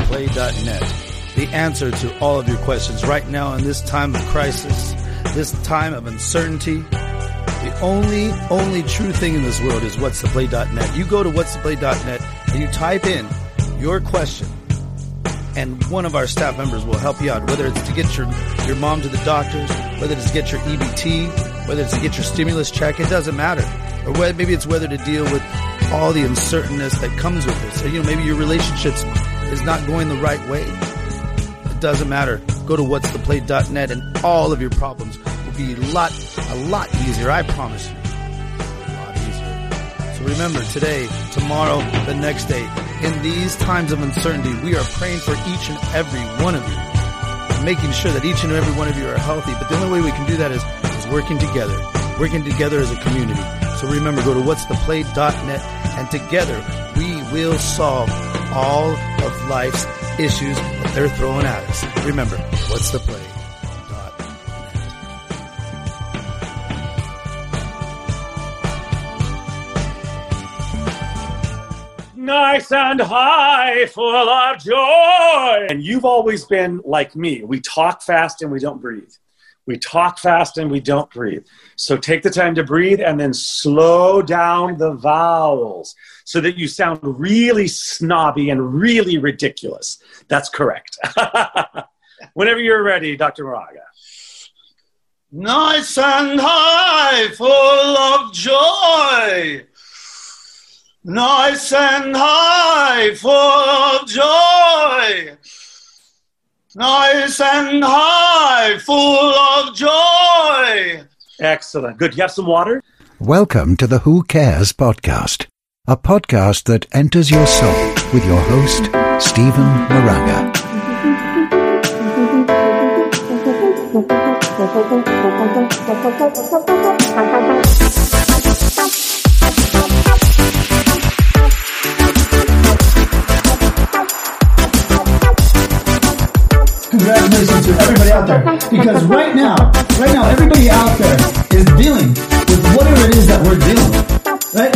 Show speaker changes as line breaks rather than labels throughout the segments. whatstheplay.net, the answer to all of your questions right now in this time of crisis, this time of uncertainty. The only, only true thing in this world is whatstheplay.net. You go to whatstheplay.net and you type in your question and one of our staff members will help you out. Whether it's to get your, your mom to the doctors, whether it's to get your EBT, whether it's to get your stimulus check, it doesn't matter. Or whether, maybe it's whether to deal with all the uncertainness that comes with it. So, you know, maybe your relationships is not going the right way. It doesn't matter. Go to whatstheplate.net and all of your problems will be a lot, a lot easier. I promise you. A lot easier. So remember today, tomorrow, the next day, in these times of uncertainty, we are praying for each and every one of you, making sure that each and every one of you are healthy. But the only way we can do that is, is working together, working together as a community. So remember, go to whatstheplay.net and together we will solve all of life's issues that they're throwing at us. Remember, what's the play?
nice and high, full of joy. And you've always been like me. We talk fast and we don't breathe. We talk fast and we don't breathe. So take the time to breathe and then slow down the vowels so that you sound really snobby and really ridiculous. That's correct. Whenever you're ready, Dr. Moraga.
Nice and high, full of joy nice and high, full of joy. Nice and high, full of joy.
Excellent. Good. You have some water?
Welcome to the Who Cares podcast, a podcast that enters your soul with your host, Stephen Moraga.
congratulations to everybody out there because right now, right now, everybody out there is dealing with whatever it is that we're dealing with, right?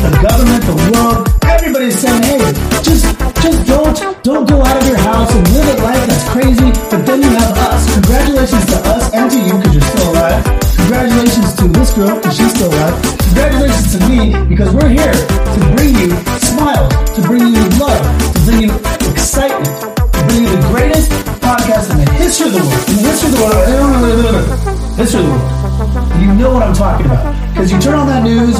The government, the world, everybody's saying, hey, just, just don't, don't go out of your house and live a life that's crazy, but then you have us. Congratulations to us and to you because you're still alive. Congratulations to this girl because she's still alive. Congratulations to me because we're here to bring you smiles, to bring you love, to bring you excitement, to bring you the greatest podcast in the history of the world. In the history of the world. History of the world. You know what I'm talking about. Because you turn on that news,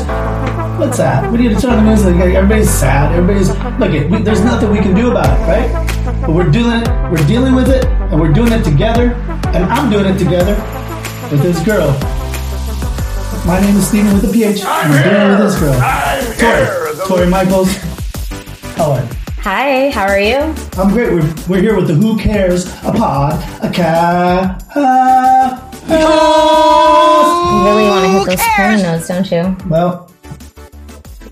what's that? We need to turn on the news. Like, everybody's sad. Everybody's, look, it, we, there's nothing we can do about it, right? But we're doing it. We're dealing with it. And we're doing it together. And I'm doing it together with this girl. My name is Steven with a PH. I'm, I'm dealing with this girl. I'm Tori. Here. Tori Michaels. How are you?
Hi, how are you?
I'm great. We're, we're here with the Who Cares a pod a cat. Uh,
you really want to hit those porn notes, don't you?
Well,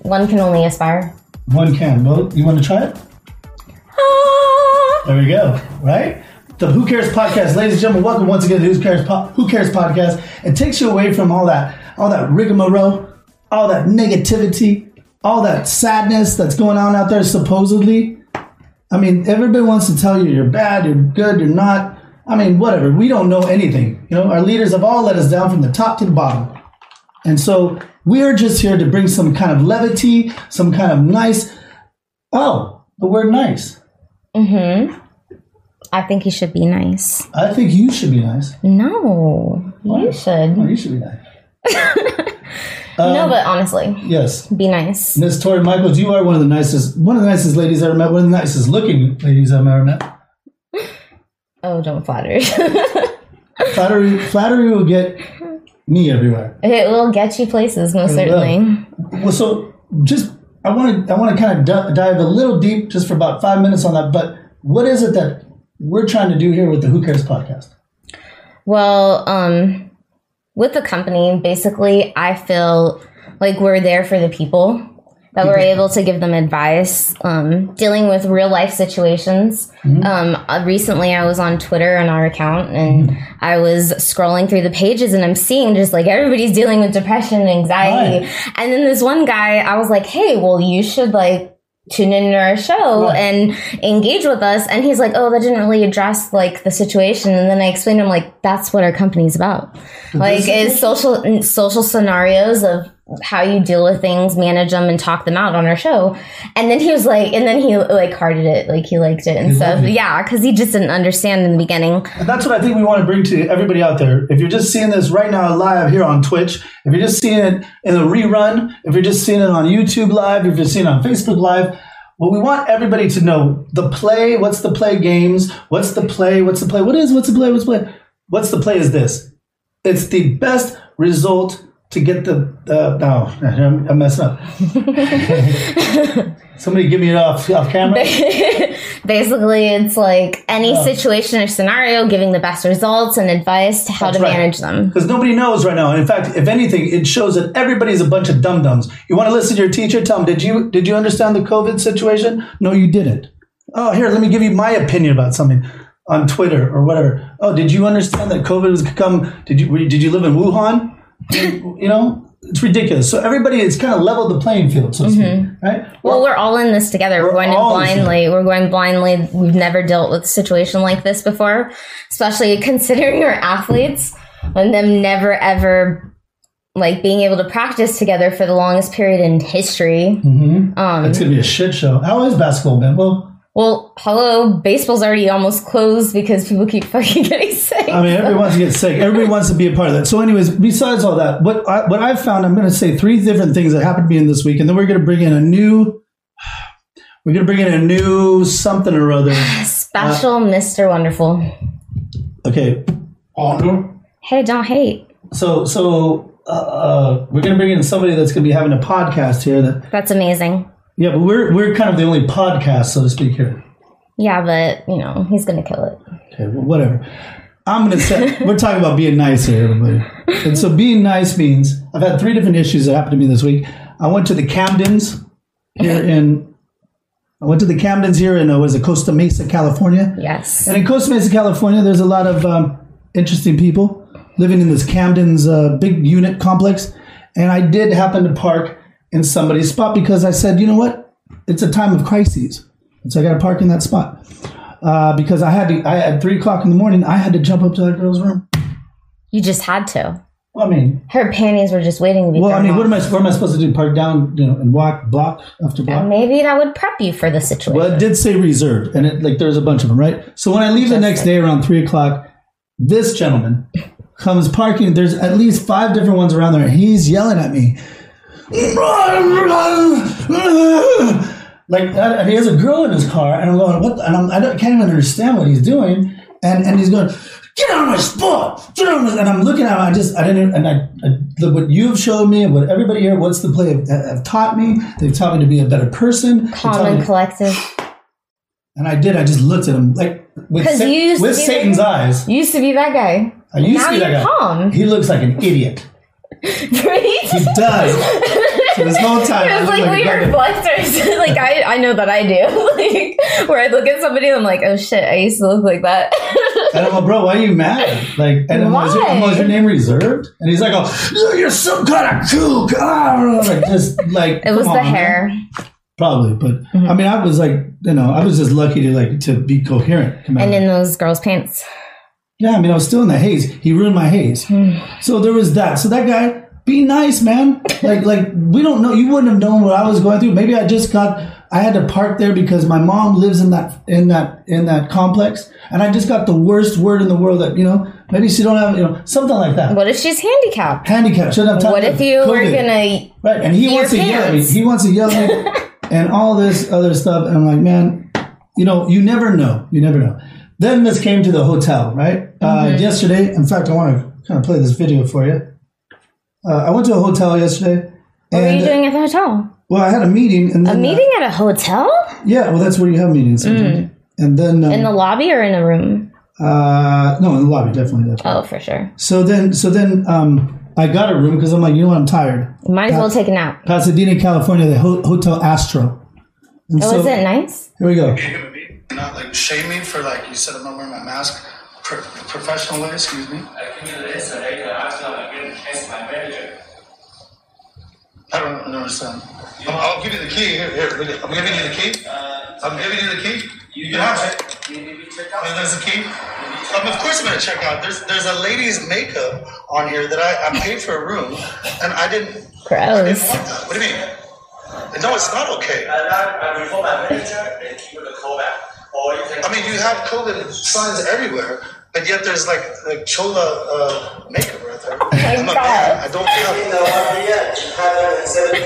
One can only aspire.
one can. Well, you want to try it?
Ah.
There we go. Right? The Who Cares podcast, ladies and gentlemen. Welcome once again to Who Cares po- Who Cares podcast. It takes you away from all that all that rigmarole, all that negativity, all that sadness that's going on out there. Supposedly, I mean, everybody wants to tell you you're bad, you're good, you're not. I mean, whatever. We don't know anything. You know, our leaders have all let us down from the top to the bottom. And so we're just here to bring some kind of levity, some kind of nice. Oh, the word nice.
I think you should be nice.
I think you should be nice.
No, you
Oh,
should.
you should be nice.
no, but honestly,
Yes.
be nice.
Miss Tori Michaels, you are one of the nicest, one of the nicest ladies I ever met, one of the nicest looking ladies I've ever met.
Oh, don't flatter.
Flattery, flattery will get me everywhere.
it will get you places, most
It will.
certainly.
Well, so just I want to, I want to kind of d- dive a little deep, just for about five minutes on that. But what is it that we're trying to do here with the Who Cares podcast?
Well, um, with the company, basically, I feel like we're there for the people, that we're able to give them advice, um, dealing with real life situations. Um, uh, recently, I was on Twitter on our account and I was scrolling through the pages and I'm seeing just like everybody's dealing with depression and anxiety.
Right.
And then this one guy, I was like, hey, well, you should like tune into our show and engage with us. And he's like, oh, that didn't really address like the situation. And then I explained to him like that's what our company's about. Like is social social scenarios of how you deal with things, manage them, and talk them out on our show. And then he was like, and then he like hearted it, like he liked it and stuff. Yeah, because he just didn't understand in the beginning.
And that's what I think we want to bring to everybody out there. If you're just seeing this right now live here on Twitch, if you're just seeing it in the rerun, if you're just seeing it on YouTube live, if you're seeing it on Facebook live, what we want everybody to know the play, what's the play games, what's the play, what's the play, what is, what's the play, what's the play, what's the play is this. It's the best result to get the, uh, no, I'm, I'm messing up. Somebody give me it off, off camera.
Basically, it's like any situation or scenario, giving the best results and advice to how to
right.
manage them.
because nobody knows right now. And in fact, if anything, it shows that everybody's a bunch of dum dums. You want to listen to your teacher? Tell them, did you did you understand the COVID situation? No, you didn't. Oh, here, let me give you my opinion about something on Twitter or whatever. Oh, did you understand that COVID was come? Did you were you- did you live in Wuhan? you know. It's ridiculous. So everybody, it's kind of leveled the playing field, so to speak, right?
Well, we're all in this together. We're,
We're
going in
all in this
blindly. We're going blindly. We've never dealt with a situation like this before, especially considering our athletes and them never ever like being able to practice together for the longest period in history. Um,
It's going to be a shit show. How is basketball been? Well,
well, hello, baseball's already almost closed because people keep fucking getting sick.
I mean, everybody wants to get sick. Everybody wants to be a part of that. So, anyways, besides all that, what I, what I've found, I'm going to say three different things that happened to me in this week, and then we're going to bring in a new, we're going to bring in a new something or other.
Special
uh,
Mr. Wonderful.
Okay,
Hey, don't hate.
so so uh, uh, we're going to bring in somebody that's going to be having a podcast here. That
That's amazing.
yeah, but we're we're kind of the only podcast, so to speak, here.
Yeah, but you know, he's gonna kill it.
Okay, well, whatever. I'm gonna say we're talking about being nice here, everybody. And so being nice means I've had three different issues that happened to me this week. I went to the Camdens here in I went to the Camdens here in uh, was it Costa Mesa, California.
Yes.
And in Costa Mesa, California, there's a lot of um, interesting people living in this Camden's uh, big unit complex. And I did happen to park in somebody's spot because I said, you know what? It's a time of crises. And so I got to park in that spot. Uh, because I had to, I, at three o'clock in the morning, I had to jump up to that girl's room.
You just had to.
Well, I mean,
Her panties were just waiting to be
well, I
thrown
mean, what
off.
am I, what am I supposed to do? Park down, you know, and walk block after block?
Maybe that would prep you for the situation.
Well, it did say reserved, and it like there's a bunch of them, right? So when I leave the next day around three o'clock, this gentleman comes parking. There's at least five different ones around there, and he's yelling at me. Like that, and he has a girl in his car, and I'm going, what? And I'm, I don't, can't even understand what he's doing, and and he's going, get out of my spot, get out of my. And I'm looking at him, I just, I didn't, and I, I the- what you've showed me, and what everybody here, what's the play have, have taught me. They've taught me to be a better person. They've taught
Calm
me-
and collective.
and I did. I just looked at him like with,
'Cause
Sa-
you used
with
to be
Satan's
like-
eyes.
You used to be that guy.
I used
now
to be
you're
like
calm.
He looks like an idiot. He
Right?
does. so this whole time, I
It's
look
like,
like a
we
goddamn-
reflectors. like I, I know that I do. like where I look at somebody and I'm like, oh shit, I used to look like that.
And I'm like, bro, why are you mad? Like, and I'm like, "Is your-
Why?
I'm like, "Is your name reserved? And he's like, oh, you're some kind of kook. Ah, like just like
it was
come
the
on, man.
hair. Mm-hmm.
probably. But I mean, I was like, you know, I was just lucky to like to be coherent. Come out
And
of it.
in those girls' pants.
Yeah, I mean, I was still in the haze. He ruined my haze.
Hmm.
so there was that. So that guy, be nice, man. Like, like we don't know. You wouldn't have known what I was going through. Maybe I just got. I had to park there because my mom lives in that in that in that complex, and I just got the worst word in the world. That you know, maybe she don't have you know something like that.
What if she's handicapped?
Handicap. Shouldn't have time
What
for
if you were
COVID.
gonna
Right, and he wants to yell at me.
pants.
He wants to yell at me, and all this other stuff. And I'm like, man, you know, you never know. You never know. Then this came to the hotel, right? Uh, yesterday, in fact, I want to kind of play this video for you. Uh, I went to a hotel yesterday,
What were
and
you doing at the hotel?
well, I had a meeting, and
A
then, uh, Mm.
meeting at a hotel?
yeah, well, that's where you have meetings, sometimes. and then um,
In the lobby or in a room?
uh, no, in the lobby, definitely. definitely.
Oh, for sure.
So then, so then, um, I got a room because I'm like, you know what, I'm tired.
Might as well take a nap.
Pasadena, California, the ho- hotel Astro. And
Oh, is it nice?
Here we go.
human being. Not like shaming for like you said I'm not wearing my mask pro- professionally. Excuse me.
I came to this and I asked him, I didn't ask my manager.
I don't understand. I'll, I'll give you the key. Here, here, read it. I'm giving you the key. I'm giving you the key. You, have it. And there's a key. Um, of course I'm gonna check out. There's there's a lady's makeup on here that I, I paid for a room and I didn't, I didn't
Gross.
want that. What do you mean? No, it's not okay. I mean, you have COVID signs everywhere, but yet there's like like chola uh, makeup right there. I'm a man. I don't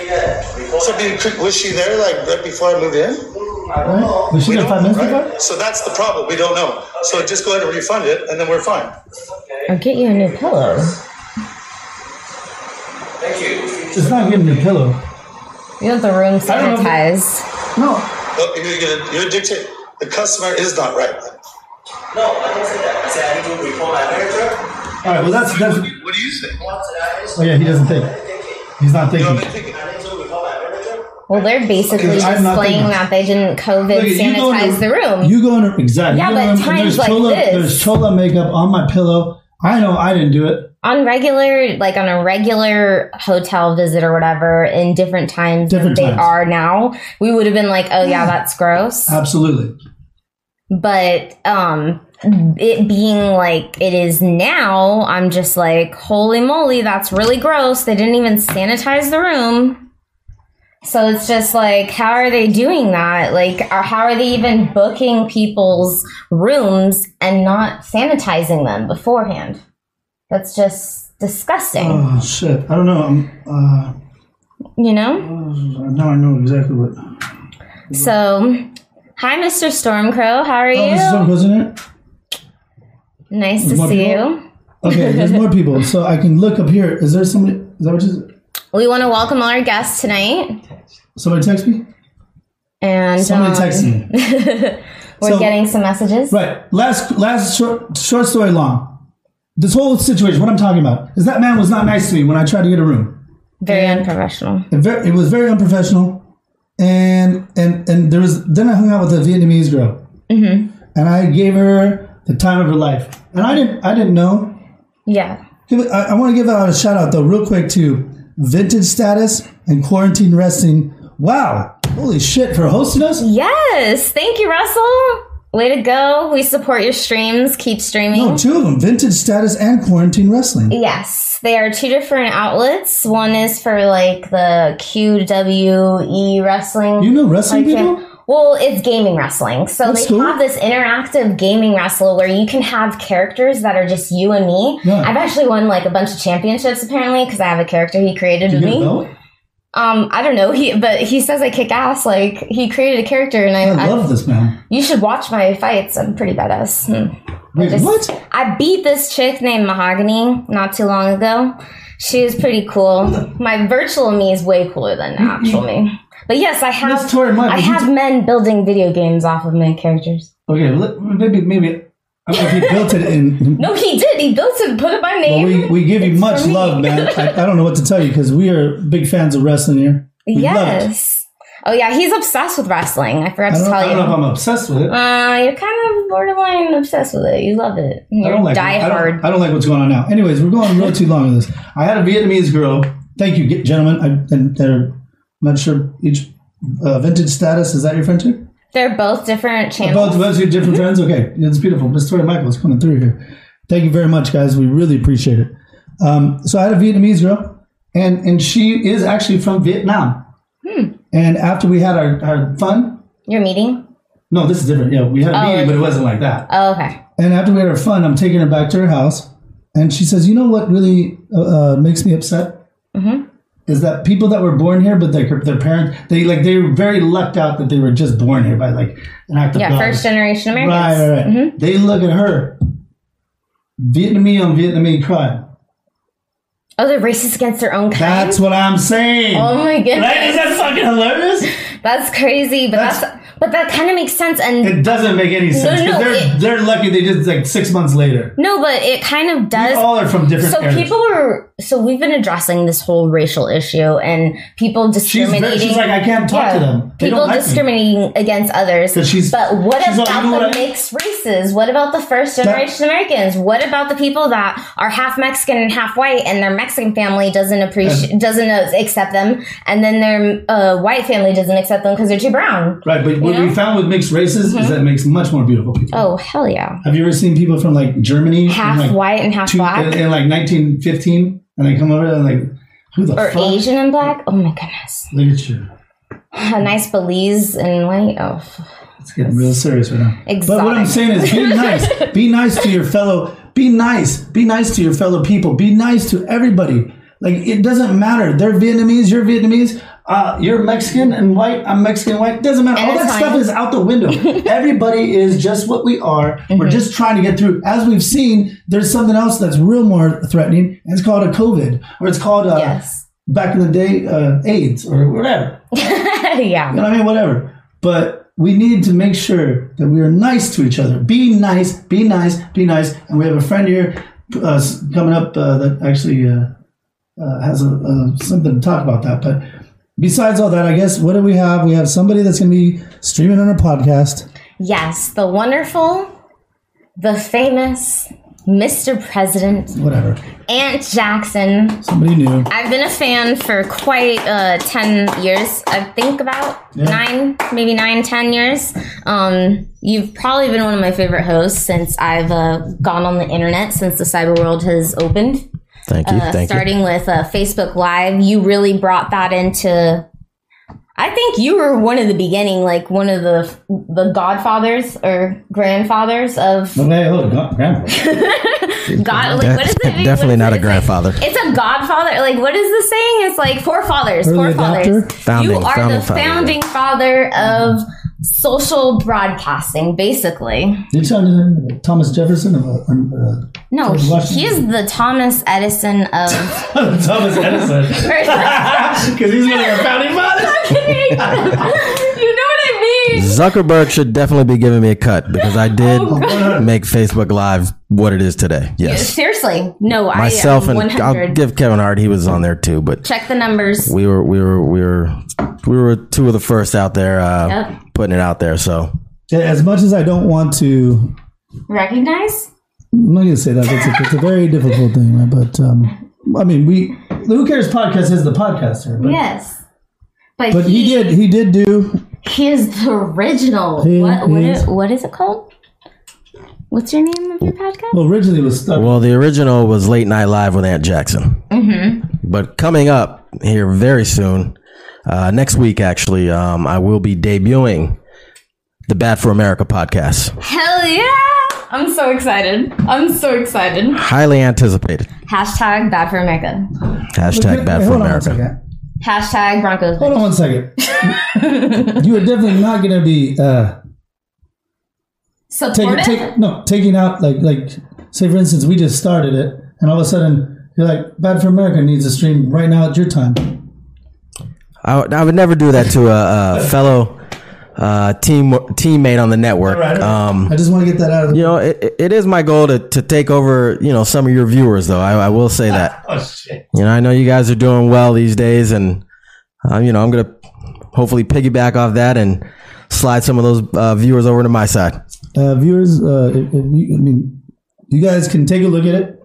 have. So being quick, was she there like right before I moved in?
Right? Was she there five minutes ago?
Right. So that's the problem. We don't know. So just go ahead and refund it, and then we're fine.
I'll get you a new pillow.
It's not getting a pillow.
You want the room
I don't know.
sanitized.
No.
Well, you're, gonna, you're dictate. The customer is not right.
All right. Well, that's that's.
do you, what do you think?
Oh yeah, he doesn't think. He's not
You know
thinking.
what I'm thinking?
Well, they're basically
Because I'm not
displaying
thinking-
that they didn't COVID
Look, you go
sanitize
in-
the room.
You go in exactly.
Yeah,
you
but
go in, and
times
there's
like
chola,
this-
there's chola makeup on my pillow. I know I didn't do it.
on regular, like on a regular hotel visit or whatever, in different times
Different
than
times.
they are now, we would have been like, oh yeah, that's gross.
Absolutely.
but um it being like it is now i'm just like holy moly that's really gross they didn't even sanitize the room so it's just like how are they doing that like or how are they even booking people's rooms and not sanitizing them beforehand that's just disgusting
Oh shit! I don't know. I'm, uh,
you know
now I know exactly what. Oh,
so hi mr stormcrow how are
Oh,
you
this is on, wasn't it?
nice to
Is my
see
pillow?
you
Okay, there's more people, so I can look up here. Is there somebody? Is that what you?
we want to welcome all our guests tonight
Somebody text me.
And
Somebody
um,
text me.
We're
So-
getting some messages.
Right. Last last short, short story long. This whole situation, what I'm talking about, is that man was not nice to me when I tried to get a room.
Very unprofessional.
It, ver- it was very unprofessional, and and and there was then I hung out with a Vietnamese girl, and I gave her the time of her life, and I didn't I didn't know.
Yeah.
Give it- I, want to give out a shout out though, real quick to Vintage Status and Quarantine Resting. Wow, holy shit for hosting us.
Yes. Thank you, Russell. Way to go. We support your streams. Keep streaming.
Oh, two of them, Vintage Status and Quarantine Wrestling.
Yes, they are two different outlets. One is for like the QWE wrestling.
You know wrestling
like,
people?
yeah. Well, it's gaming wrestling. So
That's
they
cool.
have this interactive gaming wrestle where you can have characters that are just you and me.
Yeah.
I've actually won like a bunch of championships apparently because I have a character he created
You
with
get a
me.
belt?
Um, I don't know. He but he says I kick ass. Like he created a character, and
I
I, I,
love this man.
you should watch my fights. I'm pretty badass. Hmm.
Wait,
just-
what?
I beat this chick named Mahogany not too long ago. She was pretty cool. My virtual me is way cooler than the actual me. But yes, I have
Miss Tori Mike,
I
would you
have men building video games off of my characters.
Okay, let- maybe maybe I don't know if he built it in.
No, he did. He built it, put it by
Well,
name.
we, we give you
It's
much
for me.
love, man. I, I don't know what to tell you because we are big fans of wrestling here. We love it.
yes. Oh yeah, he's obsessed with wrestling. I forgot
I
to
don't,
tell
I
you.
don't know if I'm obsessed with it.
Uh, you're kind of borderline obsessed with it. You love it. You're
I don't like.
die
I don't-
hard.
I don't like what's going on now. Anyways, we're going real too long on this. I had a Vietnamese girl. Thank you, ge- gentlemen. I, and they're I'm not sure each uh, vintage status. Is that your friend too?
They're both different channels.
Both of us, you different friends. Okay, it's beautiful. Miss Tori Michaels coming through here. Thank you very much, guys. We really appreciate it. Um, so I had a Vietnamese girl, and and she is actually from Vietnam.
Hmm.
And after we had our, our fun,
Your meeting?
no, this is different. Yeah, we had a
Oh,
meeting,
okay.
but it wasn't like that.
Oh, okay.
And after we had our fun, I'm taking her back to her house, and she says, "You know what really uh, uh, makes me upset
Mm-hmm.
is that people that were born here, but their their parents they like they were very lucked out that they were just born here by like an act of
Yeah,
God.
first generation Americans.
Right, right, right.
Mm-hmm.
They look at her, Vietnamese on Vietnamese crime.
Oh, they're racist against their own kind.
That's what I'm saying.
oh my
Right?
goodness,
Isn't that fucking hilarious?
that's crazy. But that's,
That's-
but that kind of makes sense. And
It doesn't make any sense. 'cause
no,
they're
it-
they're lucky they just like six months later.
no, but it kind of
We
does.
all are from different
so
eras.
people are. So we've been addressing this whole racial issue and people
she's, very,
discriminating.
she's like, I can't talk
Yeah,
to them. They
people
don't like me.
discriminating against others.
'Cause she's-
but what
she's all,
about
"You know
the
what I-
mixed race races? What about the first generation Americans? What about the people that are half Mexican and half white, and their Mexican family doesn't appreciate, doesn't uh, accept them, and then their uh, white family doesn't accept them because they're too brown?
Right, but what
You know?
we found with mixed races is that it makes much more beautiful people.
Mm-hmm. Oh hell yeah!
Have you ever seen people from like Germany? in,
Half
like,
white and half
two-
black,
in, in, like 1915, and they come over and like, who the
or
fuck?
Asian and black? Oh my goodness!
Look at you.
A nice Belize and white. Oh, f-
It's getting real serious right now. But what I'm
Exotic.
saying is, be nice. be nice to your fellow. Be nice. Be nice to your fellow people. Be nice to everybody. Like it doesn't matter. They're Vietnamese. You're Vietnamese. Uh, you're Mexican and white. I'm Mexican and white. Doesn't matter.
And
All
it's
that stuff
fine.
is out the window. everybody is just what we are.
Mm-hmm.
We're just trying to get through. As we've seen, there's something else that's real more threatening. And it's called a COVID, or it's called uh,
yes,
back in the day uh, AIDS or whatever.
yeah.
You know what I mean? Whatever. But we need to make sure that we are nice to each other. Be nice, be nice, be nice. And we have a friend here uh, s- coming up uh, that actually uh, uh, has a, uh, something to talk about that. But besides all that, I guess what do we have? We have somebody that's going to be streaming on our podcast.
Yes, the wonderful, the famous Mr. President,
Whatever.
Aunt Jackson.
Somebody new.
I've been a fan for quite uh, 10 years, I think about nine, maybe nine, 10 years. Um, you've probably been one of my favorite hosts since I've uh, gone on the internet, since the cyber world has opened.
Thank you.
Uh,
Thank you.
starting with uh, Facebook Live, you really brought that into. I think you were one of the beginning, like one of the the godfathers or grandfathers of
Okay, hold on. Grandpa.
God. Like, Oh, what is it?
De- definitely
what is
not
it
a grandfather.
It's a godfather. Like, what is the saying? It's like forefathers,
Early
forefathers.
adopter?
Founding-
you are
founding
the
father, yeah.
founding father of social broadcasting, basically.
You sound uh, Thomas Jefferson of uh, um, uh,
No,
George
he,
Washington.
he is the Thomas Edison of.
Thomas Edison because uh, he's one of our founding fathers.
you know what I mean?
Zuckerberg should definitely be giving me a cut because I did
Oh.
make Facebook Live what it is today. Yes.
Seriously, no.
Myself
I, um,
and
100.
I'll give Kevin Hart, he was on there too, but
check the numbers.
we were we were we were we were two of the first out there uh,
Yep.
putting it out there. So
As much as I don't want to
Recognize?
I'm not gonna say that. That's a, it's a very difficult thing, right? But um, I mean, we the Who Cares podcast is the podcaster, but,
Yes. But,
but he, did he did do
He is the original.
He
what what
is-
is, what is it called? What's your name of your podcast?
well originally it was stuck.
well the original was Late Night Live with Aunt Jackson. Mm-hmm. But coming up here very soon, uh, next week actually, um, I will be debuting the Bad for America podcast.
Hell yeah! I'm so excited. I'm so excited.
Highly anticipated.
Hashtag Bad for America.
Hashtag Bad
Hey,
for
hold on one
America.
second.
Hashtag Broncos.
Hold on one second. you are definitely not gonna be uh,
Support
taking
it.
take, no taking out like like say for instance we just started it and all of a sudden you're like Bad for America needs a stream right now at your time.
I, would- I would never do that to a, a fellow uh, team teammate on the network.
All right, all right.
Um,
I just want to get that out of the
you know, it, it- it is my goal to, to take over, you know, some of your viewers, though. I, I will say that.
oh, shit.
You know, I know you guys are doing well these days, and, uh, you know, I'm going to hopefully piggyback off that and slide some of those uh, viewers over to my side.
uh, viewers, uh, if, if you, I mean, you guys can take a look at it.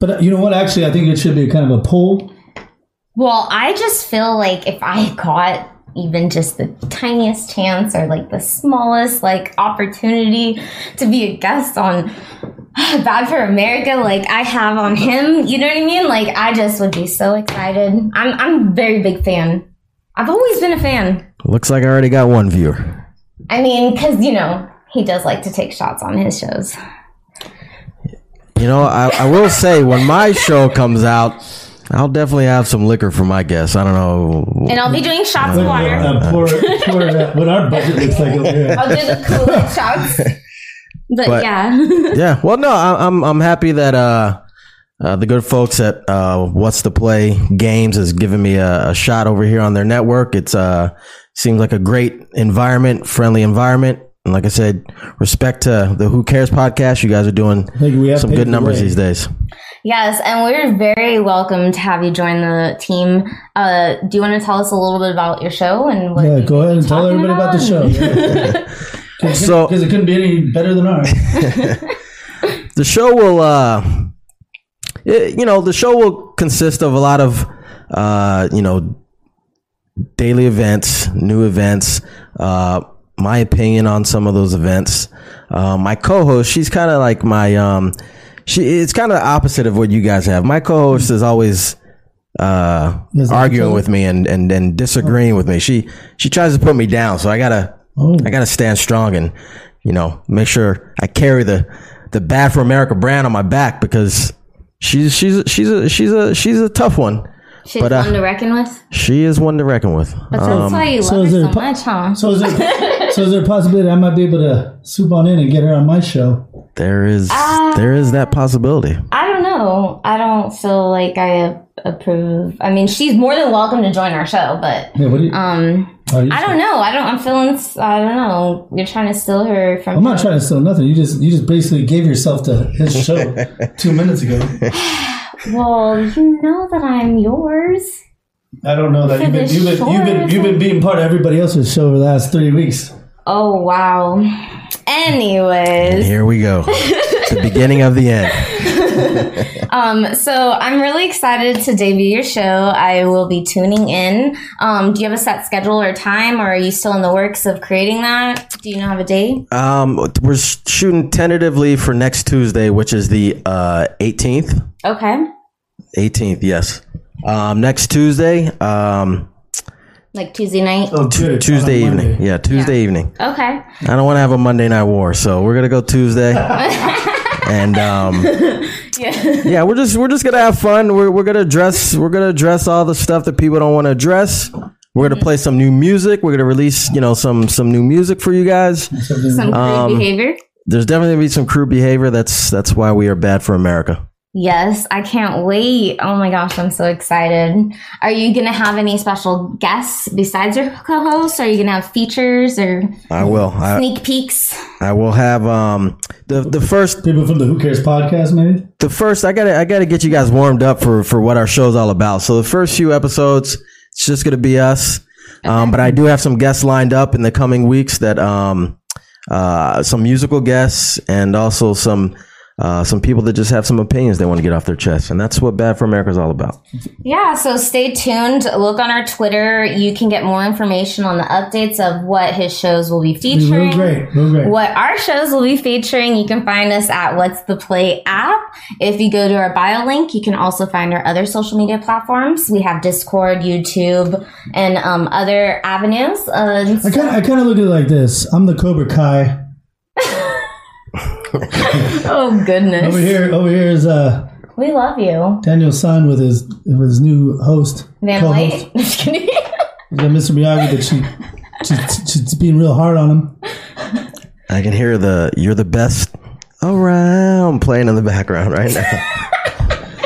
But uh, you know what? Actually, I think it should be kind of a poll.
Well, I just feel like if I got even just the tiniest chance or like the smallest like opportunity to be a guest on Bad for America, like I have on him, you know what I mean? Like I just would be so excited. I'm I'm a very big fan. I've always been a fan.
Looks like I already got one viewer.
I mean, because you know he does like to take shots on his shows.
You know, I, I will say when my show comes out, I'll definitely have some liquor for my guests. I don't know
And I'll be doing shots of water.
Uh, pour, pour uh, what our budget looks like over here.
I'll do the coolest shots. But,
But-
yeah.
yeah. Well, no, I, I'm I'm happy that uh, uh, the good folks at uh, What's the Play Games has given me a, a shot over here on their network. It's uh seems like a great environment, friendly environment. And like I said, respect to the Who Cares podcast. You guys are doing
think we have
some
paved
good
the
numbers
way.
these days.
Yes, and we're very welcome to have you join the team. Uh, do you want to tell us a little bit about your show and what?
Yeah,
you
go ahead and tell
talking
everybody about the show.
So-
because it couldn't be any better than ours.
the show will uh it- you know the show will consist of a lot of uh you know daily events new events uh my opinion on some of those events uh, my co-host she's kind of like my um she it's kind of the opposite of what you guys have my co-host is always uh
Doesn't
arguing with me and and and disagreeing with me she she tries to put me down so i gotta i gotta stand strong and you know make sure i carry the the bad for america brand on my back because she's she's she's a she's a she's a tough one
She's
But, uh, um,
fun to reckon with.
she is one to reckon with
But that's why you love
so
her
is
so
it po-
much, huh?
So is there, so is there a possibility I might be able to swoop on in and get her on my show?
there is there is that possibility
I don't know. I don't feel like I approve. I mean, she's more than welcome to join our show, but
Yeah, what do you?
um,
oh, you
I
said-
don't know. I don't. I'm feeling. s- I don't know. You're trying to steal her from.
I'm not trying to steal nothing. You just you just basically gave yourself to his show two minutes ago.
Well, you know that I'm yours.
I don't know that
For
you've been
the
you've been, you've been
shores.
you've been being part of everybody else's show for the last three weeks.
Oh wow. Anyways,
here we go the beginning of the end
Um, So I'm really excited to debut your show. I will be tuning in. Um, do you have a set schedule or time, or are you still in the works of creating that? Do you know have a date?
um we're shooting tentatively for next tuesday which is the uh 18th
Okay,
18th yes um next tuesday um
like Tuesday night.
Oh,
Tu-
good.
Tuesday
On a
evening.
Monday.
Yeah, Tuesday evening.
Okay,
I don't want to have a Monday night war, so we're gonna go Tuesday. and um, yeah. we're just we're just gonna have fun. We're we're gonna address we're gonna address all the stuff that people don't want to address. We're gonna play some new music. We're gonna release you know some some new music for you guys.
some crude behavior.
There's definitely gonna be some crew behavior. That's that's why we are bad for America.
Yes, I can't wait. Oh my gosh, I'm so excited. Are you gonna have any special guests besides your co-host? Are you gonna have features or
I will. I,
sneak peeks?
I will have um the the first
People from the Who Cares podcast, maybe.
the first I gotta I gotta get you guys warmed up for for what our show's all about. So the first few episodes, it's just gonna be us. Um, but I do have some guests lined up in the coming weeks that um uh some musical guests and also some uh, some people that just have some opinions they want to get off their chest, and that's what Bad for America is all about.
Yeah, so stay tuned. Look on our Twitter. You can get more information on the updates of what his shows will be
It'd be
featuring.
real great, real great.
What our shows will be featuring, you can find us at What's the Play app. If you go to our bio link, you can also find our other social media platforms. We have Discord, YouTube, and um, other avenues. Uh,
I kind of I kind of look at it like this. I'm the Cobra Kai.
oh
Over
goodness,
here, over here is uh,
we love you,
Daniel San with his with his new host
Van
co-host.
White. Just kidding.
We got Mr. Miyagi that she, she, she- she's being real hard on him.
I can hear the "You're the best around" playing in the background right now.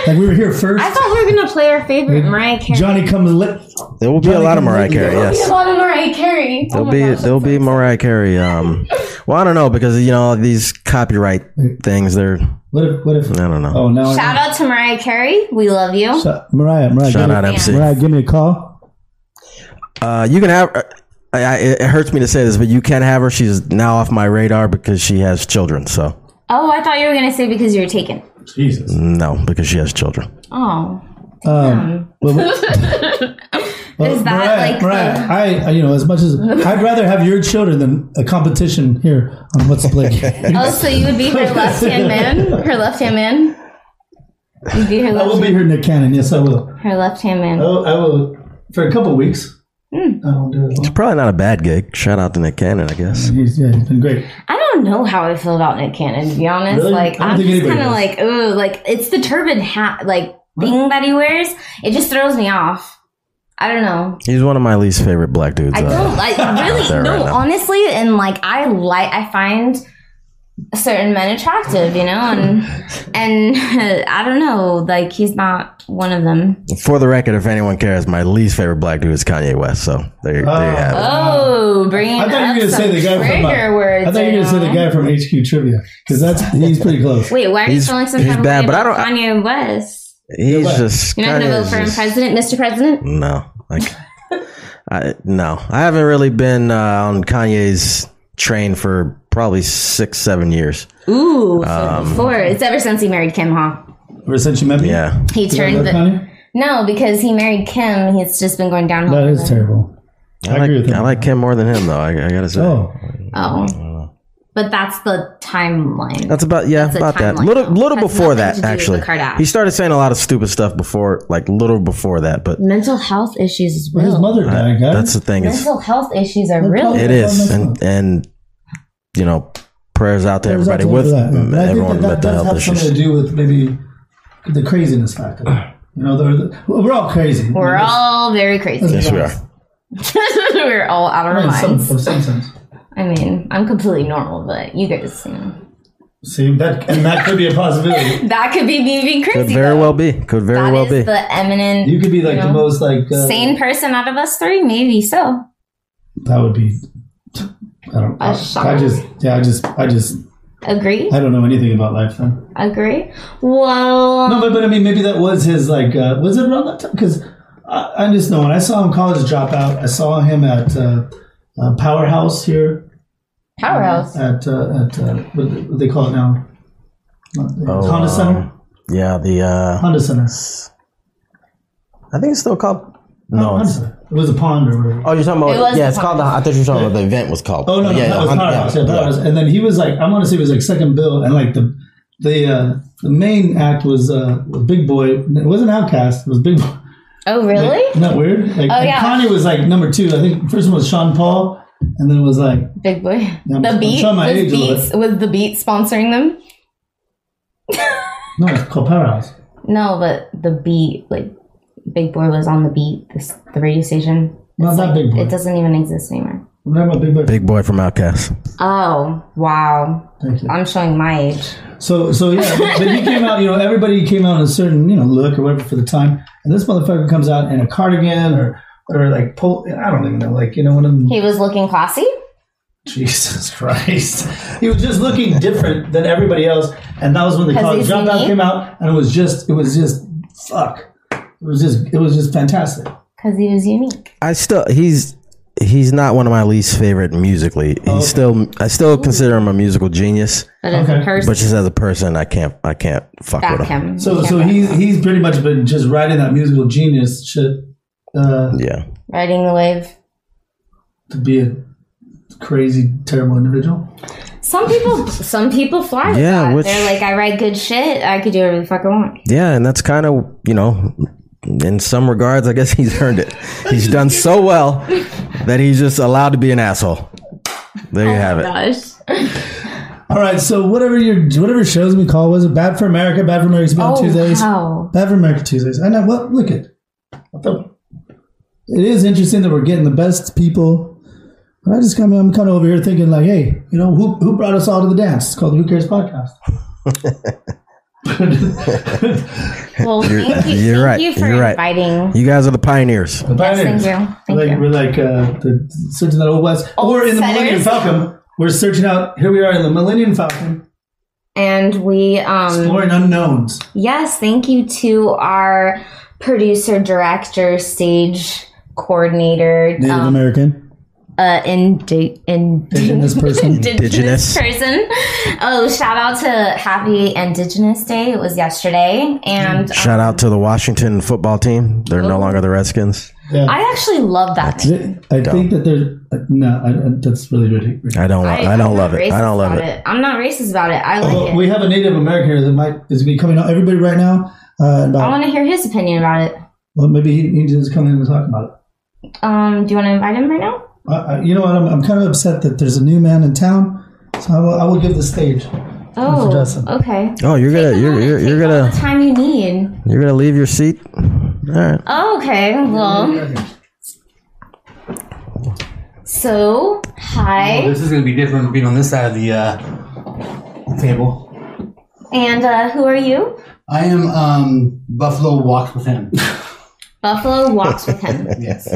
Like we were here first.
I thought we were gonna play our favorite Mariah Carey.
Johnny comes lit.
There will be a lot of Mariah Carey. Yes,
A lot of Mariah Carey. Oh
There'll
my
be
gosh.
there'll be Mariah Carey. Um, well, I don't know because you know these copyright things. They're
What if? What if?
I don't know.
Oh now I
Shout out to Mariah Carey. We love you.
Shout- Mariah, Mariah,
Shout
give me,
out MC.
Mariah, give me a call.
Uh, you can have. I, I, it hurts me to say this, but you can have her. She's now off my radar because she has children. So
Oh, I thought you were gonna say because you were taken.
Jesus.
no, because she has children.
Oh,
Um, well, well,
Is that
Mariah,
like
Mariah, I, I, you know, as much as I'd rather have your children than a competition here on what's the play.
oh, so you would be her left hand man? Her left hand man? You'd be her
I will
left,
be Oh. here, Nick Cannon. Yes, I will.
her left hand man.
I will, I will for a couple of weeks.
Hmm.
I won't do it. long.
Probably not a bad gig. Shout out to Nick Cannon, I guess.
He's, yeah, he's been great.
I don't know how I feel about Nick Cannon, to be honest.
Really?
Like,
I don't
I'm
think
just
anybody
kind
does.
of like, ooh, like, it's the turban hat, like, thing that he wears. It just throws me off. I don't know.
He's one of my least favorite black dudes.
I don't
uh,
like
there
really no,
right now.
honestly, and like I like I find certain men attractive, you know, and and I don't know, like he's not one of them.
for the record, if anyone cares, my least favorite black dude is Kanye West. So there, you-
Uh,
there you have it.
Oh, bringing
I thought you were
up
gonna
some
say the guy from.
trigger
uh,
words.
I thought you were gonna say the
now.
guy from HQ Trivia because that's he's pretty close.
Wait, why are you
He's-
feeling some
he's
kind of
bad,
way
but I
about Kanye West?
He's just
You're not going to vote
Kanye's
for him,
just-
president, Mr. President?
No, like I no, I haven't really been uh, on Kanye's trained for probably six, seven years.
Ooh, so
Um,
before it's ever since he married Kim, huh?
Ever since you met me?
Yeah.
He
Did I
turned
look
the,
on you?
no because he married Kim. He's just been going downhill.
That
from
is
there.
terrible. I,
I like,
agree with
I
that.
like Kim more than him, though. I, I gotta say.
Oh,
Oh, but that's the timeline.
That's about yeah,
That's a
about that.
timeline,
Little
though.
little
Has
before
nothing to
that,
do with
actually.
the Kardashians.
He started saying a lot of stupid stuff before, like little before that. But
mental health issues is
his
real.
mother died, guys.
that's the thing. It's,
mental health issues are real.
health-
it is, and and you know, prayers out to
There's
everybody
nothing
with
for that.
mm,
But I think
everyone
that,
with
that
the
does
health
have
issues.
something to do with maybe the craziness factor. You know, they're, the- we're all crazy.
We're all very crazy.
Yes, we are.
We're all out of our
in some,
minds.
of some sense.
I mean, I'm completely normal, but you guys, you know,
See that, and that could be a possibility.
that could be me being
Could
crazy.
very
though.
well be. Could very
That
well
is
be.
the eminent,
You could be like the most like uh,
sane person out of us three, maybe so.
That would be. I don't. I, I just. Yeah. I just. I just.
Agree?
I don't know anything about life then.
Agree? Well,
No, but, but I mean, maybe that was his like. Uh, was it around that time? Because I, I just know when I saw him college dropout, I saw him at uh, uh, Powerhouse here
powerhouse.
at uh, at uh, what, do they- what they call it now. Not-
Oh,
Honda Center.
um, yeah, the uh,
Honda Center.
I think it's still called. No,
Honda
it's,
Center. It was a pond or whatever.
oh, you're talking
It was
about yeah,
the
it's called the. I thought you were talking about the event was called.
Oh no, no,
yeah,
that
yeah,
was
Hun-
Powerhouse.
yeah,
Yeah, Powerhouse. And then he was like, I want to say he was like second bill, and like the the uh, the main act was uh, was Big Boy. It wasn't Outcast. It was Big Boy.
Oh, really?
Isn't that weird? Like,
Oh,
and
yeah.
Kanye was like number two. I think first one was Sean Paul, and then it was like
Big boy.
I'm-
the
I'm
beat
showing my
was
age a little
beats was the beat sponsoring them.
no, it's called Powerhouse.
No, but the beat, like Big Boy was on the beat, this the radio station.
Not that Big Boy.
It doesn't even exist anymore.
I'm talking about Big Boy.
Big boy from Outkast.
Oh wow!
Thank you.
I'm showing my age.
So so yeah, but- but he came out. You know, everybody came out in a certain you know look or whatever for the time, and this motherfucker comes out in a cardigan or or like pol- I don't even know, like you know one of them.
He was looking classy.
Jesus Christ. He was just looking different than everybody else. And that was when the
'Cause
college
he's
dropout
unique?
came out and it was just it was just fuck. It was just it was just fantastic.
Cause he was unique.
I still he's he's not one of my least favorite musically. He's still I still consider him a musical genius,
But as
Okay.
a person,
but just as a person, I can't I can't fuck
back
with him.
him.
So
You
so
can't
he's he's pretty much been just riding that musical genius shit uh,
Yeah,
back- riding the wave.
to be a crazy, terrible individual.
Some people, some people fly. With
Yeah,
that.
which-
they're like, I write good shit. I could do whatever the fuck I want.
yeah, and that's kind of you know. In some regards, I guess he's earned it. He's done so well that he's just allowed to be an asshole. There you have it.
Gosh.
All right, so whatever your whatever shows we call was it Bad for America, Bad for America's been
Oh
on Tuesdays.
wow!
Bad for America Tuesdays. I know. Well, look at. I thought- It is interesting that we're getting the best people. But I just come. I'm kind of over here thinking like, hey, you know, who who brought us all to the dance? It's called the Who Cares Podcast.
Well, thank you,
you're
thank
right,
you for
you're right.
inviting.
You guys are the pioneers.
The pioneers.
thank you, thank
like
you.
we're like uh, the searching that old west,
Old
or in the
setters.
Millennium Falcon. We're searching out. Here we are in the Millennium Falcon,
And we, um,
exploring unknowns.
Yes, thank you to our producer, director, stage coordinator,
Native
um,
American,
uh, indi- in-
indigenous person.
indigenous person. Oh, shout out to Happy Indigenous Day. It was yesterday, and um, Oh.
Shout out to the Washington football team. They're no longer the Redskins.
I actually love that. name.
I think that there's uh, no. I, I- that's really ridiculous.
I don't. I, I
I'm
don't
not
love it. I
racist
don't love
about
it.
I'm not racist about it. I like
Well,
it.
Oh, we have a Native American here that might is gonna be coming out. Everybody right now. Uh,
I
about,
want to hear his opinion about it.
well, maybe he, he just come in and talk about it.
Um, do you want to invite him right now?
Uh, uh, you know what? I'm, I'm kind of upset that there's a new man in town, so I will, I will give the stage. Justin.
Oh, okay.
Oh, you're gonna you're you're, you're
Take all
gonna
the time you need.
you're gonna leave your seat. All right.
Oh, okay. Well, so hi,
This is going to be different being on this side of the uh, table.
and uh, who are you?
I am um, Buffalo walked with him.
Buffalo walks with him.
Yes.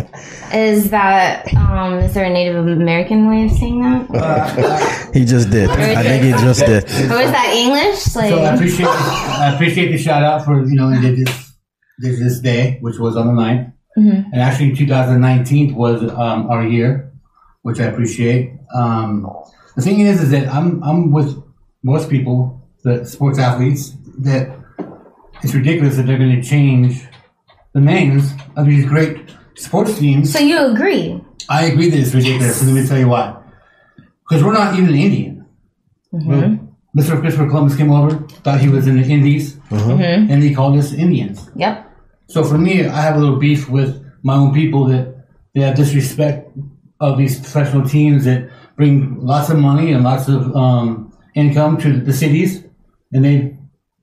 Is that um? Is there a Native American way of saying that, or
Uh,
He just did. I think he just did.
is that English?
So I
Like,
appreciate I appreciate the shout out for you know Indigenous Indigenous Day, which was on the 9th. And actually, 2019 was um, our year.
which I appreciate. Um, the thing is, is that I'm I'm with most people, the sports athletes, that it's ridiculous that they're going to change the names of these great sports teams.
So you agree?
I agree that it's ridiculous. and Let me tell you why. Because we're not even Indian.
Mm-hmm.
Mr. Christopher Columbus came over, thought he was in the Indies,
Mm-hmm.
and he called us Indians.
Yep.
So for me, I have a little beef with my own people that they have disrespect of these professional teams that bring lots of money and lots of um, income to the cities, and they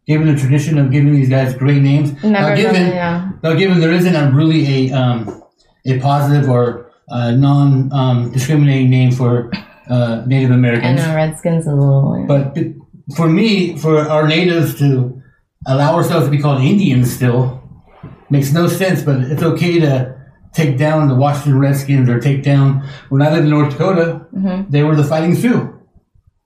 given the tradition of giving these guys great names.
Never
given,
done, yeah.
now given there isn't a really a um, a positive or uh, non um, discriminating name for uh, Native
I
Americans.
know Redskins is a little.
But th- for me, for our natives to allow ourselves to be called Indians still makes no sense. But it's okay to take down the Washington Redskins or take down. When I lived in North Dakota,
Mm-hmm.
they were the Fighting Sioux.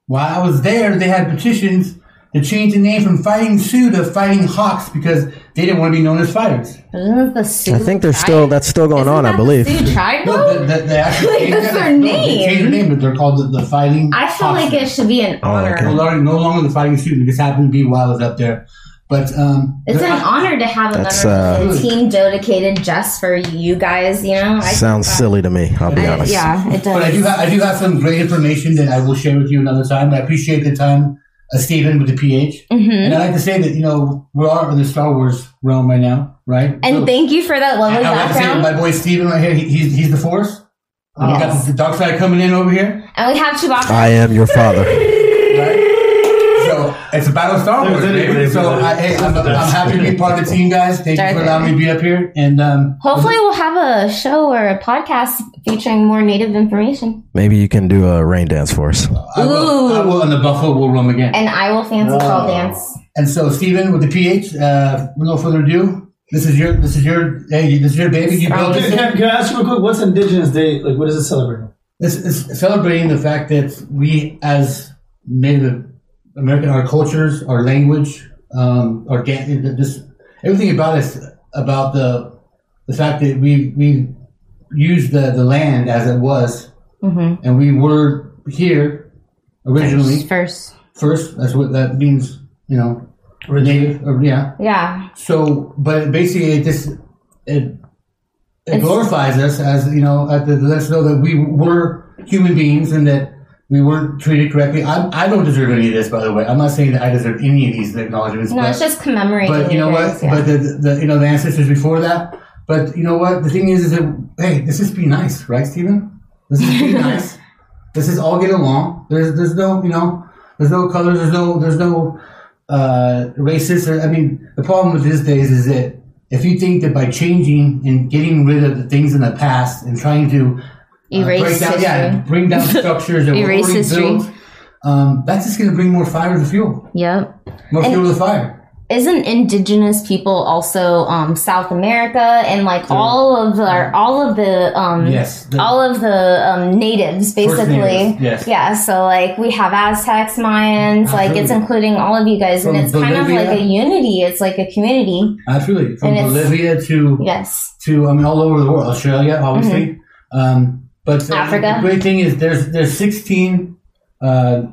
While I was there, they had petitions to change the name from Fighting Sioux to Fighting Hawks because they didn't want to be known as fighters.
Isn't the Sioux
I think there's still
tribe?
that's still going
Isn't
on.
that
I believe.
The Sioux tribe,
No,
though?
they, they, they actually
Like, that's their
no, They changed their
name.
name, but they're called the, the Fighting.
I feel like
Hawks.
it should be
Oh,
an honor.
No longer, no longer the fighting student. This happened to be while I was up there, but um,
It's an
there-
honor to have a
That's,
member of
uh,
the team dedicated just for you guys. You know, I-
Sounds silly to me. I'll be
I-
honest.
yeah, it does.
But I do, have, I do have some great information that I will share with you another time. I appreciate the time, uh, Stephen, with the PH.
Mm-hmm.
And
Hmm?
I like to say that you know we are in the Star Wars realm right now, right?
and
So,
thank you for that
I,
lovely
I like to say that
background.
my boy Stephen right here. He, he's he's the Force. Uh, We got the dark side coming in over here.
And we have Chewbacca.
I am your father.
So it's a battle of Star Wars.
There's
baby.
anybody-
So I, hey, I'm, I'm happy to be part of the team, guys. Thank you for allowing me to be up here. And um,
Hopefully, we'll have a show or a podcast featuring more native information.
Maybe you can do a rain dance for us.
I will, I will, and the Buffalo will roam again.
And I will fancy call dance.
And so, Stephen, with the PH, uh, with no further ado, this is your, this is your, hey, this is your baby. You built
Can,
it.
can- can I ask you real quick? What's Indigenous Day? Like, what is it celebrating?
This is celebrating the fact that we, as Native American, our cultures, our language, um, our ga- this everything about us, about the the fact that we we used the the land as it was,
Mm-hmm.
and we were here originally
First,
first. That's what that means, you know. Native, or, yeah.
yeah,
So, but basically, it just it, it glorifies us as you know, at the, let's know that we were human beings and that we weren't treated correctly. I, I don't deserve any of this, by the way. I'm not saying that I deserve any of these acknowledgments.
no,
but,
it's just commemorating.
but you know
guys,
what?
yeah.
But the, the you know the ancestors before that. But you know what? The thing is, is that hey, let's just be nice, right, Stephen? Let's just be nice. Let's just all get along. There's there's no you know there's no colors. There's no there's no uh, racist. Or, I mean, the problem with these days is that if you think that by changing and getting rid of the things in the past and trying to uh,
Erase
break down, yeah,
history.
bring down structures that were
Erase
already
history.
built, um, that's just going to bring more fire to the fuel,
Yep.
more fuel to the fire.
Isn't indigenous people also um, South America and like all of our all of the um,
Yes, the-
all of the um, natives
First
basically
natives, yes.
yeah so like we have Aztecs Mayans like it's
Absolutely.
including all of you guys
From
and it's kind of
Bolivia.
like a unity it's like a community
Absolutely, from
And it's-
Bolivia to
yes
to I mean all over the world, Australia, obviously. Um, but uh,
Mm-hmm. Africa.
The great thing is there's there's 16 uh,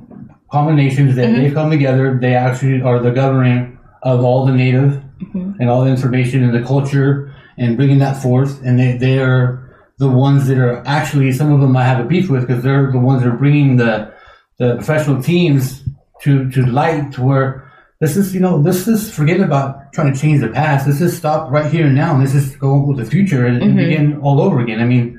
common nations that
Mm-hmm.
they come together. They actually are the governing of all the native
Mm-hmm.
and all the information and the culture and bringing that forth. And they they are the ones that are actually some of them I have a beef with because they're the ones that are bringing the the professional teams to to light to where this is you know this is forget about trying to change the past this is stop right here and now and this is go with the future and, and begin all over again i mean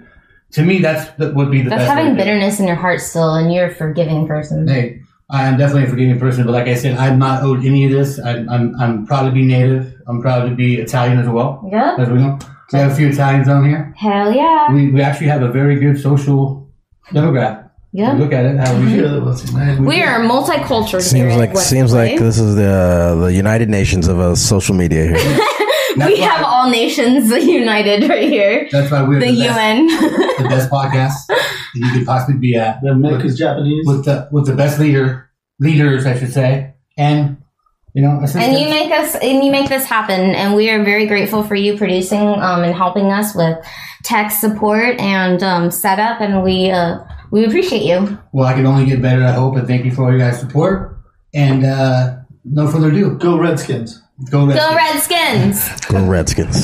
to me that's that would be the
that's
best way
having
to do it.
bitterness in your heart still and you're a forgiving person
hey i am definitely a forgiving person but like i said i'm not owed any of this i'm i'm, I'm proud to be native i'm proud to be italian as well
Yep.
as we know we have a few italians on here
hell yeah
we, we actually have a very good social demographic
Yeah. Mm-hmm.
We look at it how we
we are multicultural
Seems like seems like this is the the United Nations of uh, social media here. uh,
we have all nations united right here
that's why we're
the
the best-
UN
the best podcast that you could possibly be at
The America's Japanese.
with the with the best leader leaders, I should say, and you know, assistants.
And you make us and you make this happen, and we are very grateful for you producing um, and helping us with tech support and um, setup. And we uh, We appreciate you.
Well, I can only get better, I hope, and thank you for all your guys' support. And uh, no further ado,
Go Redskins.
go Redskins.
Go Redskins.
Go Redskins.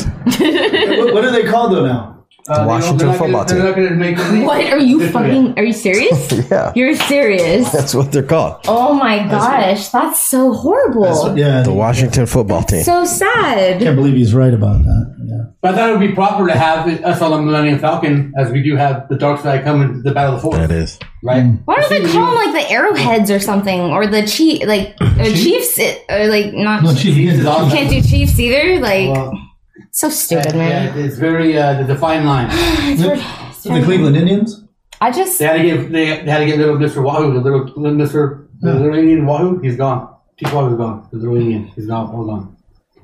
what, what are they called though now?
Uh, they don't-
Washington
Uh, they're not
football
gonna,
team.
They're not going to make
What are you fucking? Are you serious?
Yeah.
You're serious.
That's what they're called.
Oh my gosh, that's so horrible.
Yeah,
The Washington football team.
So sad.
can't believe he's right about that. Yeah.
But I thought it would be proper to have it- us on the Millennium Falcon, as we do have the Dark Side coming to the Battle of the Force,
That is.
right?
Mm.
Why don't they
See,
call them like the Arrowheads or something, or the chief, like or Chiefs, it- or like not?
No, chief, he is
you can't do Chiefs either. Like so stupid,
Yeah,
man.
it's very uh, the defined line.
the Cleveland Indians.
I just
They had to give they had to get little Mister Wahoo, the little, little Mister the little Indian Wahoo. He's gone. Chief Wahoo's gone. The little Indian, he's gone. Hold on,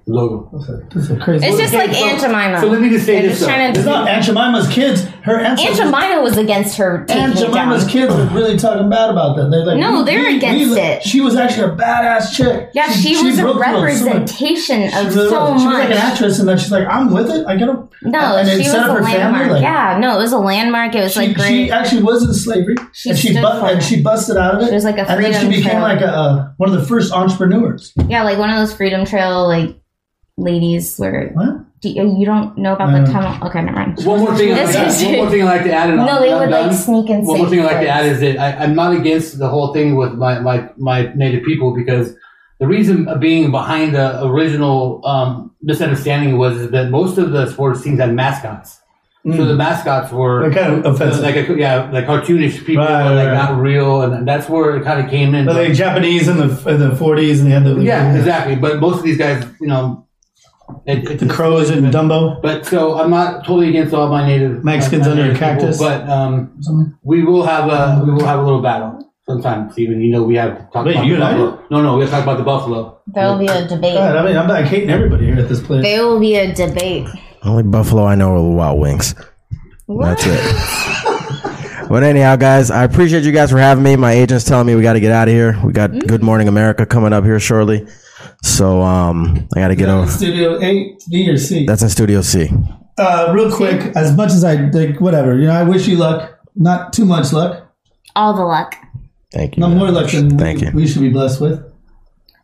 the logo.
That's a crazy.
It's just like Aunt Jemima.
So let me just say
They're
this,
just
though.
trying
It's
to.
not Aunt Jemima's kids. Her
Aunt
ancestors.
Jemima was against her taking
Aunt
it
Jemima's
down.
kids are really talking bad about that. They like
No, they're against it.
She was actually a badass chick.
Yeah, she, was a
broke through on so much-
representation
She
of
really was.
so
She was like an
much.
actress, and then she's like, "I'm with it. I get a
No,
and it
she was
set
a
up her
landmark.
family. Like,
yeah, no, it was a landmark. It was
she,
like great.
she actually was in slavery,
She
and she
stood
bu-
for
and
it.
she busted out of it.
She was like a
and then she
freedom
became
trail.
like a uh, one of the first entrepreneurs.
yeah, like one of those Freedom Trail like ladies where
What? Uh-huh.
do you, you don't know about
No.
the tunnel. Okay, never mind.
One more thing, I
This
like,
is-
one more thing I like to add. And
No,
I'm-
they
I'm
would like
done.
sneak and
One more
say
thing I like to
things.
add is that I, I'm not against the whole thing with my, my, my native people because the reason being behind the original um, misunderstanding was that most of the sports teams had mascots. So the mascots were
They're Hmm. kind of offensive.
like a, yeah, like cartoonish people,
Right,
were, like
right,
not real, and that's where it kind of came in.
But like Japanese in the in the 40s and the end of the
yeah, exactly. But most of these guys, you know, it, it,
The crows and Dumbo.
But so I'm not totally against all my native
Mexicans
my
under a
native people,
cactus?
but um, we will have a we will have a little battle sometime, Stephen. You know we have to talk
Wait,
about
you
the
and I
buffalo. No, no, we have to talk about the buffalo.
There will be a debate.
God, I mean, I'm like hating everybody here at this place.
There will be a debate.
Only Buffalo I know are the Wild Wings.
What?
That's it. but anyhow, guys, I appreciate you guys for having me. My agent's telling me we got to get out of here. We
Mm-hmm.
got Good Morning America coming up here shortly, so um, I got to get over.
Studio A, B, or C.
That's in Studio C.
Uh, real quick, as much as I like, whatever. You know, I wish you luck. Not too much luck.
All the luck.
Thank you.
No
man.
more luck than
Thank
we,
you.
we should be blessed with.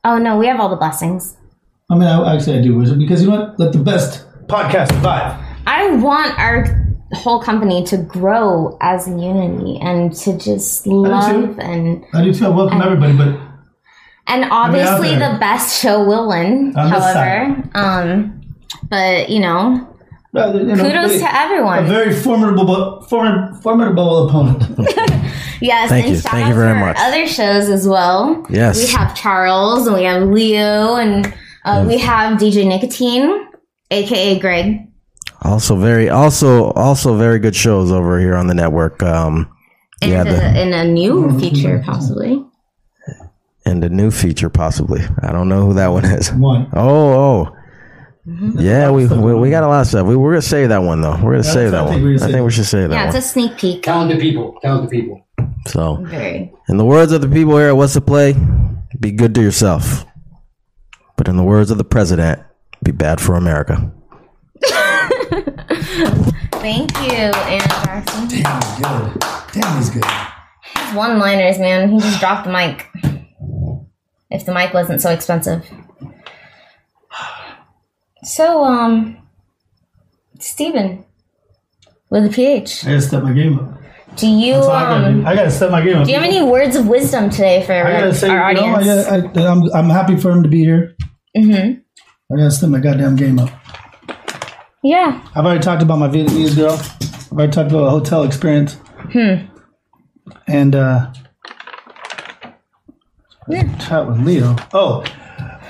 Oh no, we have all the blessings.
I mean, I, actually, I do wish it because you know what? Let the best podcast vibe.
I want our whole company to grow as a unity and to just love and
I do too. I welcome everybody, but
and
mean,
obviously
I'm there.
the best show will win.
I'm just
however, um, but you know,
uh, you know,
kudos
really,
to
a
everyone.
very formidable, form, formidable opponent.
Yes,
Thank
and
you.
shout
Thank
out
you very
to our
much.
Other shows as well.
Yes.
we have Charles and we have Leo and uh, we have DJ Nicotine, aka Greg.
Also very, also also very good shows over here on the network. Um,
And,
yeah, the,
a, and a
Mm-hmm.
new feature possibly.
and a new feature possibly. I don't know who that one is.
One.
Oh, oh.
Mm-hmm.
Yeah, we, we we got a lot of stuff. We we're gonna save that one though. We're gonna save
I
that
think
one.
we're gonna
I
save
think
it.
we should save
Yeah, it's
that one.
a sneak peek.
Talented people, talented people.
So,
Very.
in the words of the people here at What's the Play, be good to yourself. But in the words of the president, be bad for America.
Thank you, Anna Jackson.
Good. Damn, he's good.
one liners, man. He just dropped the mic. If the mic wasn't so expensive. So, um, Steven, with a PH,
I gotta step my game up.
do you,
That's all I, gotta do.
um,
I gotta step my game up.
do you have any words of wisdom today for
I
our,
gotta say,
our
you know, I
audience?
gotta- I, am I'm happy for him to be here.
Mhm.
I gotta step my goddamn game up.
yeah.
I've already talked about my Vietnamese girl. I've already talked about a hotel experience. Hmm. And uh, chat with Leo. Oh,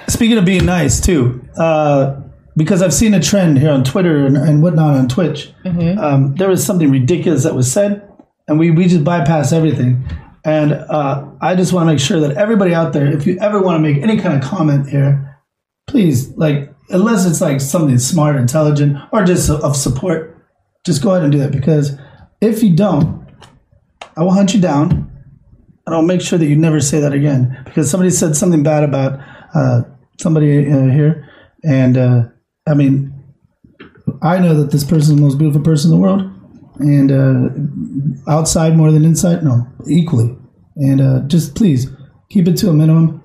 speaking of being nice too, uh, because I've seen a trend here on Twitter and, and whatnot on Twitch. Um, there was something ridiculous that was said, and we we just bypass everything. And uh, I just want to make sure that everybody out there, if you ever want to make any kind of comment here, please like unless it's like something smart intelligent or just of support just go ahead and do that because if you don't i will hunt you down and i'll make sure that you never say that again because somebody said something bad about uh, somebody uh, here and uh, i mean i know that this person is the most beautiful person in the world and uh, outside more than inside. No, equally. And uh, just please keep it to a minimum.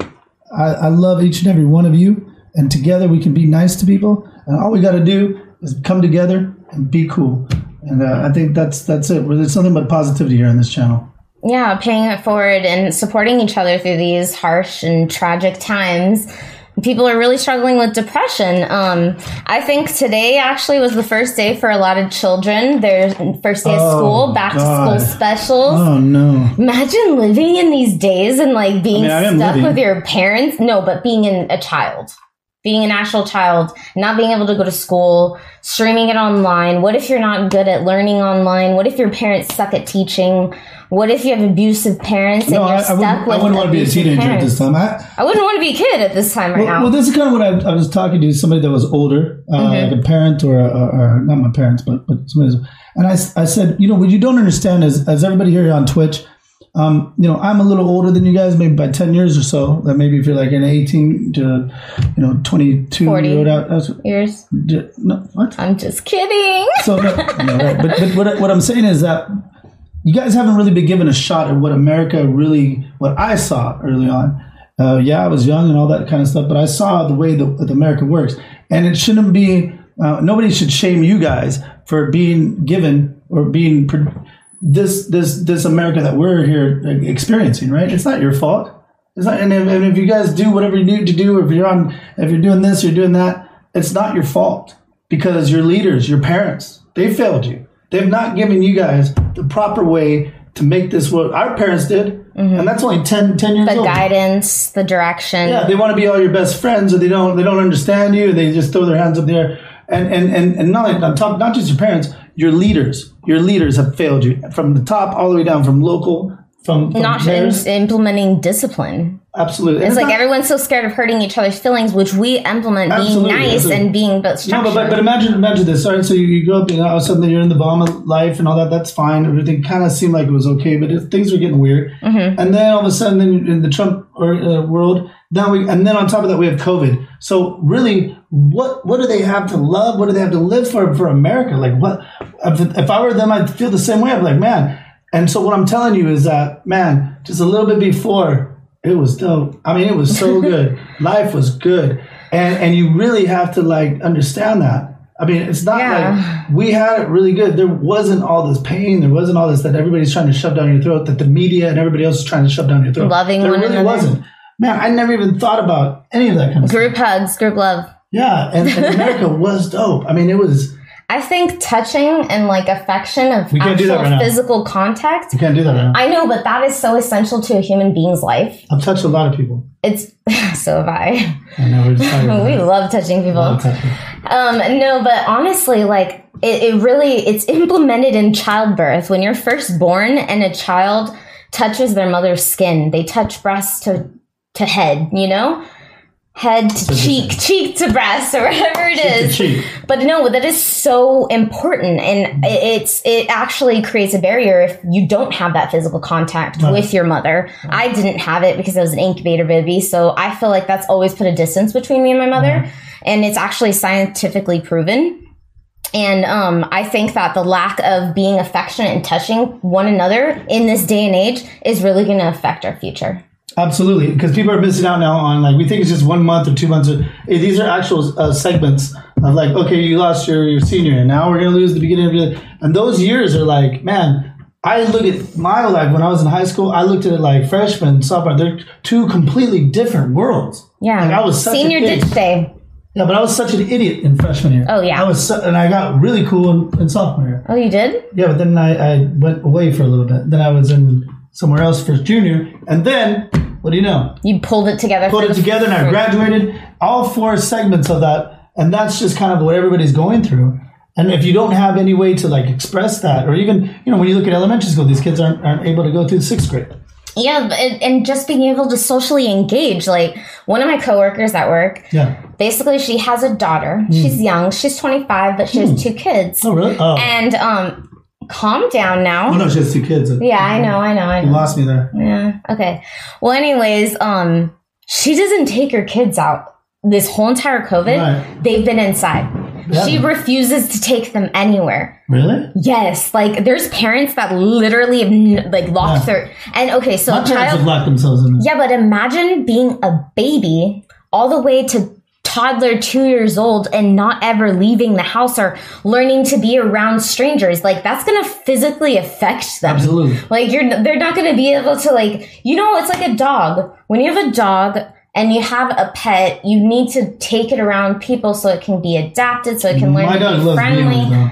I, I love each and every one of you, and together we can be nice to people. And all we got to do is come together and be cool. And uh, I think that's that's it. There's nothing but positivity here on this channel.
yeah, paying it forward and supporting each other through these harsh and tragic times. People are really struggling with depression. Um, I think today actually was the first day for a lot of children. Their first day of
Oh,
school, back to
God.
school specials.
Oh no!
Imagine living in these days and like being
mean, I am
stuck
living.
with your parents. No, but being an, a child, being an actual child, not being able to go to school, streaming it online. What if you're not good at learning online? What if your parents suck at teaching? What if you have abusive parents and
No,
you're
I, I
stuck
wouldn't,
with
I wouldn't want to be a
abusive
teenager at this
parents?
time. I,
I wouldn't want to be a kid at this time right
Well,
now.
well, this is kind of what I, I was talking to somebody that was older, uh, like a parent or, or, or not my parents, but but somebody. else. And I, s- I said, you know, what you don't understand is, as everybody here on Twitch, um, you know, I'm a little older than you guys, maybe by ten years or so. That maybe if you're like an eighteen to, you know, twenty two
Forty.
year old out. That's,
Yours?
no, what?
I'm just kidding.
So, no, no, right. but, but what, I- what I'm saying is that you guys haven't really been given a shot at what America really, what I saw early on. Uh, yeah, I was young and all that kind of stuff, but I saw the way that, that America works. And it shouldn't be, uh, nobody should shame you guys for being given or being pr- this, this, this America that we're here experiencing, right? It's not your fault. It's not, and, if, and if you guys do whatever you need to do, if you're on, if you're doing this, you're doing that, it's not your fault because your leaders, your parents, they failed you. They've not given you guys the proper way to make this what our parents did, and that's only 10, 10 years
The
old.
guidance, the direction.
Yeah, they want to be all your best friends, or they don't. They don't understand you. They just throw their hands up there, and and and and not I'm talking not just your parents, your leaders. Your leaders have failed you from the top all the way down, from local, from, from
not in,
mayors.
implementing discipline.
absolutely. And
It's like
not-
everyone's so scared of hurting each other's feelings, which we implement
Absolutely,
being nice
absolutely.
and being but
No, but,
structured.
but, but imagine imagine this. All right, so you, you grow up, you know, all of a sudden you're in the bomb of life and all that. That's fine. Everything kind of seemed like it was okay, but it, things were getting weird. And then all of a sudden, then in the Trump or, uh, world, now we and then on top of that we have COVID. So really, what what do they have to love? What do they have to live for for America? Like what? If, if I were them, I'd feel the same way. I'm like, man. And so what I'm telling you is that, man, just a little bit before it was dope. I mean, it was so good. Life was good, and and you really have to like understand that. I mean, it's not
Yeah.
like we had it really good. There wasn't all this pain. There wasn't all this that everybody's trying to shove down your throat. That the media and everybody else is trying to shove down your throat.
Loving
there
one
really
another.
wasn't. Man, I never even thought about any of that kind of stuff.
group hugs, group love.
Yeah, and, and America was dope. I mean, it was.
I think touching and like affection of
We can't do that
actual
right now.
physical contact.
You can't do that right now.
I know, but that is so essential to a human being's life.
I've touched a lot of people.
It's so have I.
I know we're just talking about
we
it.
love touching people.
I've touched people.
Um, no, but honestly, like it, it really it's implemented in childbirth when you're first born and a child touches their mother's skin. They touch breast to to head, you know, head to cheek, cheek to breast, or whatever it
Cheek to
is.
cheek.
But no, that is so important, and it- it's it actually creates a barrier if you don't have that physical contact with your mother. I didn't have it because I was an incubator baby, so I feel like that's always put a distance between me and my mother,
Mm-hmm.
and it's actually scientifically proven. And um, I think that the lack of being affectionate and touching one another in this day and age is really going to affect our future.
Absolutely, because people are missing out now on like we think it's just one month or two months. Or, eh, these are actual uh, segments of like, okay, you lost your, your senior, and now we're gonna lose the beginning of your. And those years are like, man, I look at my life when I was in high school. I looked at it like freshman, sophomore. They're two completely different worlds.
Yeah,
like I was such
senior
an idiot.
ditch day.
Yeah, but I was such an idiot in freshman year.
Oh, yeah.
I was, su- and I got really cool in, in sophomore year.
Oh, you did?
Yeah, but then I, I went away for a little bit. Then I was in somewhere else for junior, and then what do you know?
You pulled it together.
put
for
it
the-
together and I
for-
graduated all four segments of that. And that's just kind of what everybody's going through. And if you don't have any way to like express that, or even, you know, when you look at elementary school, these kids aren't, aren't able to go through sixth grade.
Yeah, but- and, and just being able to socially engage. Like one of my coworkers at work,
Yeah.
basically, she has a daughter. She's young. She's 25, but she has two kids.
Hmm. Oh, really? Oh,
And um, calm down now.
oh no, she has two kids.
Yeah, I know, I know, I
You
know.
lost me there.
Yeah. Okay. Well, anyways, um, she doesn't take her kids out this whole entire COVID.
Right.
They've been inside. She refuses to take them anywhere.
Really?
Yes, like there's parents that literally have n- like locked their and okay, so
My
a
parents
child
have locked themselves in.
Yeah, but imagine being a baby all the way to toddler 2 years old and not ever leaving the house or learning to be around strangers. Like that's going to physically affect them.
Absolutely.
Like you're, they're not going to be able to like, you know, it's like a dog. When you have a dog and you have a pet, you need to take it around people so it can be adapted, so it can learn
My
to
dog
be
loves
friendly.
being though.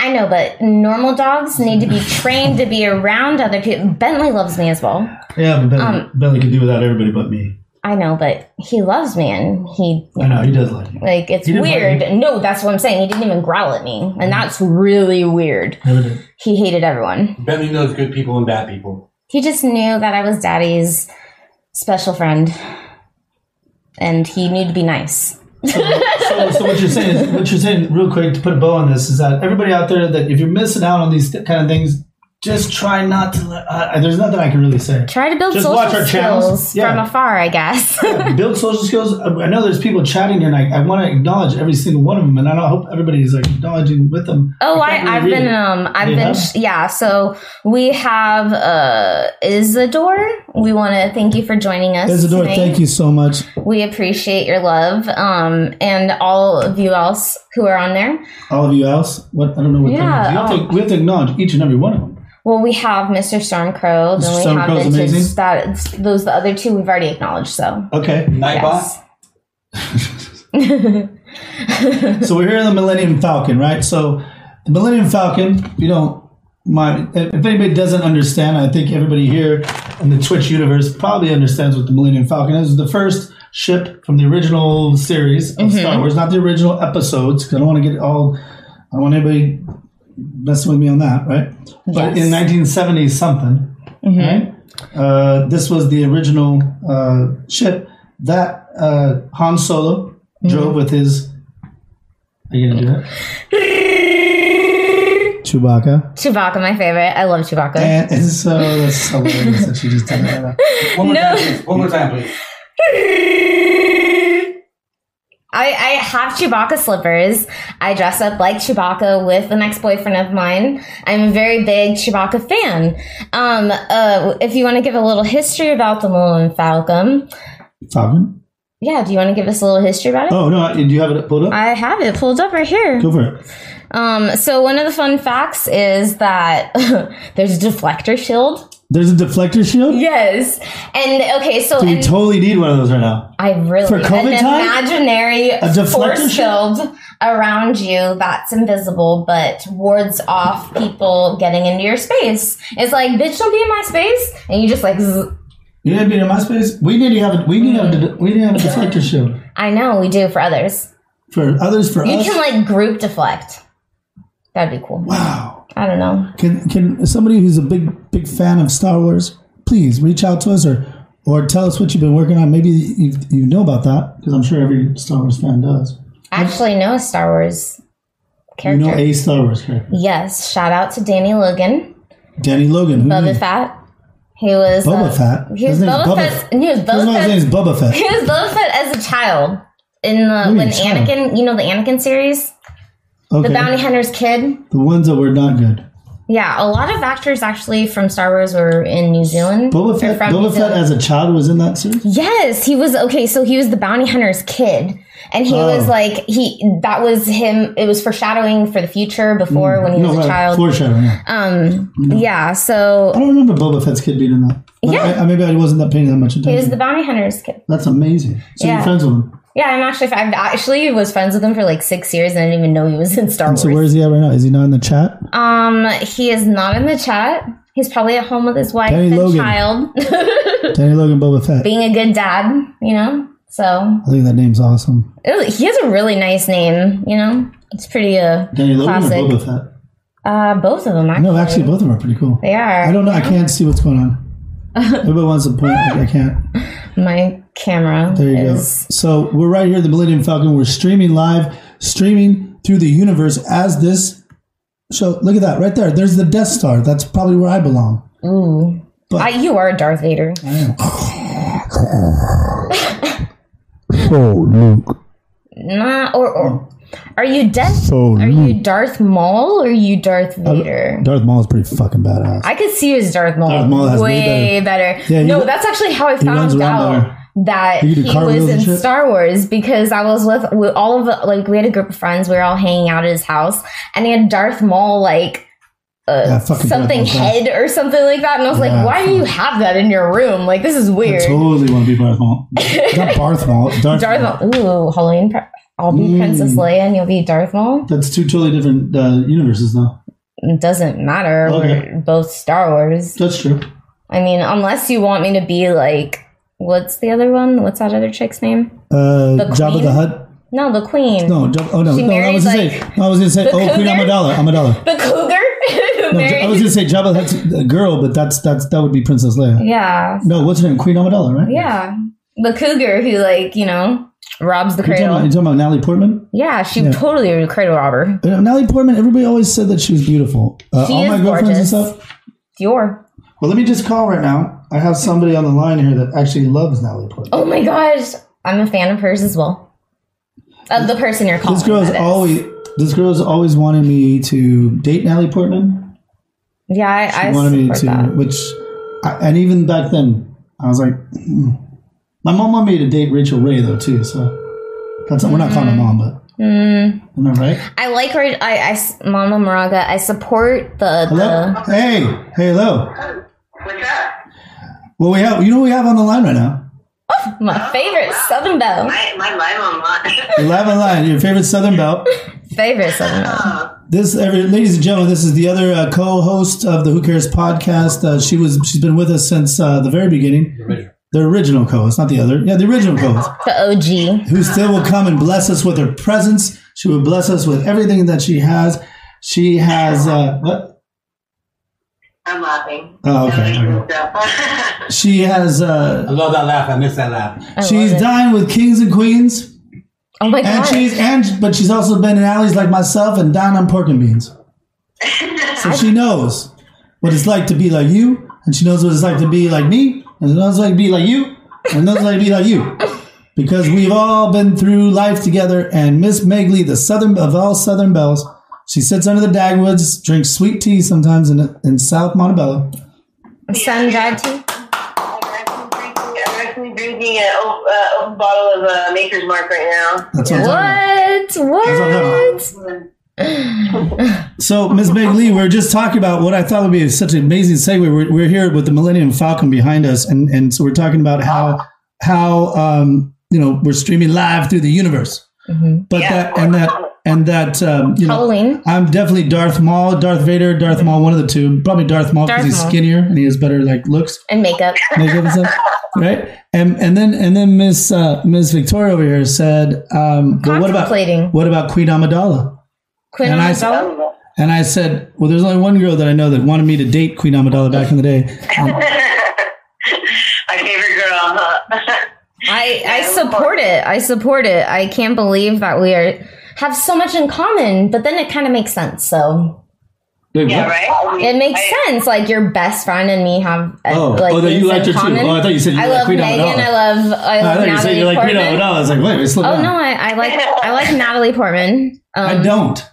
I know, but normal dogs need to be trained to be around other people. Bentley loves me as well.
Yeah, but Billy,
Um,
Billy could do without everybody but me.
I know, but he loves me and he
I know he does like you. Mm-hmm.
like it's
He didn't
weird. No, that's what I'm saying. He didn't even growl at me, and that's really weird.
Never did.
He hated everyone.
Bentley knows good people and bad people.
he just knew that I was daddy's special friend and he knew to be nice.
So, so what you're saying is, what you're saying, real quick, to put a bow on this, is that everybody out there that if you're missing out on these kind of things, just try not to. Let, uh, there's nothing I can really say.
Try to build
Just watch
social
our channels.
skills
Yeah.
from afar, I guess.
Build social skills. I I know there's people chatting here, and I, I want to acknowledge every single one of them, and I don't- hope everybody's like acknowledging with them.
oh,
I
I,
can't really
I've
read
been
it.
um I've
You
been
have?
yeah, so we have uh Isidore. We wanna thank you for joining us.
Isidore,
tonight.
thank you so much.
We appreciate your love. Um and all of you else who are on there.
All of you else, what I don't know what. Yeah,
Yeah,
we, have to, we have to acknowledge each and every one of them.
Well, we have Mr. Stormcrow,
Mr.
then we
Stormcrow's
have Vintage.
amazing.
That those the other two we've already acknowledged, so
Okay,
Yes.
so we're here in the Millennium Falcon, right? So the Millennium Falcon, if you don't mind, if anybody doesn't understand, I think everybody here in the Twitch universe probably understands what the Millennium Falcon is. It's the first ship from the original series of Star Wars, not the original episodes, 'cause I don't want to get all, I don't want anybody messing with me on that, right? But in 1970 something,
Mm-hmm.
right? Uh, this was the original uh, ship that uh, Han Solo drove with his are you gonna do it? Chewbacca.
Chewbacca, my favorite. I love Chewbacca.
And, and so that's hilarious that she just did that.
One more
No.
time, please. One more time, please.
I, I have Chewbacca slippers. I dress up like Chewbacca with an ex-boyfriend of mine. I'm a very big Chewbacca fan. Um, uh, if you want to give a little history about the Millennium Falcon,
Falcon?
yeah, do you want to give us a little history about it?
Oh no! Do you have it pulled up?
I have it pulled up right here.
Go for it.
Um, so one of the fun facts is that there's a deflector shield.
There's a deflector shield.
Yes, and okay, so
We
and-
totally need one of those right now.
I really
For
an
COVID time?
imaginary
deflector
force
shield?
shield around you that's invisible but wards off people getting into your space. It's like, bitch, don't be in my space, and you just like, zzz.
You need to be in my space. We need to have. A, we need to have. A, we need to have a deflector shield
I know we do for others.
for others. For
You
us.
can like group deflect. That'd be cool.
wow.
I don't know.
Can can somebody who's a big big fan of Star Wars please reach out to us or or tell us what you've been working on? Maybe you you know about that because I'm sure every Star Wars fan does.
I actually know a Star Wars
You
character.
know a Star Wars character,
yes, shout out to Danny Logan,
Danny Logan. Who
Boba
knew?
Fett. He was uh,
Mm. Boba Fett.
He was
His name's
Boba,
Boba
Fett.
Fett.
He was
That's
Boba
why
Fett.
his name's Boba Fett.
He was Boba Fett as a child in the
What do you
when
mean, child?
Anakin, you know, the Anakin series,
Okay.
the bounty hunter's kid.
The ones that were not good.
Yeah, a lot of actors actually from Star Wars were in New Zealand.
Boba Fett,
from New
Boba Fett
Zealand.
as a child was in that series?
yes, he was okay. So he was the bounty hunter's kid, and he
Oh.
was like he that was him. It was foreshadowing for the future before when he was a
Mm. right.
child.
Foreshadowing. yeah.
um, yeah.
I
So
don't remember Boba Fett's kid being in that. But
Yeah.
I, I- maybe I wasn't that paying that much
he
attention.
was the bounty hunter's kid.
That's amazing. So
Yeah.
you're friends with him.
Yeah, I'm actually I actually was friends with him for like six years, and I didn't even know he was in Star
And so
Wars.
where is he at right now? Is he not in the chat?
Um, he is not in the chat. He's probably at home with his wife
Danny
and
Logan.
child,
Danny Logan, Boba Fett.
being a good dad. You know, so
I think that name's awesome.
it- he has a really nice name. You know, it's pretty uh,
Danny Logan
classic.
or Boba Fett?
Uh, both of them. Actually.
No, actually, both of them are pretty cool.
they are.
I don't know. I can't see what's going on. Everybody wants a point. I I can't.
My camera
There you
is.
go. So we're right here at the Millennium Falcon. We're streaming live, streaming through the universe as this. So look at that right there. There's the Death Star. That's probably where I belong.
Ooh,
But-
I, you are Darth Vader.
Oh, Luke.
Hmm.
Nah, or or Are you Death?
So
Are you Darth Maul or are you Darth Vader?
Darth Maul is pretty fucking badass.
I could see you as Darth Maul.
Darth Maul has way
way better.
Yeah, he-
no, that's actually how I
runs
found
around
out that
He
he
can do cartwheels
was
and
in
shit.
Star Wars because I was with we, all of the- like we had a group of friends. We were all hanging out at his house, and he had Darth Maul like. Uh,
Yeah, fucking Darth
something
Maul's awesome.
head or something like that, and I was
Yeah,
like, "Why do you have that in your room? Like, this is
I
weird."
totally want to be Darth Maul. Not Darth Maul. Darth,
Darth Maul. Ooh, Halloween. Pre- I'll be
Mm.
Princess Leia, and you'll be Darth Maul.
That's two totally different uh, universes, though.
It doesn't matter.
Okay.
We're both Star Wars.
That's true.
I mean, unless you want me to be like, what's the other one? What's that other chick's name?
Uh,
The
Jabba
Queen?
the Hutt.
No, the queen.
No, Jabba, oh no,
She
no, I was gonna
married,
say, no, I was gonna say,
the
oh, Queen
cougar?
Amidala, Amidala.
The cougar. Who
No,
married-
I was gonna say Jabba the Hutt's a girl, but that's that's that would be Princess Leia.
yeah,
No, what's her name? Queen Amidala, right?
yeah. The cougar who like you know robs the
You're talking, about, you
cradle.
talking about Natalie Portman?
Yeah, she totally a cradle robber.
You know, Natalie Portman, everybody always said that she was beautiful. Uh,
She
all my
is
girlfriends and
gorgeous.
stuff.
Dior.
Well, let me just call right now. I have somebody on the line here that actually loves Natalie Portman.
Oh my gosh, I'm a fan of hers as well. Of the person you're calling.
This girl's
Oh, that is.
always this girl's always wanted me to date Natalie Portman.
Yeah,
She
I, I
wanted me
support
to,
that.
which, I, and even back then, I was like, hmm. my mom wanted me to date Rachel Ray though too. So that's we're not calling her mom, but am I right?
Mm. I like her. I, I s- Mama Moraga. I support the
Hello,
the.
hey, hey, hello.
What's up?
Well, we have you know who we have on the line right now.
My favorite Southern Belle.
My, my live online.
We're live on the line. Your favorite Southern Belle.
Favorite Southern Belle.
This, every, ladies and gentlemen, this is the other uh, co-host of the Who Cares podcast. Uh, she was she's been with us since uh, the very beginning. The original co-host, not the other. Yeah, the original co-host,
The OG.
who still will come and bless us with her presence. She will bless us with everything that she has. She has uh, what?
I'm laughing.
Oh, okay. okay. She has.
I
Uh,
love that laugh. I miss that laugh.
I
she's
love it.
dying with kings and queens,
Oh my
and
god!
she's and but she's also been in alleys like myself and down on pork and beans. So she knows what it's like to be like you, and she knows what it's like to be like me, and she knows what it's like to be like you, and knows what it's like to be like you. Because we've all been through life together, and Miss Megley, the southern of all southern bells, she sits under the dagwoods, drinks sweet tea sometimes in, in South Montebello.
Sun dried tea.
I'm actually drinking, I'm actually drinking an open, uh, open bottle of uh, Maker's Mark right
That's what I'm talking about.
What? What?
now.
So, Miss Meg Lee, we are just talking about what I thought would be such an amazing segue. We're, we're here with the Millennium Falcon behind us, and, and so we're talking about how how um, you know we're streaming live through the universe. But that and that and that um, you know,
Mm-hmm. Halloween.
I'm definitely Darth Maul, Darth Vader, Darth Maul, one of the two. Probably Darth Maul because
Darth
he's
Maul.
skinnier and he has better like looks,
And makeup.
makeup and stuff, right? And and then and then Miss uh, Miss Victoria over here said, um, well, what
Contemplating.
about what about Queen Amidala?
Quinn
And
on
I-
his own.
And I said, well, there's only one girl that I know that wanted me to date Queen Amidala back in the day. Um,
My favorite girl. uh, Huh?
I I support it. I support it. I can't believe that we are have so much in common, but then it kind of makes sense. So
yeah, right? I mean,
it makes
I-
sense. Like your best friend and me have uh,
Oh.
like
Oh, that you
things
liked
in
her too.
common.
Oh, I thought you said you
I
liked
love
Queen
Megan.
Amidala.
I love I
I
love
thought you said
Natalie
you like Queen
Portman.
Amidala. I was like, wait, wait, slow
Oh
down.
no, I, I like I like Natalie Portman. Um,
I don't.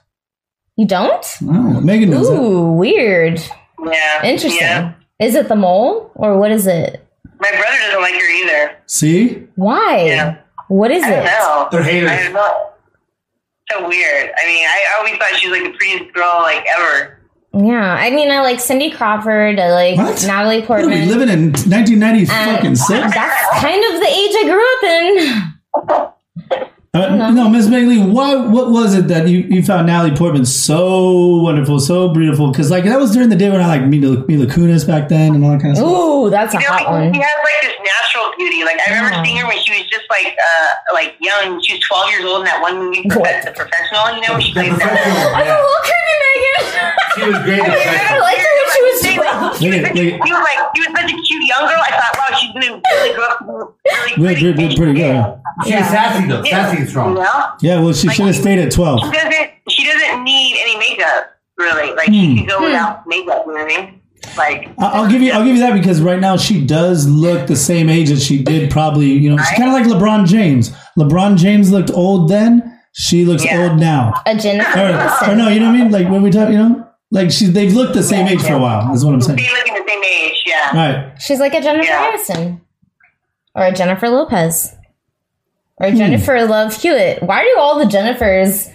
You don't?
Oh, Megan knows it.
Ooh, weird.
Yeah.
Interesting.
Yeah.
Is it the mole or what is it?
My brother doesn't like her either.
See?
Why?
Yeah.
What is
I don't
it?
know.
They're
I
haters.
don't know. So weird. I mean, I, I always thought she was like the prettiest girl like ever.
Yeah, I mean, I like Cindy Crawford. I like
What?
Natalie
What are we
Portman.
living in 1990 fucking six?
That's kind of the age I grew up in.
Uh, no, Miss Megley, why? What was it that you, you found Natalie Portman so wonderful, so beautiful? Because like that was during the day when I like Mila, Mila Kunis back then and all that kind of stuff.
Ooh, that's a
You know,
hot
like, she
one.
has like this natural beauty. Like I remember
Yeah.
seeing her when she was just like uh like young. She was twelve years old in that one movie,
What?
Prof- The Professional. You know, when she played that.
I
Yeah.
love Kirby Megan.
She was great. At
I remember
I liked her when she was
seeing,
twelve.
She was,
Look at-
such
look at-
a, she was like she was such a cute young girl. I thought, wow, she's gonna really grow up
We're,
to be really pretty.
we're, we're pretty good.
She was sassy though. Sassy and
You
strong.
know?
Yeah, well, she should have stayed at 12.
She doesn't she doesn't need any makeup really. Like
Hmm.
she could go without makeup, you know what I mean? Like
I- I'll give you. I'll give you that because right now she does look the same age as she did. Probably, you know, she's kind of like LeBron James. LeBron James looked old then. She looks
Yeah.
old now.
A Jennifer
Or, or
Aniston.
no, you know what I mean? Like when we talk, you know, like she they've looked the same age for a while. Is what I'm saying.
They look at the same age, yeah.
All right,
She's like a Jennifer
Yeah.
Aniston. Or a Jennifer Lopez. Or a
Hmm.
Jennifer Love Hewitt. Why do all the Jennifers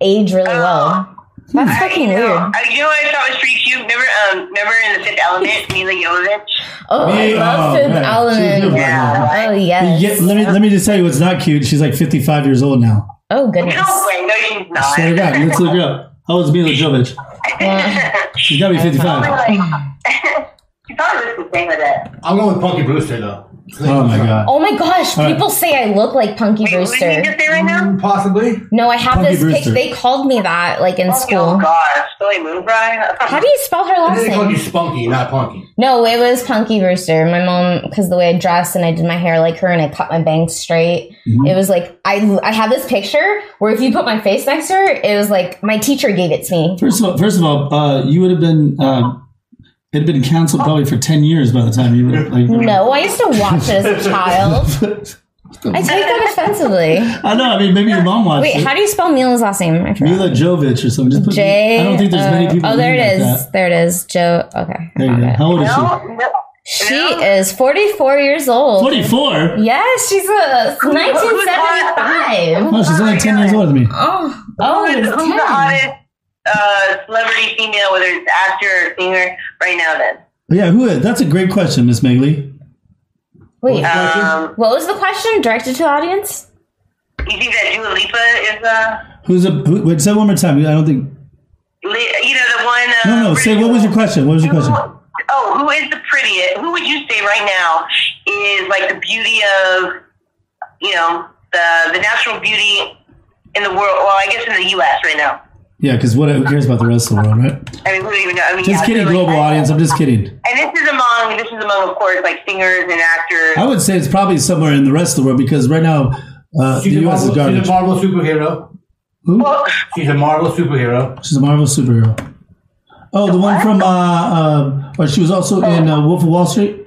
age really well? That's
Oh. I, you
fucking
know,
weird.
I, you know what I thought was pretty cute? Remember, um, remember in the Fifth Element, Mila Jovovich?
Oh, I
Me-
love
oh,
Fifth
man. She's
Element.
beautiful.
Yeah.
Oh, yes.
Yeah, let me let me just tell you what's not cute. She's like 55 years old now.
Oh, goodness.
No way, no, she's not.
Swear to God, let's look her up. How old is Mila Jovovich? She's got to be 55.
Probably like, she probably looks the same with it.
I'm going with Punky Brewster though.
Oh my God.
Oh my gosh,
All right.
people say I look like Punky
Wait, what did you
Brewster.
just say right now? Oh
Possibly.
No, I have
Punky
this
Brewster.
picture. They called me that like in
Oh
school.
gosh, Billy Moonbride?
How do you spell her
I
last
think they called you
name?
Spunky, not Punky.
No, it was Punky Brewster. My mom, because the way I dressed and I did my hair like her and I cut my bangs straight,
Mm-hmm.
it was like I I have this picture where if you put my face next to her, it was like my teacher gave it to me.
First of all, first of all, uh, you would have been um, it had been canceled probably for 10 years by the time you were like.
No, I used to watch it as a child. I take that offensively.
I know. I mean, maybe your mom watched
Wait,
it.
how do you spell Mila's last name? I forgot.
Mila Jovovich or something. Just put,
J.
I don't think there's many
uh,
people.
Oh, there
named
it
like
is.
that.
There it is. Joe. Okay.
There you go. How old is she?
No, no.
She is 44 years old.
44.
Yes, she's a 1975.
Oh, she's only 10 years older than me.
Oh,
Who
oh,
is,
it's
who's the
10.
hottest uh, celebrity female, whether it's actor or singer, right now then?
Yeah, who is? That's a great question, Miss Megley.
Wait, uh,
Um,
what was the question directed to the audience?
you think that Dua Lipa is, uh,
Who's a? Who, wait, say it one more time. I don't think.
li- you know, the one... Uh,
No, no. Say what was your question? What was your question?
Oh, who is the prettiest? Who would you say right now is like the beauty of, you know, the the natural beauty in the world? Well, I guess in the U.S. right now.
Yeah, because what? Who cares about the rest of the world, right?
I mean, who do you even know? I mean,
Just
yeah,
kidding,
so, like,
global
I-
audience. I'm just kidding.
And this is among this is among, of course, like singers and actors.
I would say it's probably somewhere in the rest of the world because right now uh, the
She's, a
U.S.
Marvel,
is garbage.
she's a Marvel superhero.
Oh.
Well,
She's a Marvel superhero.
She's a Marvel superhero. Oh, the one from uh, uh, or she was also
Oh.
in uh, Wolf of Wall Street.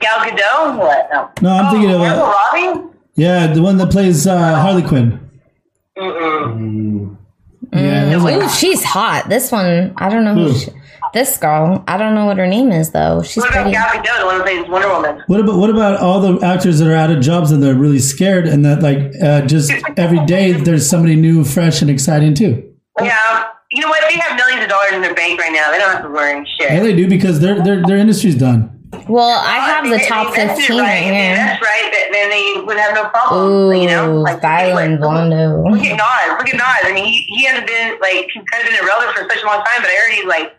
Gal Gadot. What? No,
No, I'm thinking of
Margot
uh,
Robbie.
yeah, the one that plays uh, Harley Quinn. Mm.
Mm-mm.
Yeah, that's
Ooh, she's hot. This one, I don't know who
Hmm.
Who?
she, this girl. I don't know what her name is though. She's
What about
pretty.
Gal Gadot, the one who plays Wonder Woman?
What about what about all the actors that are out of jobs and they're really scared and that like uh, just every day there's somebody new, fresh, and exciting too.
Yeah. You know what? They have millions of dollars in their bank right now. They don't have to worry shit.
Yeah, they do because their their their industry's done.
Well, I have the
If they
top
invested
15
right,
right
if they
here.
invested right, then- then they would have no problem. you know,
Ooh,
like,
Dylan
like, Look
Blondo.
at Nas. Look at Nas. I mean, he, he hasn't been like he's kind of been irrelevant for such a long time, but I heard he's like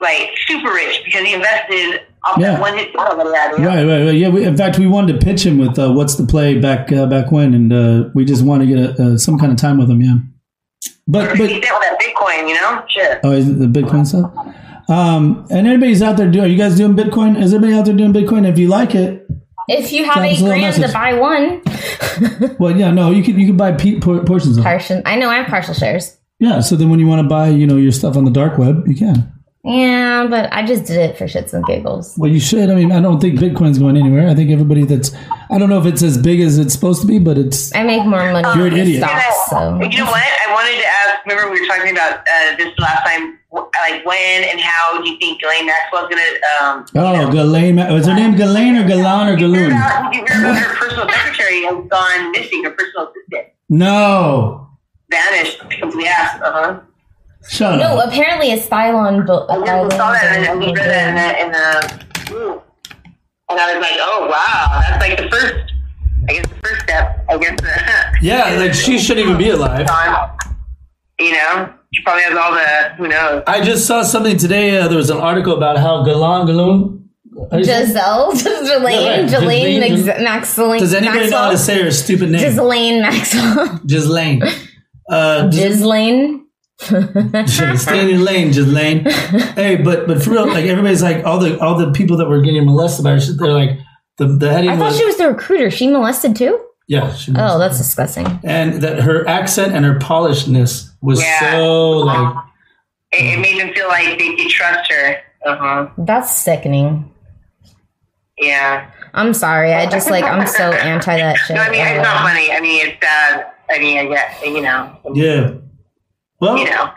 like super rich because he invested off
Yeah.
that one hit song that he had. You know?
Right, right, right. Yeah. We, in fact, we wanted to pitch him with uh, what's the play back uh, back when, and uh, we just want to get a, uh, some kind of time with him. Yeah. But but
He did with that Bitcoin, you know, shit.
Oh, is it the Bitcoin stuff? Um, and everybody's out there doing. Are you guys doing Bitcoin? Is everybody out there doing Bitcoin? If you like it,
If you have
Drop us
eight
a little
grand to
message.
buy one,
well, yeah, no, you could you could buy pe- por- portions of. It.
partial. I know I have partial shares.
Yeah, so then when you want to buy, you know, your stuff on the dark web, you can.
Yeah, but I just did it for shits and giggles.
Well, you should. I mean, I don't think Bitcoin's going anywhere. I think everybody that's, I don't know if it's as big as it's supposed to be, but it's.
I make more money.
You're an
than
idiot.
And I-
Stocks, so
You know what? I wanted to ask. Remember, we were talking about uh, this last time. wh- Like, when and how do you think Ghislaine Maxwell's gonna? Um,
Oh, Ghislaine. Is her name Ghislaine or Galan or
you hear
Galoon?
about, you hear about her personal secretary has gone missing. Her personal assistant
No.
vanished completely. Ass. Uh huh.
Shut
No, uh,
up.
apparently it's Thylon. Bo-
I just saw that
Thylon
and I
Bo-
read that in the, in the and I was like, oh wow, that's like the first. I guess the first step. I guess. The,
Yeah, like she shouldn't even be alive.
on, you know, she probably has all the who knows.
I just saw something today. Uh, there was an article about how Galan, Galoon.
Giselle, Jelaine,
Yeah, right.
Jelaine,
Ghislaine,
Max- Maxine,
Does anybody know how to
Maxwell,
say her stupid name?
Ghislaine Maxwell,
Ghislaine. Uh,
Ghislaine.
stay in your lane, Ghislaine. hey, but but for real, like everybody's like all the all the people that were getting molested by her, shit, they're like the the heading
I thought
was
she was the recruiter. She molested too.
yeah, she was.
Oh, that's disgusting.
and that her accent and her polishedness was
Yeah.
so like
It, it made them feel like they could trust her. Uh huh.
That's sickening.
Yeah.
I'm sorry. I just like I'm so anti that shit.
No, I mean it's not funny. I mean it's sad. I mean, I guess, you know,
Yeah. Well,
you know.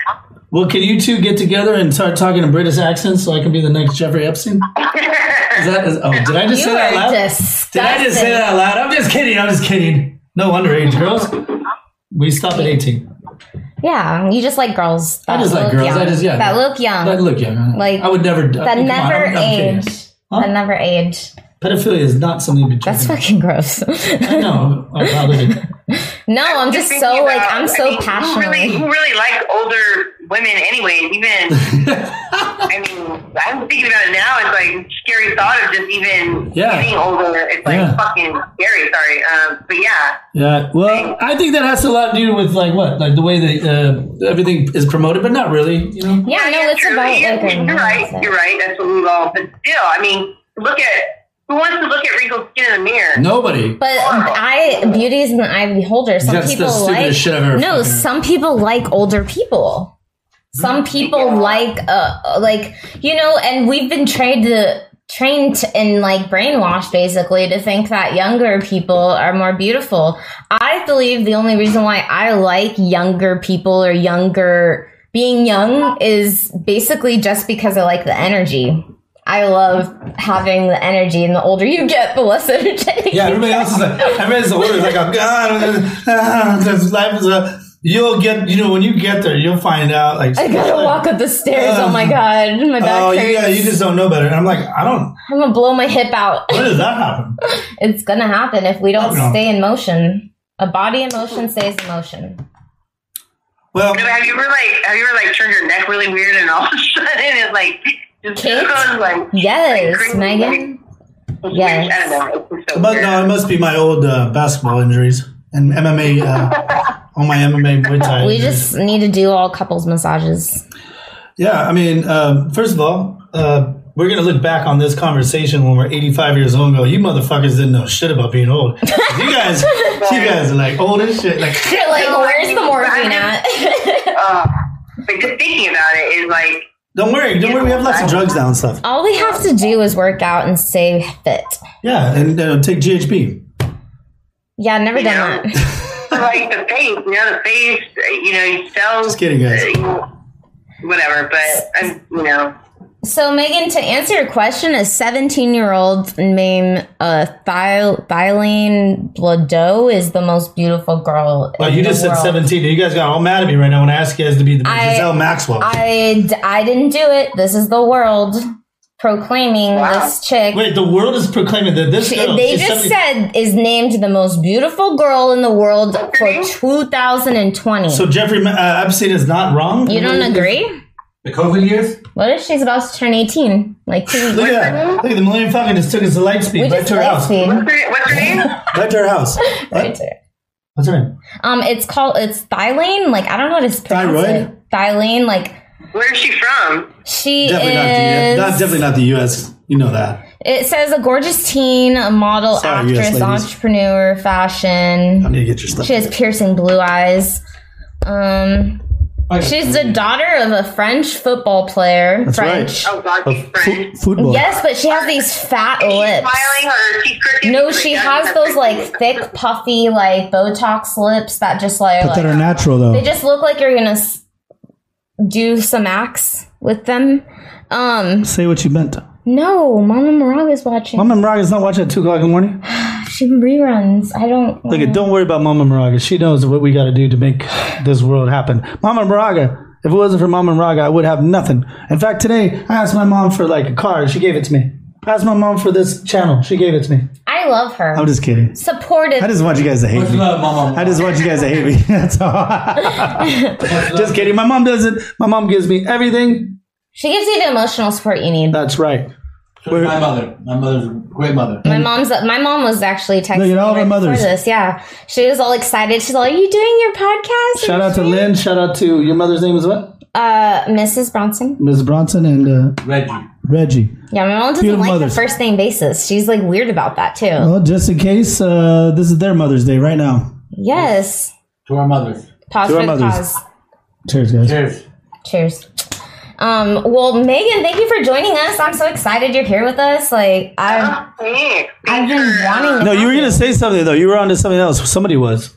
well, can you two get together and start talking in British accents so I can be the next Jeffrey Epstein? Is that, is, oh, did I just
You
say that
are
loud? Did
disgusting.
I just say that out loud? I'm just kidding. I'm just kidding. No underage girls. We stop at 18.
Yeah, you just like girls.
I just like
look
girls.
Young,
I just- yeah.
That look young.
But look, yeah,
Like,
I would never.
that
come on,
never
I'm- I'm kidding.
age.
Huh?
That never age.
Pedophilia is not something to be.
That's
joking
fucking gross.
about. I know. Oh, wow, look at-
no, Oh, I'm just
thinking
so like
about-
I'm
I
so
mean, Who really,
passionate.
who really likes older women anyway? Even I mean, I'm thinking about it now. It's like scary thought of just even
Yeah.
getting older. It's like
Yeah.
fucking scary. Sorry, um, but yeah,
Yeah, well, I think that has a lot to do with like what, like the way that uh, everything is promoted, but not really. You know,
Yeah, no, it's
true.
about like
Yeah,
a
you're right.
mindset.
You're right. That's what we've all. But still, I mean, look at who wants to look at wrinkled skin in the mirror.
nobody.
But I beauty is in the eye of the beholder. Some
That's the
people
stupidest
like
shit I've ever
no.
fucking heard.
Some people like older people. Some people like uh like you know, and we've been trained to trained to- and like brainwashed basically to think that younger people are more beautiful. I believe the only reason why I like younger people or younger being young is basically just because I like the energy. I love having the energy, and the older you get, the less energetic.
Yeah, everybody else is like, everybody's older. It's like, oh, God, ah, this life is a. You'll get, you know, when you get there, you'll find out. Like,
I gotta walk up the stairs. oh my god, my back
Uh, Oh,
hurts.
yeah, you just don't know better. And I'm like, I don't.
I'm gonna blow my hip out.
When does that happen?
It's gonna happen if we don't
Oh, no.
stay in motion. A body in motion stays in motion.
Well,
Have you ever like have you ever like turned your neck really weird and all of a sudden it's like just
Kinked?
goes like
Yes,
crazy,
Megan.
like,
Yes.
I don't know. It's just so
but uh,
weird.
no, it must be my old uh, basketball injuries and MMA. Uh, all my MMA Muay Thai.
We
injuries.
just need to do all couples massages.
Yeah, I mean, um, first of all, uh, we're going to look back on this conversation when we're 85 years old and go, you motherfuckers didn't know shit about being old. You guys, you guys are like old as shit. Like,
You're like, where's the morphine at?
Uh, but just thinking about it is like
don't worry, don't worry, we have lots of drugs now and stuff.
all we have to do is work out and stay fit.
Yeah, and uh, take GHB.
Yeah, I've never
Yeah.
done that.
like the face, you know, the face, uh, you know, you sell.
Just kidding, guys.
uh, you- Whatever, but I'm, you know,
So, Megan, to answer your question, a 17 year old named uh, Thy- Thylene Bladeau is the most beautiful girl.
Well,
in
you
the
just said
world.
17. You guys got all mad at me right now when I asked you guys to be the
I-
Giselle Maxwell.
I, d- I didn't do it. This is the world proclaiming this chick.
Wait, the world is proclaiming that this girl
they
is
just
17
said is named the most beautiful girl in the world for 2020.
So Jeffrey uh, Epstein is not wrong.
you don't agree?
The COVID years?
What if she's about to turn 18? Like two weeks.
Look at that! Look at the Millennium Falcon just took us to light speed
We
right
just
to her
light
house.
speed.
what's her, what's her name?
Right to her house.
Right there.
What's her name?
Um, it's called it's Thylene. Like I don't know how to pronounce
Thyroid?
it. Thylene. Like
Where's she from?
she
Definitely
is.
not the U- not definitely not the U.S. You know that.
It says a gorgeous teen, a model,
Sorry, yes,
actress,
ladies.
entrepreneur,
I
fashion.
need to get your stuff.
She has piercing blue eyes. Um, she's the daughter of a French football player.
That's
French.
Oh, God, she's French.
football.
Yes, but she has these fat lips.
Smiling or she's crooked?
No, she has those like thick, puffy, like Botox lips that just like, like
natural though.
They just look like you're gonna s- do some acts with them. Um,
Say what you meant.
no, Mama Moraga's watching.
Mama Moraga is not watching at two o'clock in the morning.
She reruns. I don't.
Look, don't worry about Mama Moraga. She knows what we got to do to make this world happen. Mama Moraga. If it wasn't for Mama Moraga, I would have nothing. In fact, today I asked my mom for like a car. She gave it to me. I asked my mom for this channel. She gave it to me.
I love her.
I'm just kidding.
Supportive.
I just want you guys to hate
What's
me.
love, mama?
I just want you guys to hate me. That's all. just kidding. My mom doesn't. My mom gives me everything.
she gives you the emotional support you need.
That's right.
So is my mother. My mother's a great mother.
My mom's. My mom was actually texting.
Look at all
me
our
before
mothers.
This, yeah. She was all excited. She's all, "Are you doing your podcast?"
Shout out to Lynn. Shout out to your mother's name is what?
uh, Mrs. Bronson.
Ms. Bronson and uh,
Reggie.
Reggie.
Yeah, my mom doesn't
Beautiful
like
mothers.
the first name basis. She's like weird about that too.
Well, just in case, uh, this is their Mother's Day right now.
Yes.
To our mothers.
Pause
To our
for the
mothers.
pause.
Cheers, guys.
Cheers.
Cheers. Um, well, Megan, thank you for joining us. I'm so excited you're here with us. Like, I've,
Oh, Thanks. uh,
I've been wanting.
No, you were gonna say something though. You were onto something else. Somebody was.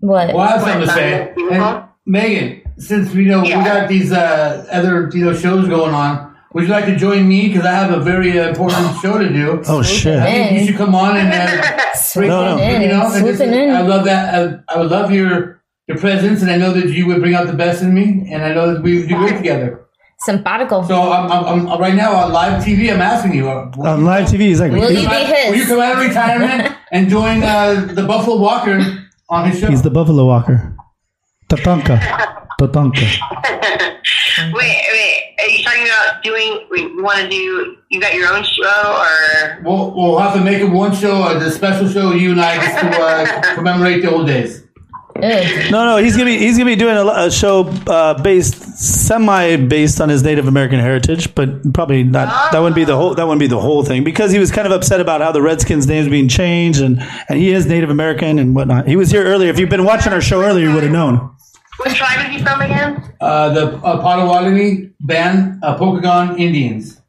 What?
Well, I have something to say. And Megan, since we know we got these uh, other you know shows going on, would you like to join me? Because I have a very uh, important show to do.
Oh shit.
I think you should come on and uh, bring-
No, no.
you know, and just-
Swooping in.
I love that. I, I would love your your presence, and I know that you would bring out the best in me, and I know that we would do good together.
Sympatical.
So I'm, I'm, I'm right now on live TV. I'm asking you. uh, will
On
you
live TV, he's like,
Will you be his?
Will you come out of retirement and join uh, the Buffalo Walker on his show?
he's the Buffalo Walker. Tatanka. Tatanka.
wait, wait. Are you talking about doing? Wait, you want to do? You got your own show, or
We'll, we'll have to make it one show, uh, the special show you and I, just to uh, commemorate the old days.
Ugh.
No, no, he's gonna be he's gonna be doing a, lo- a show uh, based semi based on his Native American heritage, but probably not. That wouldn't be the whole. That wouldn't be the whole thing because he was kind of upset about how the Redskins' names being changed, and and he is Native American and whatnot. He was here earlier. If you've been watching our show earlier, you would have known.
what tribe is he from again?
Uh, the uh, Potawatomi Band uh, Pokagon Indians.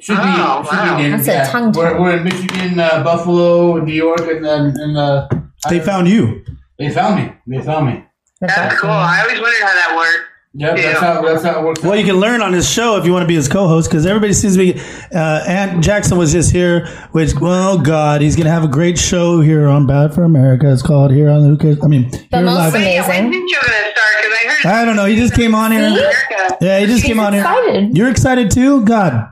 Should be,
Oh,
should
wow.
be named
That's a
that.
tongue
We're, we're in Michigan, uh, Buffalo, New York, and then and, uh,
They found you.
they found me. They found me.
That's cool. I always wondered how that worked.
Yep, that's
Yeah.
how that's how it works.
Well, you can learn on his show if you want to be his co-host because everybody seems to be. Uh, and Jackson was just here, which well, God, he's gonna have a great show here on Bad for America. It's called here on Who Cares. I mean,
But
here
most
live.
of it-
Wait, when's
Amazing.
this show gonna start? Because I heard
I don't know. He just came on here.
See?
America.
Yeah, he just came on here.
excited.
You're excited too? God.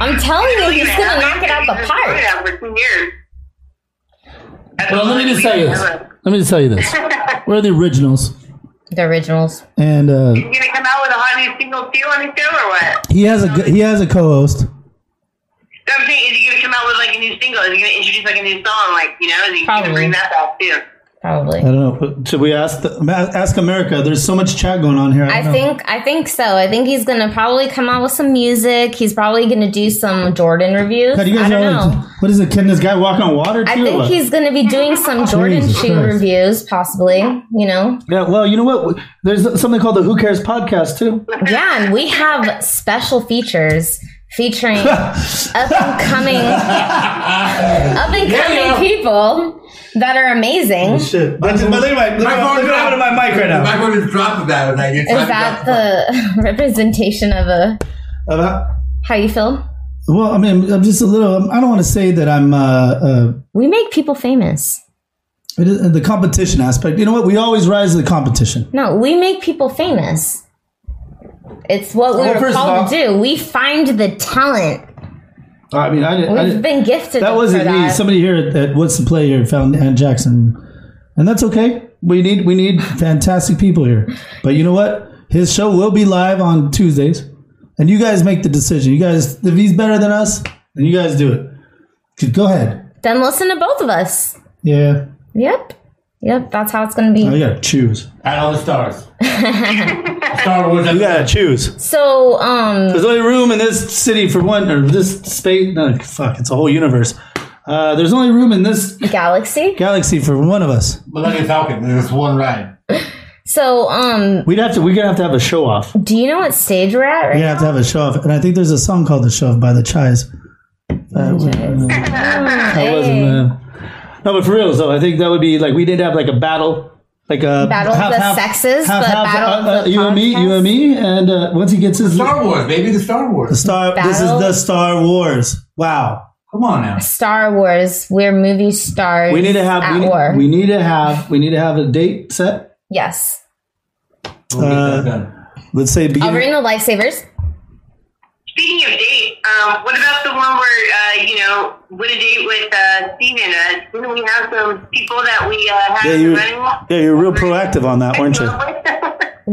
I'm telling you, he's
Look at
gonna
that.
knock it out the
He's been doing
park.
that for two years.
Well, let me just tell you this. Let me just tell you this. We're the originals,
The originals.
And uh,
You gonna come out with a hot new single too on the show, or what?
he has a g- he has a co-host.
No, I'm saying, is he gonna come out with like a new single? Is he gonna introduce like a new song? Like, you know, is he
Probably.
gonna bring that back too?
I
Probably.
don't know. But should we ask the, ask America? There's so much chat going on here.
I
don't know.
think I think so. I think he's gonna probably come out with some music. He's probably gonna do some Jordan reviews.
God, you
I
guys
don't
are
know.
like, what is it? Can this guy walk on water? Too,
I
or
think
what?
he's going to be doing some Jordan
Jesus
shoe
Christ.
reviews, possibly. You know,
Yeah. Well, you know what? There's something called the Who Cares podcast too.
yeah, and we have special features featuring up and coming, up and coming people that are amazing. Is
Shit. But, but look at my look at my- look at my mic right
The
now.
microphone is dropped with that. Like, it's not-
that the representation of a
Uh,
how you feel?
well, I mean, I'm just a little. I don't want to say that I'm. Uh, uh,
We make people famous.
it is- the competition aspect. You know what? We always rise to the competition.
No, we make people famous. It's what we
Well,
were
first of
called
all-
to do. We find the talent.
I mean, I didn't. I
We've
didn't
been gifted.
that
for
wasn't me.
that.
Somebody here at, at What's the Play here found Ann Jackson, and that's okay. We need we need fantastic people here. But you know what? His show will be live on Tuesdays, and you guys make the decision. You guys, if he's better than us, then you guys do it. Go ahead.
Then listen to both of us.
Yeah,
Yep. Yep, that's how it's going to
I
be.
gotta choose.
At all the stars. Star Wars.
You gotta choose.
So, um,
There's only room in this city for one, or this space. No, fuck, it's a whole universe. Uh, there's only room in this
Galaxy.
galaxy for one of us.
Millennium Falcon. There's one ride.
So, um,
We'd have to. We're gonna have to have a show off.
do you know what stage we're at right
We have to have a shove, and I think there's a song called "The Shove" by the Chais. That was,
now?
that wasn't,
Hey.
uh, no, but for real, so I think that would be like we did have like a battle, like a
Battle of the sexes, but battle of the
uh, you and me, you and me, and uh, once he gets his
Star Wars, baby. The Star Wars.
star, this is
Battle-
the Star Wars. Wow,
Come on now.
Star Wars, we're movie stars.
we need to have
at
we need,
war.
we need to have we need to have a date set.
yes.
We'll get that
Uh,
done.
Let's say
I'll
beginning.
bring the lifesavers.
Speaking of date, um, what about the one where uh, you know went a date with uh, Steven? Uh, didn't we have some people that we uh, had
Yeah,
in
you-
the running?
Yeah, you're real proactive on that, weren't you?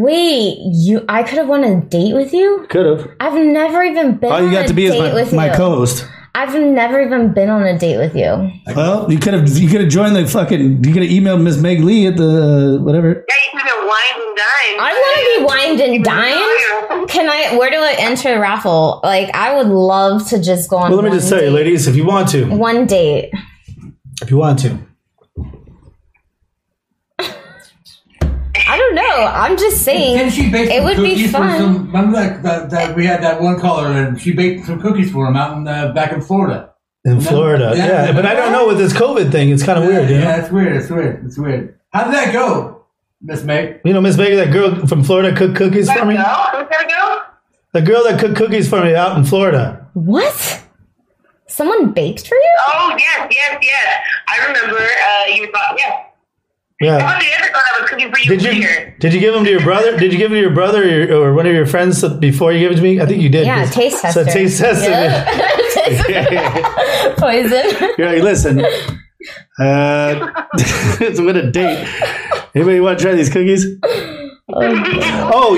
Wait, you? I could have won a date with you.
Could have.
I've never even been.
All you
on
got
a
to be
date
is
with
my, my
you.
co-host.
I've never even been on a date with you.
Well, you could have you could have joined the fucking you could have emailed Miss Meg Lee at the uh, whatever.
Yeah, you could have wined and dined.
I want to be wined and dined. Can I? Where do I enter a raffle? Like, I would love to just go on.
Well, let me
one
just tell you,
date.
ladies, if you want to,
One date.
if you want to,
I don't know. I'm just saying.
Didn't she bake
It
some
would be
cookies
fun.
for some? Remember that, that, that we had that one caller, and she baked some cookies for him out in uh, back in Florida.
in Florida, yeah.
Yeah.
But I don't know with this COVID thing; it's kind of weird, you
yeah,
know.
it's weird. It's weird. It's weird. How did that go, Miss May?
You know, Miss Baker, that girl from Florida cooked cookies for me. The girl that cooked cookies for me out in Florida.
What? Someone baked for you?
Oh yes, yes, yes. I remember. Uh, you thought, yeah. Oh,
Yeah.
Somebody ever thought I was cooking for you
Uh, Did you did you give them to your brother? Did you give it to your brother or, your, or one of your friends before you gave it to me? I think you did.
Yeah,
Just-
taste
So
tester.
taste tester.
Yeah. Poison.
You're like, listen, uh, it's with a date. Anybody want to try these cookies? Oh,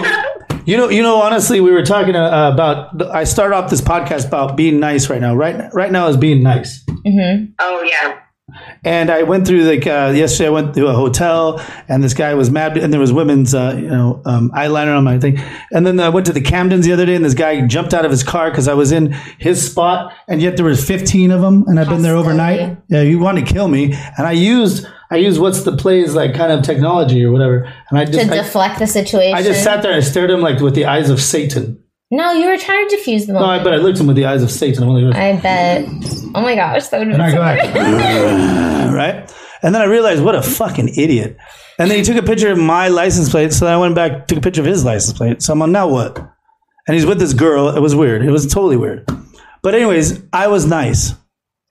you know, you know. Honestly, we were talking uh, about. I start off this podcast about being nice right now. Right, right now is being nice.
Mm-hmm. Oh yeah.
And I went through like uh, yesterday. I went to a hotel, and this guy was mad, and there was women's uh, you know um, eyeliner on my thing. And then I went to the Camdens the other day, and this guy jumped out of his car because I was in his spot, and yet there was fifteen of them, and I've been there overnight. Yeah, you want to kill me, and I used I used what's the plays like kind of technology or whatever, and I
to
just I,
deflect the situation.
I just sat there and I stared at him like with the eyes of Satan.
No, you were trying to defuse the
No,
moment.
I, but I looked at him with the eyes of Satan. I'm only
I, bet. Oh my gosh, that would have
And I
been
go
so
like, right? And then I realized what a fucking idiot. And then he took a picture of my license plate, so then I went back, took a picture of his license plate. So I'm like, now what? And he's with this girl. It was weird. It was totally weird. But anyways, I was nice.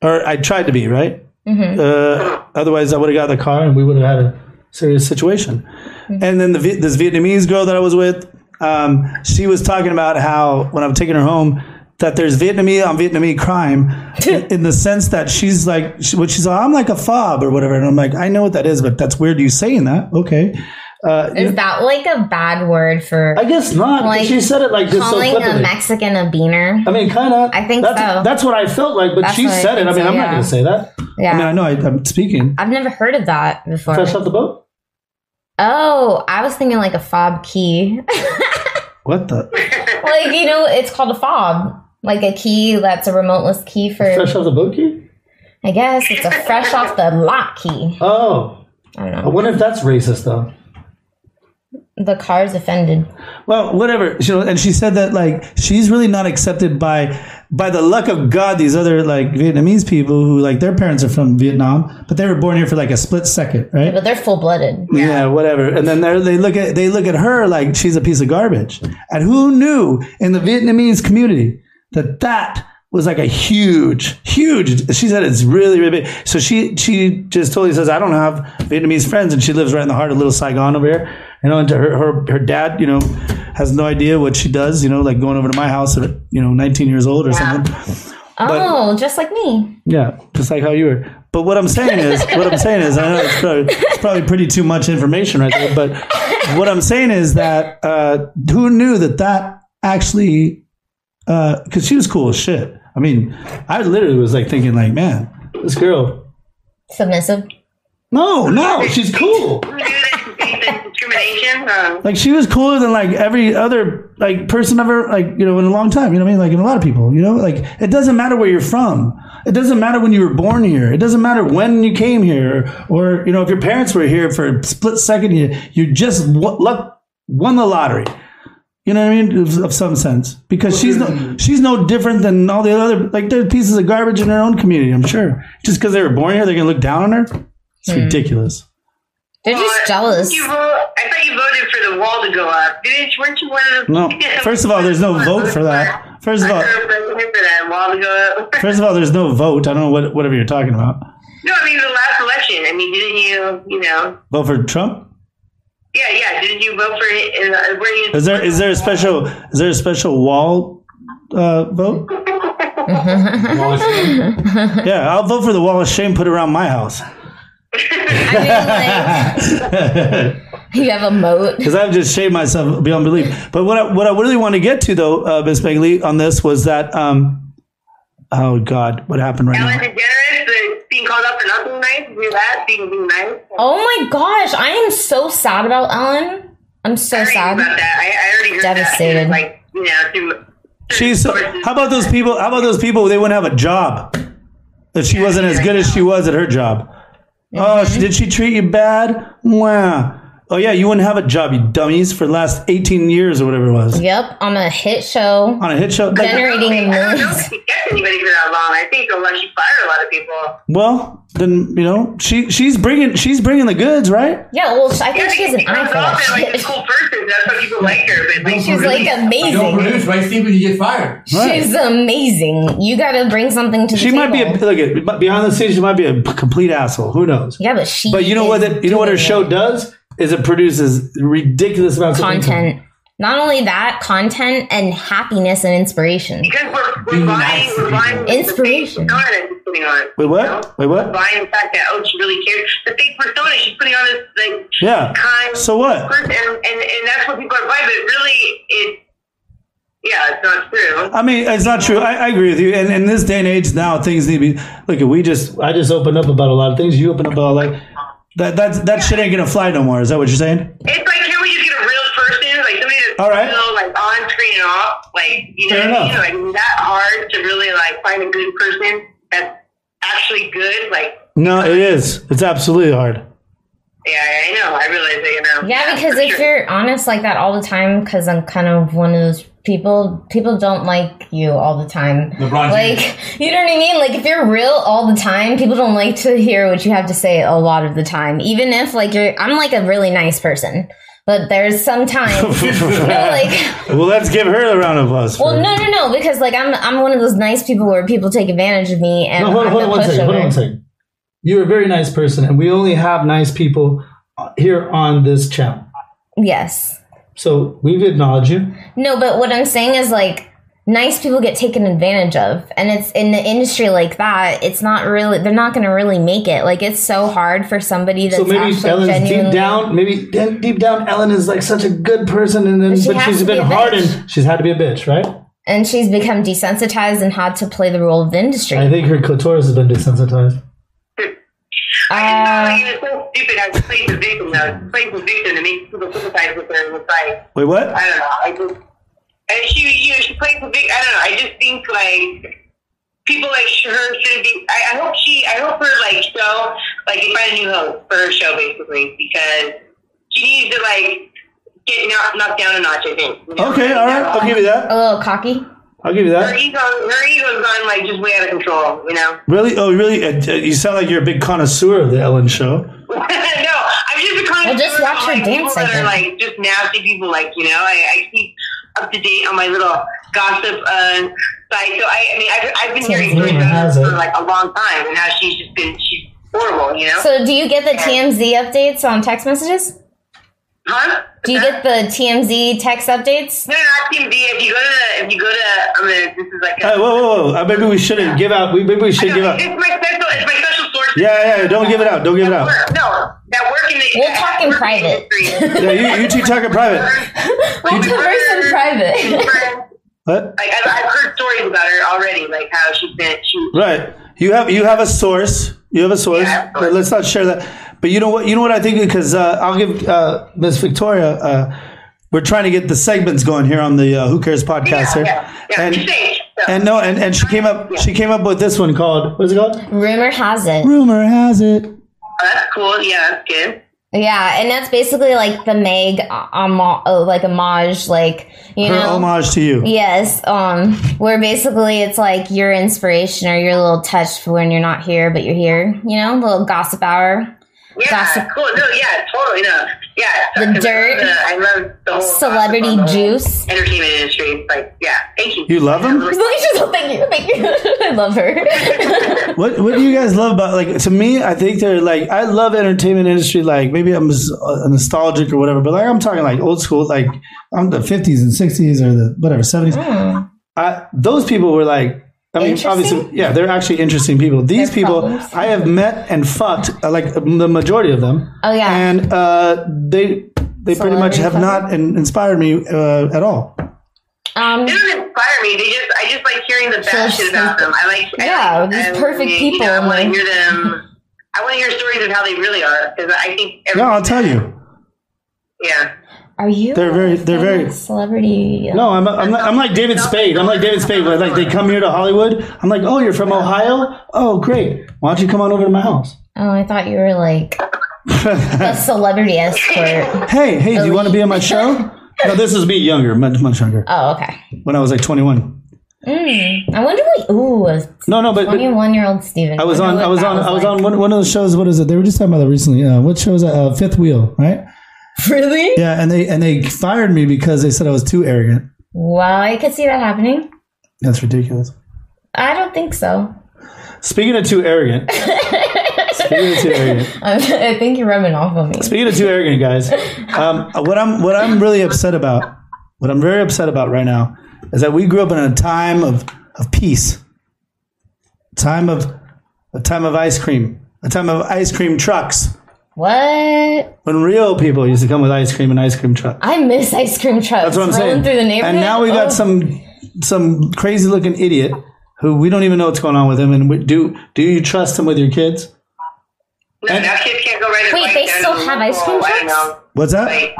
Or I tried to be, right? Uh, otherwise, I would have got in the car and we would have had a serious situation. And then the, Vi- this Vietnamese girl that I was with, um, she was talking about how when I'm taking her home, that there's Vietnamese on Vietnamese crime in in the sense that she's like, she, what she's like, I'm like a fob or whatever. And I'm like, I know what that is, but that's weird you saying that. Okay. Uh,
Is that like a bad word for?
I guess not. 'cause
Like
she said it like just so
calling a
flippantly.
Mexican a beaner.
I mean, kind of.
I think
that's,
so.
that's what I felt like, but
That's
she
what I
said it. I
think
mean,
so,
I'm not
yeah.
going to say that.
Yeah.
I mean, I know I, I'm speaking.
I've never heard of that before.
Fresh off the boat?
Oh, I was thinking like a fob key.
What the?
like you know, it's called a fob, like a key that's a remoteless key for.
Fresh off the boat key?
I guess it's a fresh off the lot key.
Oh.
I don't
I wonder if that's racist, though.
The car's offended.
Well, whatever. You know, and she said that like she's really not accepted by by the luck of God. These other like Vietnamese people who like their parents are from Vietnam, but they were born here for like a split second, right?
But they're full blooded.
Yeah, whatever. And then they're- they look at they look at her like she's a piece of garbage. And who knew in the Vietnamese community that that was like a huge, huge. She said it's really, really big. So she she just totally says I don't have Vietnamese friends, and she lives right in the heart of Little Saigon over here. You know, and to her her her dad, you know, has no idea what she does. You know, like going over to my house at you know 19 years old or something.
Oh, just like me.
Yeah, just like how you were. But what I'm saying is, what I'm saying is, I know it's probably, it's probably pretty too much information right there. But what I'm saying is that uh, who knew that that actually, because she was cool as shit. I mean, I literally was like thinking, like, man, this girl.
Submissive.
No, no, she's cool.
Discrimination. Um,
Like she was cooler than like every other like person ever like you know in a long time. You know what I mean? Like in a lot of people. You know, like it doesn't matter where you're from. It doesn't matter when you were born here. It doesn't matter when you came here, or you know if your parents were here for a split second. You you just w- luck won the lottery. You know what I mean? Of, of some sense, because she's no she's no different than all the other like they're pieces of garbage in her own community. I'm sure. Just because they were born here, they're gonna look down on her. It's
Hmm.
ridiculous.
They're just jealous.
You vote, I thought you voted for the wall to go up. Didn't you? Weren't you one of the?
No. First of all, there's no vote for that. First of all,
I remember that wall to go up.
First of all, there's no vote. I don't know what whatever you're talking about.
No, I mean the last election. I mean, didn't you? You know.
Vote for Trump?
Yeah, yeah. Didn't you vote for? it? Uh, were you?
Is there is there a special is there a special wall uh, vote? yeah, I'll vote for the wall of shame put around my house
you have a moat.
because I've just shamed myself beyond belief. But what I, what I really want to get to though, uh, Miss Bagley, on this was that um, oh God, what happened right
Ellen
now?
DeGeneres uh, being called up for nothing nice. Do that being being nice.
Oh my gosh, I am so sad about Ellen. I'm so sad.
I, I already heard
Devastated.
That, like you know, through
She's so, how about those people? How about those people? They wouldn't have a job if she
Mm-hmm.
wasn't as good as she was at her job. Oh, she, did she treat you bad? Wow. Oh yeah, you wouldn't have a job, you dummies, for the last 18 years or whatever it was.
Yep, on a hit show.
On a hit show, like-
I don't
generating millions.
think it gets anybody for that long. I think the lucky fired a lot of people.
Well, then you know she she's bringing she's bringing the goods, right?
Yeah, well, I think she has an eye for that shit.
That's why people like her. But
like, she's like amazing.
Don't produce, right, Stephen? You get fired.
She's amazing. You got to bring something to the
She
table.
might be a look at but behind the scenes. She might be a p- complete asshole. Who knows?
Yeah, but she.
But you know what?
is
That, you know what her
doing
show
it.
does is it produces ridiculous amounts of income.
Content. Not only that, content and happiness and inspiration.
Because we're, we're buying, we're buying
Inspiration.
the fake persona she's putting on.
Wait, what? Wait,
We're
what?
buying the fact that oh, she really cares. The fake persona she's putting on is like
Yeah.
kind.
So what?
Person, and, and and that's what people are buying. But really, it yeah, it's not true.
I mean, it's not true. I, I agree with you. And in this day and age now, things need to be look. We just I just opened up about a lot of things. You open up about like that. That that shit ain't gonna fly no more. Is that what you're saying?
It's like here when you get a real person, like somebody that's
All right.
real, like on screen and off, like you know,
Fair
what I mean?
enough.
like that hard to really like find a good person that's actually good. Like
No, it is. It's absolutely hard.
yeah, I know, I realize that you know.
Yeah, because if you're honest like that all the time, because I'm kind of one of those people, people don't like you all the time.
LeBron
like,
James.
you know what I mean? Like, if you're real all the time, people don't like to hear what you have to say a lot of the time. Even if, like, you're, I'm like a really nice person, but there's sometimes, you know, like,
Well, let's give her a round of applause. for
well,
it.
no, no, no, because, like, I'm, I'm one of those nice people where people take advantage of me and
No, hold on,
I'm
hold
the
on one second. Hold on
pushover.
one second. You're a very nice person, and we only have nice people uh, here on this channel.
Yes.
So we've acknowledged you.
No, but what I'm saying is like nice people get taken advantage of and it's in the industry like that it's not really they're not going to really make it like it's so hard for somebody that's
so maybe
actually
Ellen's
genuinely
deep down, maybe de- deep down, Ellen is like such a good person, and then
But she
but
has
she's
to be
been
a bitch.
hardened. She's had to be a bitch, right?
and she's become desensitized and had to play the role of the industry
I think her clitoris has been desensitized.
I didn't know like, it was so stupid. I was playing the victim. I was playing the victim to make people sympathize with her. It was like
Wait, what?
I don't know. I just and she, you know, she plays the victim. I don't know. I just think like people like her shouldn't be. I, I hope she. I hope her like show like they find a new host for her show basically because she needs to like get knocked, knocked down a notch. I think. you know?
Okay, all right. I'll give you that.
Uh, a little cocky
I'll give you
Her
that.
ego, her ego's gone like just way out of control. You know.
Really? Oh, really? Uh, uh, You sound like you're a big connoisseur of the Ellen Show.
no, I'm just a kind
Well,
of
just watch her
like,
dance,
people that
I
are like
think.
just nasty people. Like you know, I, I keep up to date on my little gossip uh, site. So I, I mean, I've, I've been hearing stories
Tanzania
about
has
her
it.
for like a long time, and now she's just been she's horrible. You know,
so do you get the tmz updates on text messages
huh?
do you get the tmz text updates
No, not Team V. If you go to, if you go to, I mean, this is like a,
Hey, whoa, whoa, whoa. Uh, Maybe we shouldn't give out. We Maybe we should give out.
it's my special, it's my special source.
Yeah, yeah. Don't give it out. Don't give it out.
Work. No, that work in the
we'll talk in private
Yeah, you, you two talk in private.
we'll converse in private
What?
Like I've, I've heard stories about her already, like how she's been she
Right. You have you have a source. You have a source. But let's not share that. But you know what? You know what I think because uh, I'll give uh, Miss Victoria. Uh, we're trying to get the segments going here on the uh, Who Cares podcast here. And, and no, and, and she came up. She came up with this one called what's it called?
rumor has it
Rumor has it.
Oh, that's cool. Yeah, that's good.
Yeah, and that's basically like the Meg um, uh, like homage, like you
Her
know,
homage to you.
Yes, um, where basically it's like your inspiration or your little touch for when you're not here, but you're here. You know, little gossip hour,
Yeah,
gossip,
cool. No, yeah, totally. No, yeah.
The dirt.
I love the whole
celebrity juice.
entertainment industry. Like, yeah, thank you.
You love him?
Thank you, thank you. I love her.
What What do you guys love about like? To me, I think they're like I love entertainment industry. Like maybe I'm s- uh, nostalgic or whatever, but like I'm talking like old school. Like I'm the 50s and 60s or the whatever 70s.
Hmm.
I, those people were like. I mean, obviously, yeah, they're actually interesting people. These people I have met and fucked, uh, like um, the majority of them.
Oh, yeah.
and uh, they they pretty much have not in, inspired me uh, at all.
Um,
they don't inspire me. They just, I just like hearing the bad shit about them. I like,
Yeah,
I, like-
these
I-
perfect
you
people,
Know, I want to
like-
hear them. I want to hear stories of how they really are because I think, every,
No, I'll tell you,
yeah.
Are you?
they're very they're very
celebrity.
No, I'm, I'm, like, I'm like David Spade. I'm like David Spade. Like, like they come here to Hollywood. I'm like, oh, you're from Ohio? Oh, great. Why don't you come on over to my house?
Oh, I thought you were like a celebrity escort.
Hey, hey, do you want to be on my show? No, this is me younger, much, much younger.
Oh, okay.
When I was like 21.
Mm, I wonder what. Ooh, a
No, no, but, but
twenty-one-year-old Steven.
I was on,
wonder
I
what
was
that
on, I was
like.
on one, one of the shows. What is it? They were just talking about that recently. Uh, what show is that? Uh, Fifth Wheel, right?
Really?
Yeah, and they and they fired me because they said I was too arrogant.
Wow, I could see that happening.
That's ridiculous.
I don't think so.
Speaking of too arrogant, speaking of too arrogant,
I think you're rubbing off on me.
Speaking of too arrogant, guys, um, what I'm what I'm really upset about, what I'm very upset about right now, is that we grew up in a time of of peace, time of a time of ice cream, a time of ice cream trucks.
What?
When real people used to come with ice cream and ice cream trucks.
I miss ice cream trucks.
That's what I'm
rolling
saying.
Through the neighborhood.
And now we got
Oh.
some some crazy looking idiot who we don't even know what's going on with him. And we, do do you trust him with your kids?
No, now kids can't go ride their
Wait,
bike
they
down
still
the
have ice
local,
cream
I don't
trucks?
know.
What's that?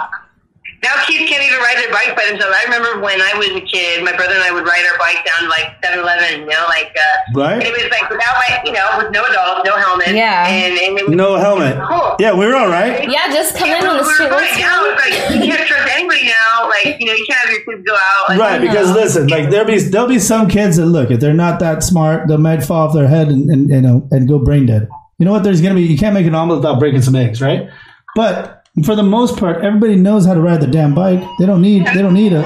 Now kids can't even ride their bike by themselves. I remember when I was a kid, my brother and I would ride our bike down like 7-Eleven, you know, like uh,
Right.
and it was like without my, you know, with no adults, no helmet, yeah, and, and it was
No helmet.
Cool.
Yeah, we were all right.
Oh. Yeah, just come in on the
we were
street.
fine. Now it's like you can't trust anybody now. Like you know, you can't have your kids go out. Like,
Right, because listen, like there'll be there'll be some kids that look if they're not that smart, they might fall off their head and, and you know and go brain dead. You know what? There's gonna be you can't make an omelet without breaking some eggs, right? But for the most part, everybody knows how to ride their damn bike. They don't need they don't need a.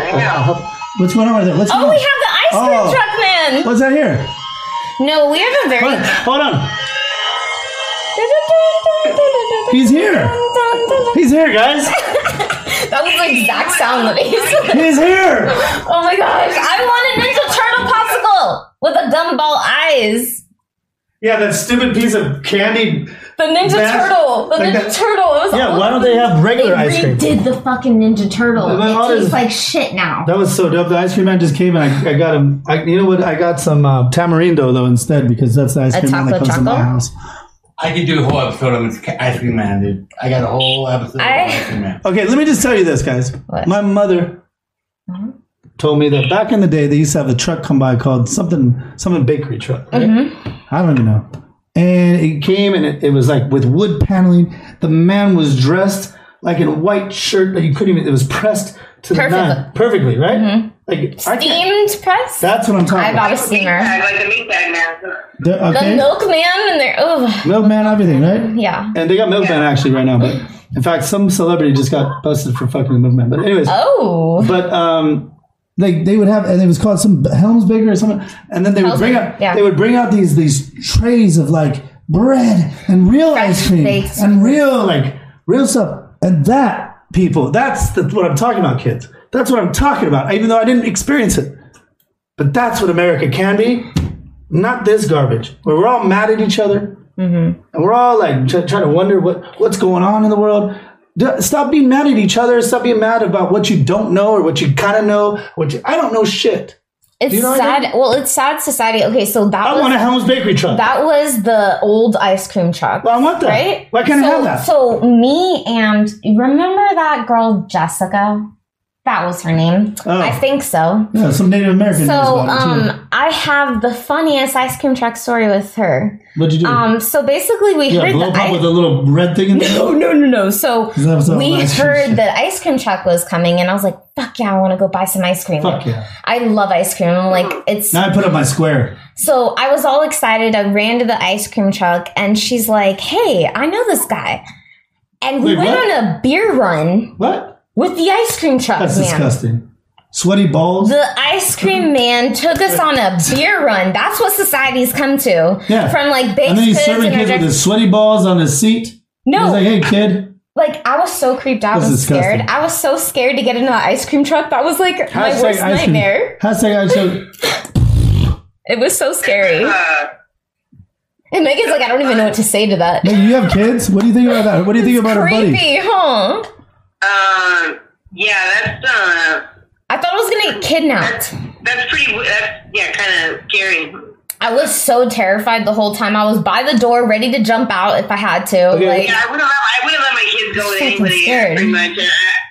what's going on right there? Let's
Oh, we have the ice cream
Oh.
truck man.
What's that here?
No, we have a very.
Hold on. He's here. He's here, guys.
That was the exact sound that he said.
He's here.
Oh my gosh! I want a Ninja Turtle popsicle with a gumball eyes.
Yeah, that stupid piece of candy.
The Ninja
That's-
Turtle. The
like
Ninja
that-
Turtle. It was
Yeah,
all-
why don't they have regular
they
ice cream?
redid the fucking Ninja Turtle.
Well,
It
all
tastes
this-
like shit now.
That was so dope. The ice cream man just came and I, I got him. I, you know what? I got some uh, tamarindo though instead because that's the ice
A
cream man that
taco
comes in my
choco?
house.
I could do a whole episode on this ice cream man, dude. I got a whole episode on ice cream man.
Okay, let me just tell you this, guys. My mother
Mm-hmm.
told me that back in the day they used to have a truck come by called something something bakery truck. right?
Mm-hmm.
I don't even know. And it came and it, it was like with wood paneling. The man was dressed like in a white shirt that you couldn't even. It was pressed to
Perfectly.
the nine perfectly, right? Like I can't-
Steamed press.
That's what I'm talking
Mm-hmm. I got a
about.
steamer.
like the meat bag man.
The- okay.
The milkman and they're oh
Milkman, everything, right?
yeah.
And they got Milkman actually right now, but in fact, some celebrity just got busted for fucking the Milkman. But anyways,
Oh.
but um, like they would have, and it was called some Helms Baker or something, and then they would bring
Helmsbaker,
out,
yeah.
they would bring out these these trays of like bread and real ice cream
baked.
and real like real stuff, and that people, that's the, what I'm talking about, kids. That's what I'm talking about, even though I didn't experience it. But that's what America can be, not this garbage where we're all mad at each other.
Mm-hmm.
And we're all like try trying to wonder what what's going on in the world. D- Stop being mad at each other. Stop being mad about what you don't know or what you kind of know. What you, I don't know shit.
It's
You know what I
sad. Well, it's sad society. Okay, so that
I
was
want a Helms Bakery truck.
that was the old ice cream truck.
Well, I want that.
Right?
Why can't I
so,
have that?
So me and remember that girl Jessica? That was her name.
Oh.
I think so.
yeah, some Native American.
So
knows about it, too.
um, I have the funniest ice cream truck story with her.
what'd you do?
Um, so basically, we
Hmm. yeah,
heard
blow
the
pop
ice-
with a little red thing in there.
No, no, no, no. So
Is that what's up
we
with ice cream
heard
shit?
that ice cream truck was coming, and I was like, "Fuck yeah, I want to go buy some ice cream."
Fuck yeah!
I love ice cream. I'm like, it's
Now I put up my square.
so I was all excited. I ran to the ice cream truck, and she's like, "Hey, I know this guy," and we
Wait,
went
what?
on a beer run
What?
with the ice cream truck
That's
man.
disgusting. Sweaty balls.
The ice cream man took us on a beer run. That's what society's come to.
Yeah.
From like baked
and then he's
goods
serving
and
kids with
reject-
his sweaty balls on his seat.
No.
He's like, hey kid.
like I was so creeped out
That's
and
disgusting.
scared. I was so scared to get into the ice cream truck. That was like my worst
ice cream.
nightmare.
Hashtag ice cream.
It was so scary.
Uh,
And Megan's like, I don't even know what to say to that.
Hey, you have kids? What do you think about that? What do you think about her buddy?
Creepy, huh?
Um, yeah, that's uh,
I thought I was gonna get kidnapped.
that's pretty. w- That's yeah, kind of scary.
I was so terrified the whole time. I was by the door, ready to jump out if I had to. Like,
yeah, I wouldn't let I wouldn't let my kids go with
Fucking
anybody.
scared.
Pretty much. Uh,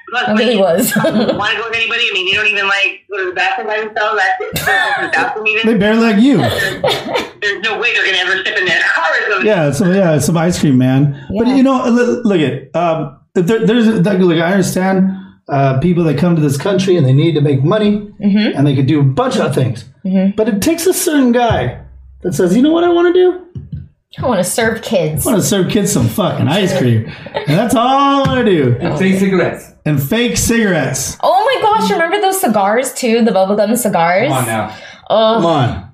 plus,
I
my
really
kids
was.
don't want to go with anybody? I mean, they don't even like go to the bathroom by themselves. That's it. They don't go to the bathroom even.
They barely like you.
there's no way they're going to ever step in that car. It's gonna-
Yeah, some yeah, some ice cream, man. But you know, l- look at um,
there, there's like, look, I understand uh, people that come to this country and they need to make money
Mm-hmm.
and they could do a bunch of things, but it takes a certain guy that says, you know what I want to do?
I want to serve kids.
I want to serve kids some fucking ice cream, and that's all I want to do. And fake cigarettes. And fake cigarettes.
Oh my gosh! Remember those cigars too? The bubblegum cigars. Oh.
Come on.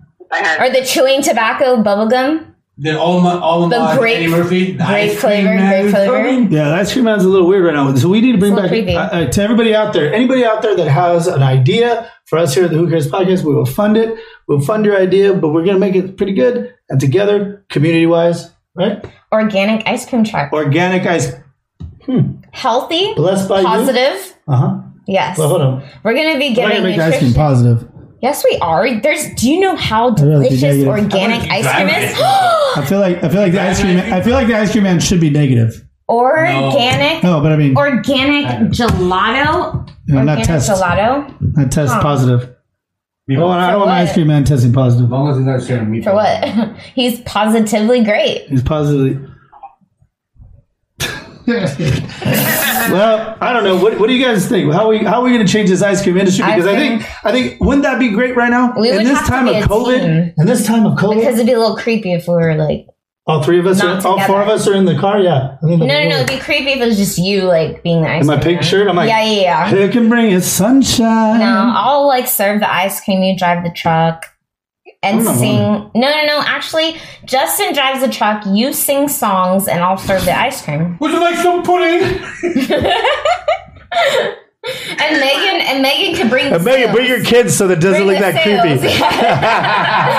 Or the chewing tobacco bubblegum.
Then all my
Oh
all of
The
my
grape-
Eddie Murphy, the
grape
ice cream
flavor,
man
grape
is
flavor.
coming.
Yeah, the ice cream man's a little weird right now. So we need to bring back
creepy.
uh, uh, to everybody out there. Anybody out there that has an idea for us here at the Who Cares Podcast, we will fund it. We'll fund your idea, but we're gonna make it pretty good and together, community wise, right?
Organic ice cream truck.
Organic ice.
Healthy.
Blessed by you.
positive.
Uh huh.
Yes.
Well, hold on.
We're
We're not
gonna be giving
gonna make
nutrition.
ice cream positive.
Yes, we are. There's. Do you know how
really think
delicious
negative.
organic ice cream
drive
is?
I feel like I feel like the ice cream. I feel like the ice cream man should be negative.
organic.
No, but I mean,
Organic gelato.
No, not
organic
test.
gelato.
I test
Huh.
positive. Oh, I don't want my ice cream man testing positive. As long as he's not sharing me.
For what? He's positively great.
He's positively. well, I don't know. What, what do you guys think? How are we how are we going to change this ice cream industry?
I
Because I think, I think wouldn't that be great right now?
We
in
would
this
have to
time
be
of
a
COVID,
team.
in this time of COVID,
Because it'd be a little creepy if we were like.
all three of us, are,
Not
all four of
together.
us are in the car. Yeah, I think
No,
that'd be
no, no.
great.
It'd be creepy if it was just you, like, being the ice
In my
cream
pink
man.
shirt, I'm like,
Yeah, yeah, yeah.
Who can bring his sunshine?
No, I'll, like, serve the ice cream. You drive the truck. And
I'm not
sing. No, no, no. Actually, Justin drives the truck. You sing songs, and I'll serve the ice cream.
Would you like some pudding?
And Megan and Megan could bring.
And Megan, bring your kids so that it doesn't look
Bring the
that
sales,
creepy.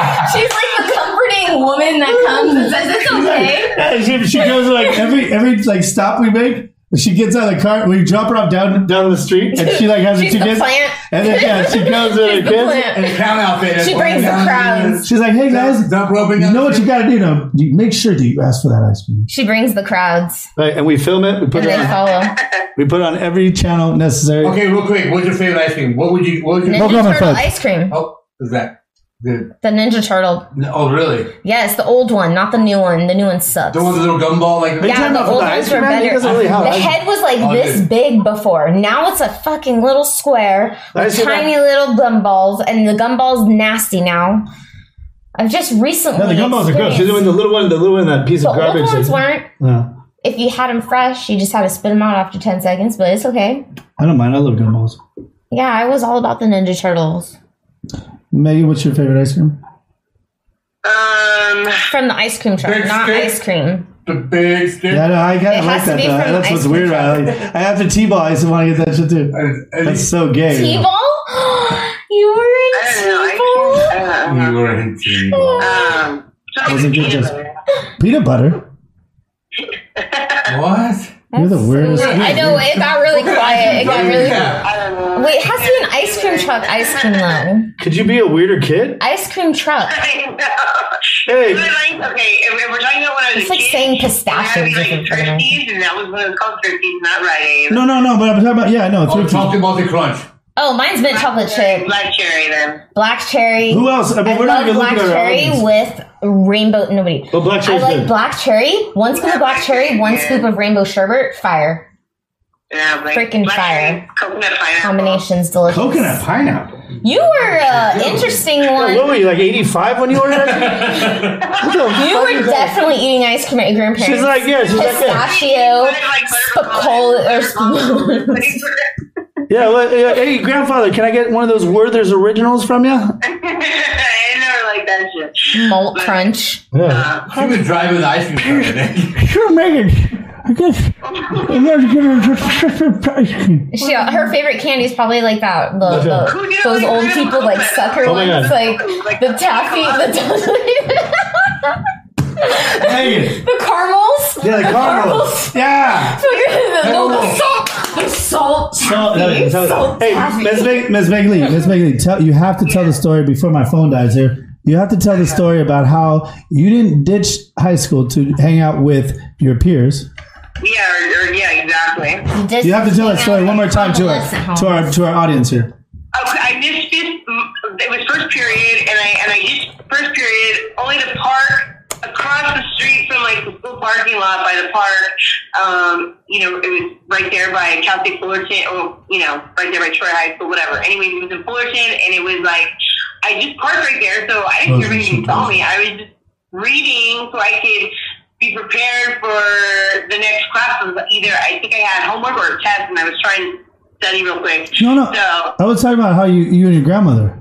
yeah. She's like the comforting woman that comes and says, "It's okay."
Yeah, she, she goes like every every like stop we make. She gets out of the car. We drop her off down down the street, and she like has her
She's
two
the
kids.
plant.
And then yeah, she goes with
She's
her
the plant.
kids
In a clown outfit and She going brings the down crowds. the-
She's like, "Hey guys, you know what you got to do now? You make sure that you ask for that ice cream."
She brings the crowds,
Right, and we film it. We put
and
it
they
on.
follow.
We put it on every channel necessary.
Okay, real quick, what's your favorite ice cream? What would you? What would you?
Ninja Turtle ice cream.
Oh, is that the?
The Ninja Turtle.
no, Oh, really?
Yes, the old one, not the new one. The new one sucks.
The one with the little gumball, like
yeah, the old ones were better. the head was like
Oh,
this
dude.
big before. Now it's a fucking little square
The ice
with
cream man-
tiny little gumballs, and the gumballs nasty now. I've just recently.
No, the gumballs are good. She's
experienced-
doing the little one, the little one, that piece
The
of garbage.
old ones
that-
weren't.
Yeah.
If you had them fresh, you just had to spit them out after ten seconds, but it's okay.
I don't mind. I love gumballs.
Yeah, I was all about the Ninja Turtles
Megan, what's your favorite ice cream?
Um,
from the ice cream truck, not ice cream.
The big stick.
Yeah, no, I kind
It
of like
has to
that.
be
Though.
from
That's
ice
what's
cream
weird. about it. Like,
truck.
after T-ball, I used to want to get that shit too. That's so gay.
T-ball? you were in T-ball.
You were in
Oh.
T-ball.
Um,
Wasn't it just peanut butter?
What?
You're the weirdest.
I know it got really quiet. It got really.
Yeah.
Wait, it has to be an ice cream truck. Ice cream though.
Could you be a weirder kid?
Ice cream truck.
Hey.
Okay, and we're talking about when I was
It's like saying pistachios. or something.
Thrifties, and that was when it was called Thrifties, not Rite Aid.
No, no, no. But I'm Oh, talking about yeah. No, thrifty.
Talking about the crunch.
Oh, mine's mint chocolate chip.
Black cherry, then.
Black cherry.
Who else? I mean, we're not
love
even
black
looking at our
cherry
options.
with rainbow. Nobody.
But black
I
cherry's
like
good.
black cherry. One scoop of black cherry. One scoop of rainbow sherbet. Fire.
Yeah, like
Freaking fire.
coconut pineapple.
Combinations delicious.
Coconut pineapple.
You were uh, interesting one.
What were you like 85 when you ordered ice cream? What the
You
fuck
were
is that?
definitely eating ice cream at your grandparents.
She's like, yeah, she's like, yeah.
pistachio, spicoli, or
Yeah, well, yeah, hey grandfather, can I get one of those Werther's originals from you?
I never liked that shit.
malt crunch.
Yeah.
She was driving the ice cream truck. I think.
Sure, Megan. I guess I'm gonna get her ice cream.
She, uh, her favorite candy is probably like that. The,
Okay.
the, those old people like sucker
Oh my
ones,
God.
like the taffy, the
Megan.
the caramels.
Yeah, the caramels. Yeah.
So you're- the, no, the salt, the salt,
Salt,
taffy,
no,
salt
salt. Hey,
taffy.
Miss Big, Miss Bigley, Miss Bigley, tell you have to tell the story before my phone dies here. You have to tell the story about how you didn't ditch high school to hang out with your peers.
Yeah, or, or, yeah, exactly.
Just
You have to tell that
hang
story
out
one more
with
time to
homeless at
our
home.
to our to our audience here.
mm, Okay, I missed this. It was first period, and I and I used first period only to parking lot by the park. Um, you know, it was right there by Cal State Fullerton, or you know, right there by Troy High School, whatever. Anyway, it was in Fullerton, and it was like I just parked right there, so I didn't hear anybody saw me. I was just reading so I could be prepared for the next class. It was Either I think I had homework or a test, and I was trying to study real quick.
No, no.
So,
I was talking about how you, you and your grandmother.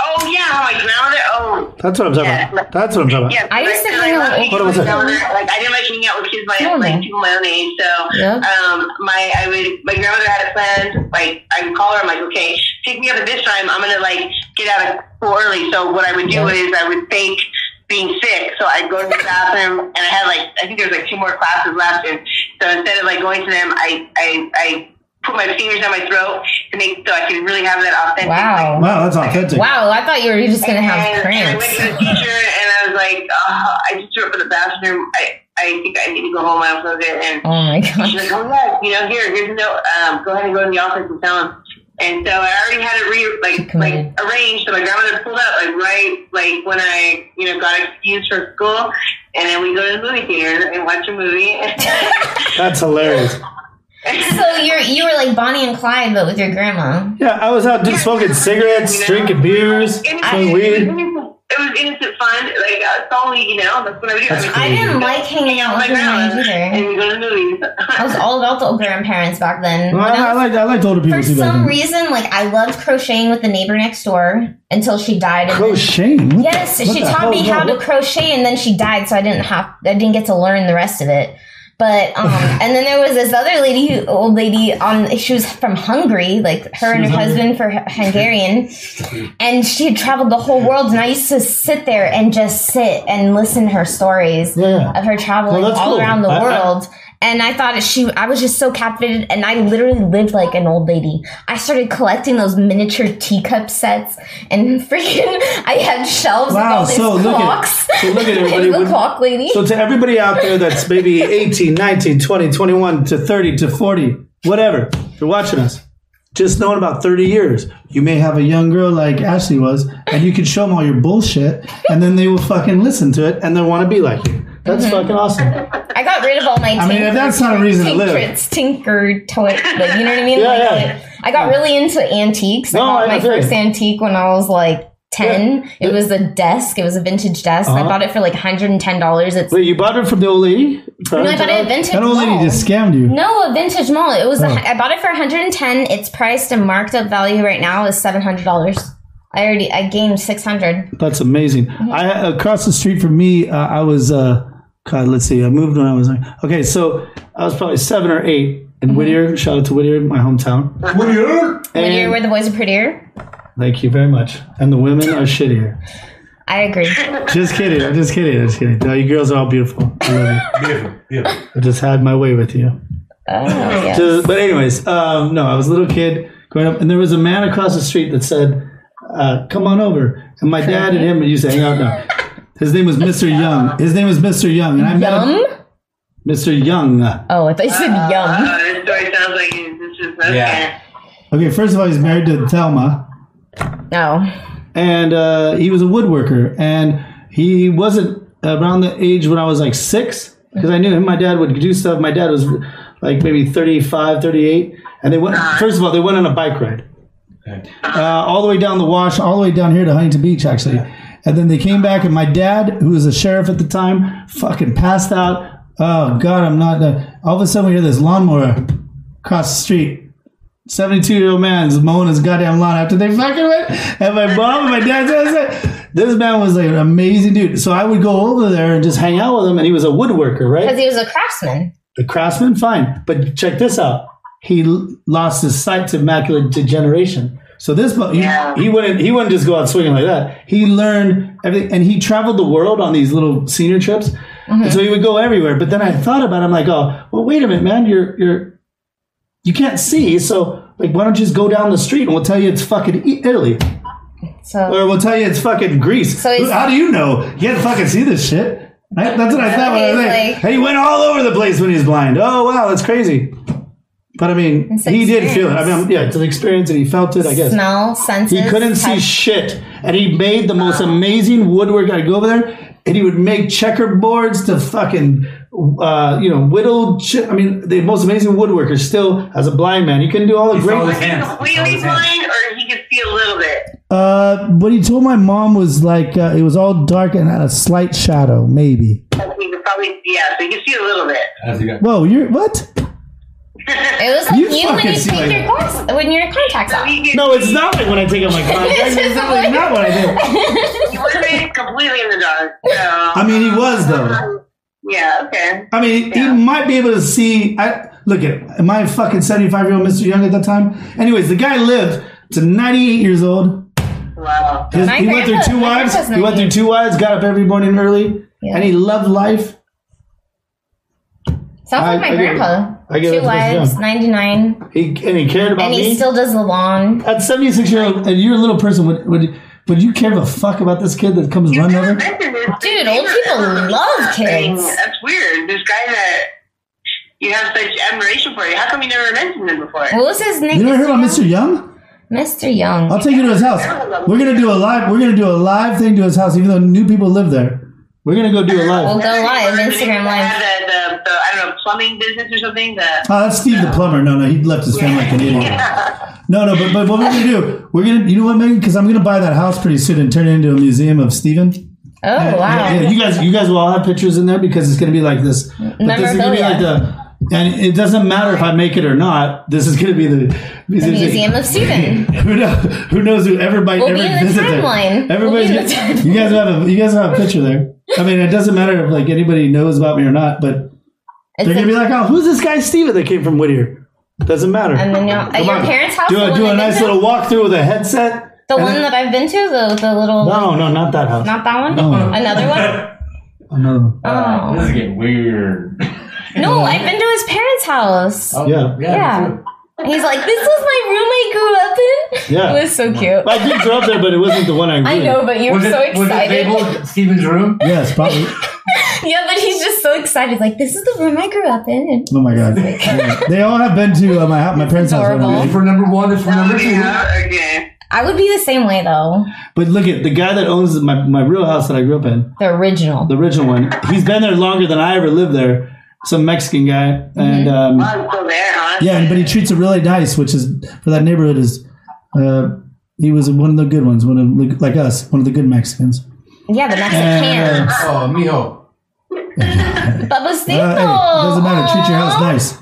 oh yeah, my grandmother. Oh,
That's what I'm talking about. That's what I'm talking
Yeah,
about.
I used to
like,
hang
I
out
love
with
hanging
What was
with my
it?
grandmother. Like I didn't like hanging out with kids my
Yeah.
like people my own age. So
Yeah.
um, my I would my grandmother had a plan. Like I would call her. I'm like, okay, pick me up at this time. I'm gonna like get out of school early. So what I would do is I would fake being sick. So I'd go to the bathroom and I had like I think there was like two more classes left. And so instead of like going to them, I I I. Put my fingers on my throat to make so I could really have that authentic.
Wow.
Wow, that's authentic.
Wow, I thought you were just gonna have
And- and I went
cramps.
to the teacher and I was like, oh, I just threw up in the bathroom. I, I think I need to go home. I don't it. And
Oh my
she's like,
gosh.
oh yeah, you know, here, here's a note. Um, go ahead and go to the office and tell him. And so I already had it re like
committed.
like arranged. So my grandmother pulled up like right like when I you know got excused from school, and then we go to the movie theater and watch a movie.
That's hilarious.
So you're you were like Bonnie and Clyde, but with your grandma.
Yeah, I was out just smoking cigarettes, drinking beers, smoking
It
weed.
was innocent fun. Like that's all we, you know. That's what I would do.
That's
I,
I didn't like hanging out with
Oh my
your mom
grandma and
either.
we go to the movies.
I was all about the grandparents back then.
Well,
When I
I, I
was-
liked I liked older people
for
too back
some
then.
reason, like I loved crocheting with the neighbor next door until she died. and then-
Crocheting. Oh, What
Yes,
the- what
she
the
taught
hell
me
is that?
how to
What-
crochet, and then she died, so I didn't have I didn't get to learn the rest of it. But um, and then there was this other lady, who, old lady, on she was from Hungary, like her and her husband for Hungarian, and she had traveled the whole world. And I used to sit there and just sit and listen to her stories
Yeah.
of her traveling
Well, that's
all
cool.
around the
I- I-
world. and I thought she, I was just so captivated, and I literally lived like an old lady. I started collecting those miniature teacup sets, and freaking, I had shelves with
Wow,
all these
so look at-
clocks.
so look at
I was
everybody
a
with-
clock lady.
So to everybody out there that's maybe 18, 19, 20, 21 to 30 to 40, whatever, if you're watching us, just know in about 30 years, you may have a young girl like Ashley was, and you can show them all your bullshit, and then they will fucking listen to it, and they'll want to be like you. That's fucking awesome.
I got rid of all my.
I mean, if that's not a reason to live.
Tinker's tinker toy, like, you know what I mean?
Yeah,
like,
yeah.
like, I got really into antiques.
No,
I
I
bought my
agree.
first antique when I was like. 10 it was a desk it was a vintage desk i
Uh-huh.
bought it for like $110 it's
Wait, you bought it from the old lady? No,
I bought it at Vintage
That old lady
Mall.
just scammed you.
No, a vintage mall. It was. a
Oh.
I bought it for 110. It's priced and marked up value right now is 700. dollars I already. I gained 600.
That's amazing. I across the street from me, uh, I was uh, God. Let's see. I moved when I was okay. So I was probably seven or eight in Whittier. Shout out to Whittier, my hometown. Whittier.
When you're
And,
where the boys are prettier.
thank you very much. And the women are shittier.
I agree. Oh,
Just kidding. I'm just kidding. I'm just kidding. No, you girls are all beautiful. I love you. Beautiful. Beautiful. I just had my way with you.
Oh, yes.
So- but anyways, um, no, I was a little kid growing up, and there was a man across the street that said, uh, "Come on over." And my dad and him used to hang out. Now. His name was Mr. Young. His name was Mr. Young, and I met him.
Yum.
Mr. Young.
Oh, I thought you said yum.
Uh, this story sounds like this is okay.
Yeah. Okay, first of all, he's married to Thelma,
No.
and uh, he was a woodworker, and he wasn't around the age when I was like six because I knew him. My dad would do stuff. My dad was like maybe 35, 38, and they went. First of all, they went on a bike ride. uh, all the way down the wash, all the way down here to Huntington Beach, actually. And then they came back, and my dad, who was a sheriff at the time, fucking passed out. Oh God, I'm not. Done. All of a sudden, we hear this lawnmower across the street. Seventy-two-year-old man's mowing his goddamn lawn after they fucking went. And my mom and my dad said, "This man was like an amazing dude." So I would go over there and just hang out with him, and he was a woodworker, right?
Because he was a craftsman.
The craftsman, fine. But check this out. He l- lost his sight to macular degeneration. So this, bu- he, he wouldn't, he wouldn't just go out swinging like that. He learned everything, and he traveled the world on these little senior trips. And so he would go everywhere. But then I thought about, it, I'm like, oh, well, wait a minute, man, you're, you're, you can't see, so like, why don't you just go down the street and we'll tell you it's fucking I- Italy,
So
or we'll tell you it's fucking Greece.
So he's-
How do you know? You can't fucking see this shit. Right? That's what I thought. When I was
He's
like,
like-
hey, he went all over the place when he's blind. Oh wow, that's crazy. But I mean,
It's
he did feel it. I mean,
experience.
yeah, it's an experience, and he felt it. I guess
smell, senses.
he couldn't see
touch.
shit, and he made the most amazing woodwork. I'd go over there, and he would make checkerboards to fucking uh, you know, whittled. Chi- I mean, the most amazing woodworker. Still, as a blind man, he can do all the great.
completely blind or he can see a little bit?
Uh, what he told my mom was like uh, it was all dark and had a slight shadow, maybe.
He can probably, yeah, so you can see a little bit.
Whoa, you're what?
It was like
You
you, when
fucking
you
see
take
like-
your glass when your contacts off.
No, it's not like when I take out my contacts. It's not like that when I
You would have been completely in the dark. So, um,
I mean, he was though.
yeah, okay.
I mean, he might be able to see. I look at am I a fucking seventy five year old Mister Young at that time? Anyways, the guy lived to ninety eight years old.
Wow.
His- he went through two wives. He went through two wives. Got up every morning early, and he loved life.
Sounds
I-
like my
I get it.
grandpa.
I get it.
Two wives, ninety nine,
He and he cared about
and
me.
he still does the lawn.
At seventy six year old, and you're a little person. Would would would you care a fuck about this kid that comes running over?
Dude,
old people love kids.
That's weird. This guy that you have such admiration for, how come you never mentioned him before?
What was his name?
You never heard about Mr. Young?
Mr. Young.
I'll take you to his house.
We're gonna do a live. We're gonna do a live thing to his house, even though new people live there. We're gonna go do a live.
We'll go live Instagram live.
The, the, the, I don't know, plumbing business or something? The,
Oh, that's Steve the plumber. No, no, he left his family like an idiot. No, no, but, but what we're gonna do? We're gonna, you know what, Megan? Because I'm gonna buy that house pretty soon and turn it into a museum of Stephen.
Oh
And-
wow!
yeah, you guys, you guys will all have pictures in there because it's gonna be like this. But this is gonna be
Memorabilia.
like the, and it doesn't matter if I make it or not. This is gonna be the,
the Museum of Stephen.
Who knows? Who knows? Who everybody
We'll
ever
be in the
visit there.
timeline.
Everybody's
We'll be in the
gonna- you guys will have a, you guys will have a picture there. I mean, it doesn't matter if like anybody knows about me or not, but they're gonna be like, oh, who's this guy Steven that came from Whittier? Doesn't matter.
And then you'll- at
Come
your
on.
parents' house,
do
the
a,
one
do
that
a
they
nice
built?
little walkthrough with a headset.
The
and
one
then-
that I've been to, the the little
No, no, not that house.
not that one,
No.
another one.
Another one.
Oh.
This is getting weird.
No, I've been to his parents' house.
Oh, yeah.
yeah. And He's like, this was my room I grew up in.
Yeah.
it was so cute.
I did grow up there, but it wasn't the one I.
I
really-
know, but you were Was it- so was it excited. labeled
Steven's room? Yes, probably.
yeah, but he's just so excited. Like, this is the room I grew up in. And
Oh my god! they all have been to uh, my hou- my parents' house. when I was
Adorable.
little.
For number one, it's for
Oh,
number two.
I would be the same way though.
But look at the guy that owns my, my real house that I grew up in.
The original.
The original one. He's been there longer than I ever lived there. Some Mexican guy, and
Mm-hmm.
um,
still there, huh?
yeah, and- but he treats it really nice, which is for that neighborhood is. Uh, he was one of the good ones, one of the, like us, one of the good Mexicans.
Yeah, the Mexican.
oh, mijo.
Babacito.
Uh, doesn't matter. Treat your house nice.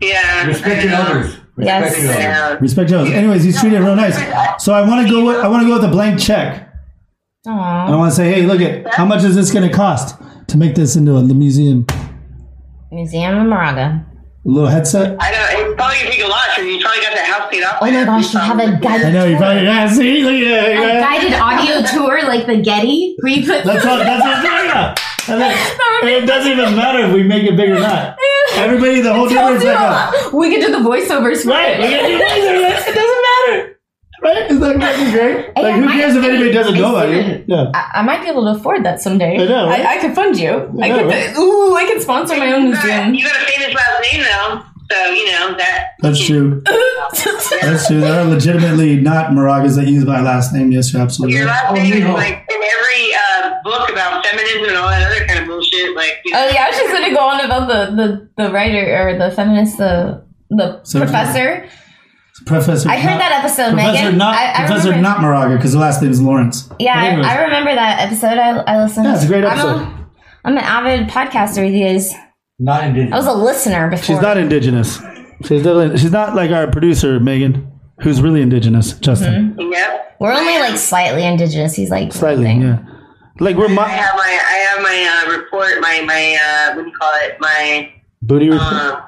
Yeah.
Respect your elders.
Yes.
Respect your elders.
Respect your house. Anyways, he's treated real nice. So I want to go. With, I want to go with a blank check. I
Aww.
want to say, hey, look at how much is this going to cost to make this into a, the museum?
Museum of Moraga.
A little headset.
I know. It probably take a lot, so you probably got that house paid off.
Oh my gosh, you have a guided
I know you
tour.
probably yeah. See, look at
a
that.
guided audio tour like the Getty, where you put
That's what. That's what. Yeah. And, then, and it doesn't even matter if we make it big or not. Everybody, the whole
Tells
dinner is
you
like,
a
a,
lot. We can do the voiceovers. for
Right, we can do voiceovers. It doesn't matter. right? Isn't that fucking great?
Hey,
Like,
I
who
might
cares if
be-
anybody doesn't know about you?
Steven,
Yeah.
I, I might be able to afford that someday.
I know, right?
I, I could fund you. I,
know,
could.
right?
Ooh, I could sponsor my own museum.
You got a famous last name, though, so you know that.
That's true. That's true. There are legitimately not Moragas that use my last name. Yes, you're absolutely
Your
right.
last name is like in every uh, book about feminism and all that other kind of bullshit. Like, you know,
Oh yeah, I was just gonna go on about the the, the writer or the feminist the the
So-
professor.
Professor.
I heard
Not-
that episode,
Professor
Megan.
Not,
I- I
Professor
remember-
Not Moraga, because the last name is Lawrence.
Yeah,
But anyways,
I, I remember that episode. I, I listened.
Yeah, it's a great
I'm,
episode.
a, I'm an avid podcaster. with You guys.
Not indigenous.
I was a listener before.
She's not indigenous. She's definitely. She's not like our producer Megan, who's really indigenous. Justin,
We're only like slightly indigenous. He's like
slightly, yeah. Like we're
I
my
have my I have my uh, report, my my uh, what do you call it, my
booty.
uh,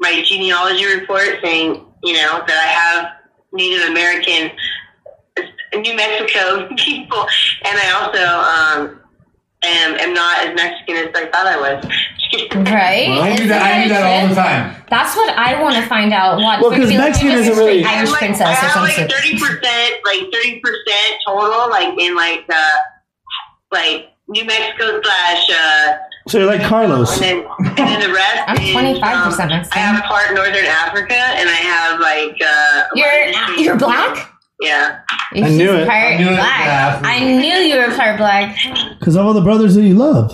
my genealogy report saying you know that I have Native American, New Mexico people, and I also um, am am not as Mexican as I thought I was.
right.
Well, I do
Isn't
that- I do that all the
shit?
time.
That's what I want to find out. Watch.
Well,
We're gonna
'cause
be like,
Mexican
you're just
isn't
a
really-
straight Irish
I
princess or
have
some
like
shit.
thirty percent, like thirty percent total, like in like the like New Mexico slash. Uh,
So you're like Carlos.
and then, and then the rest is, um, I have part Northern Africa, and I have like. Uh,
You're you're black.
Yeah.
I knew it.
Part
I knew it.
black.
Yeah.
I knew you were part black.
Because of all the brothers that you love.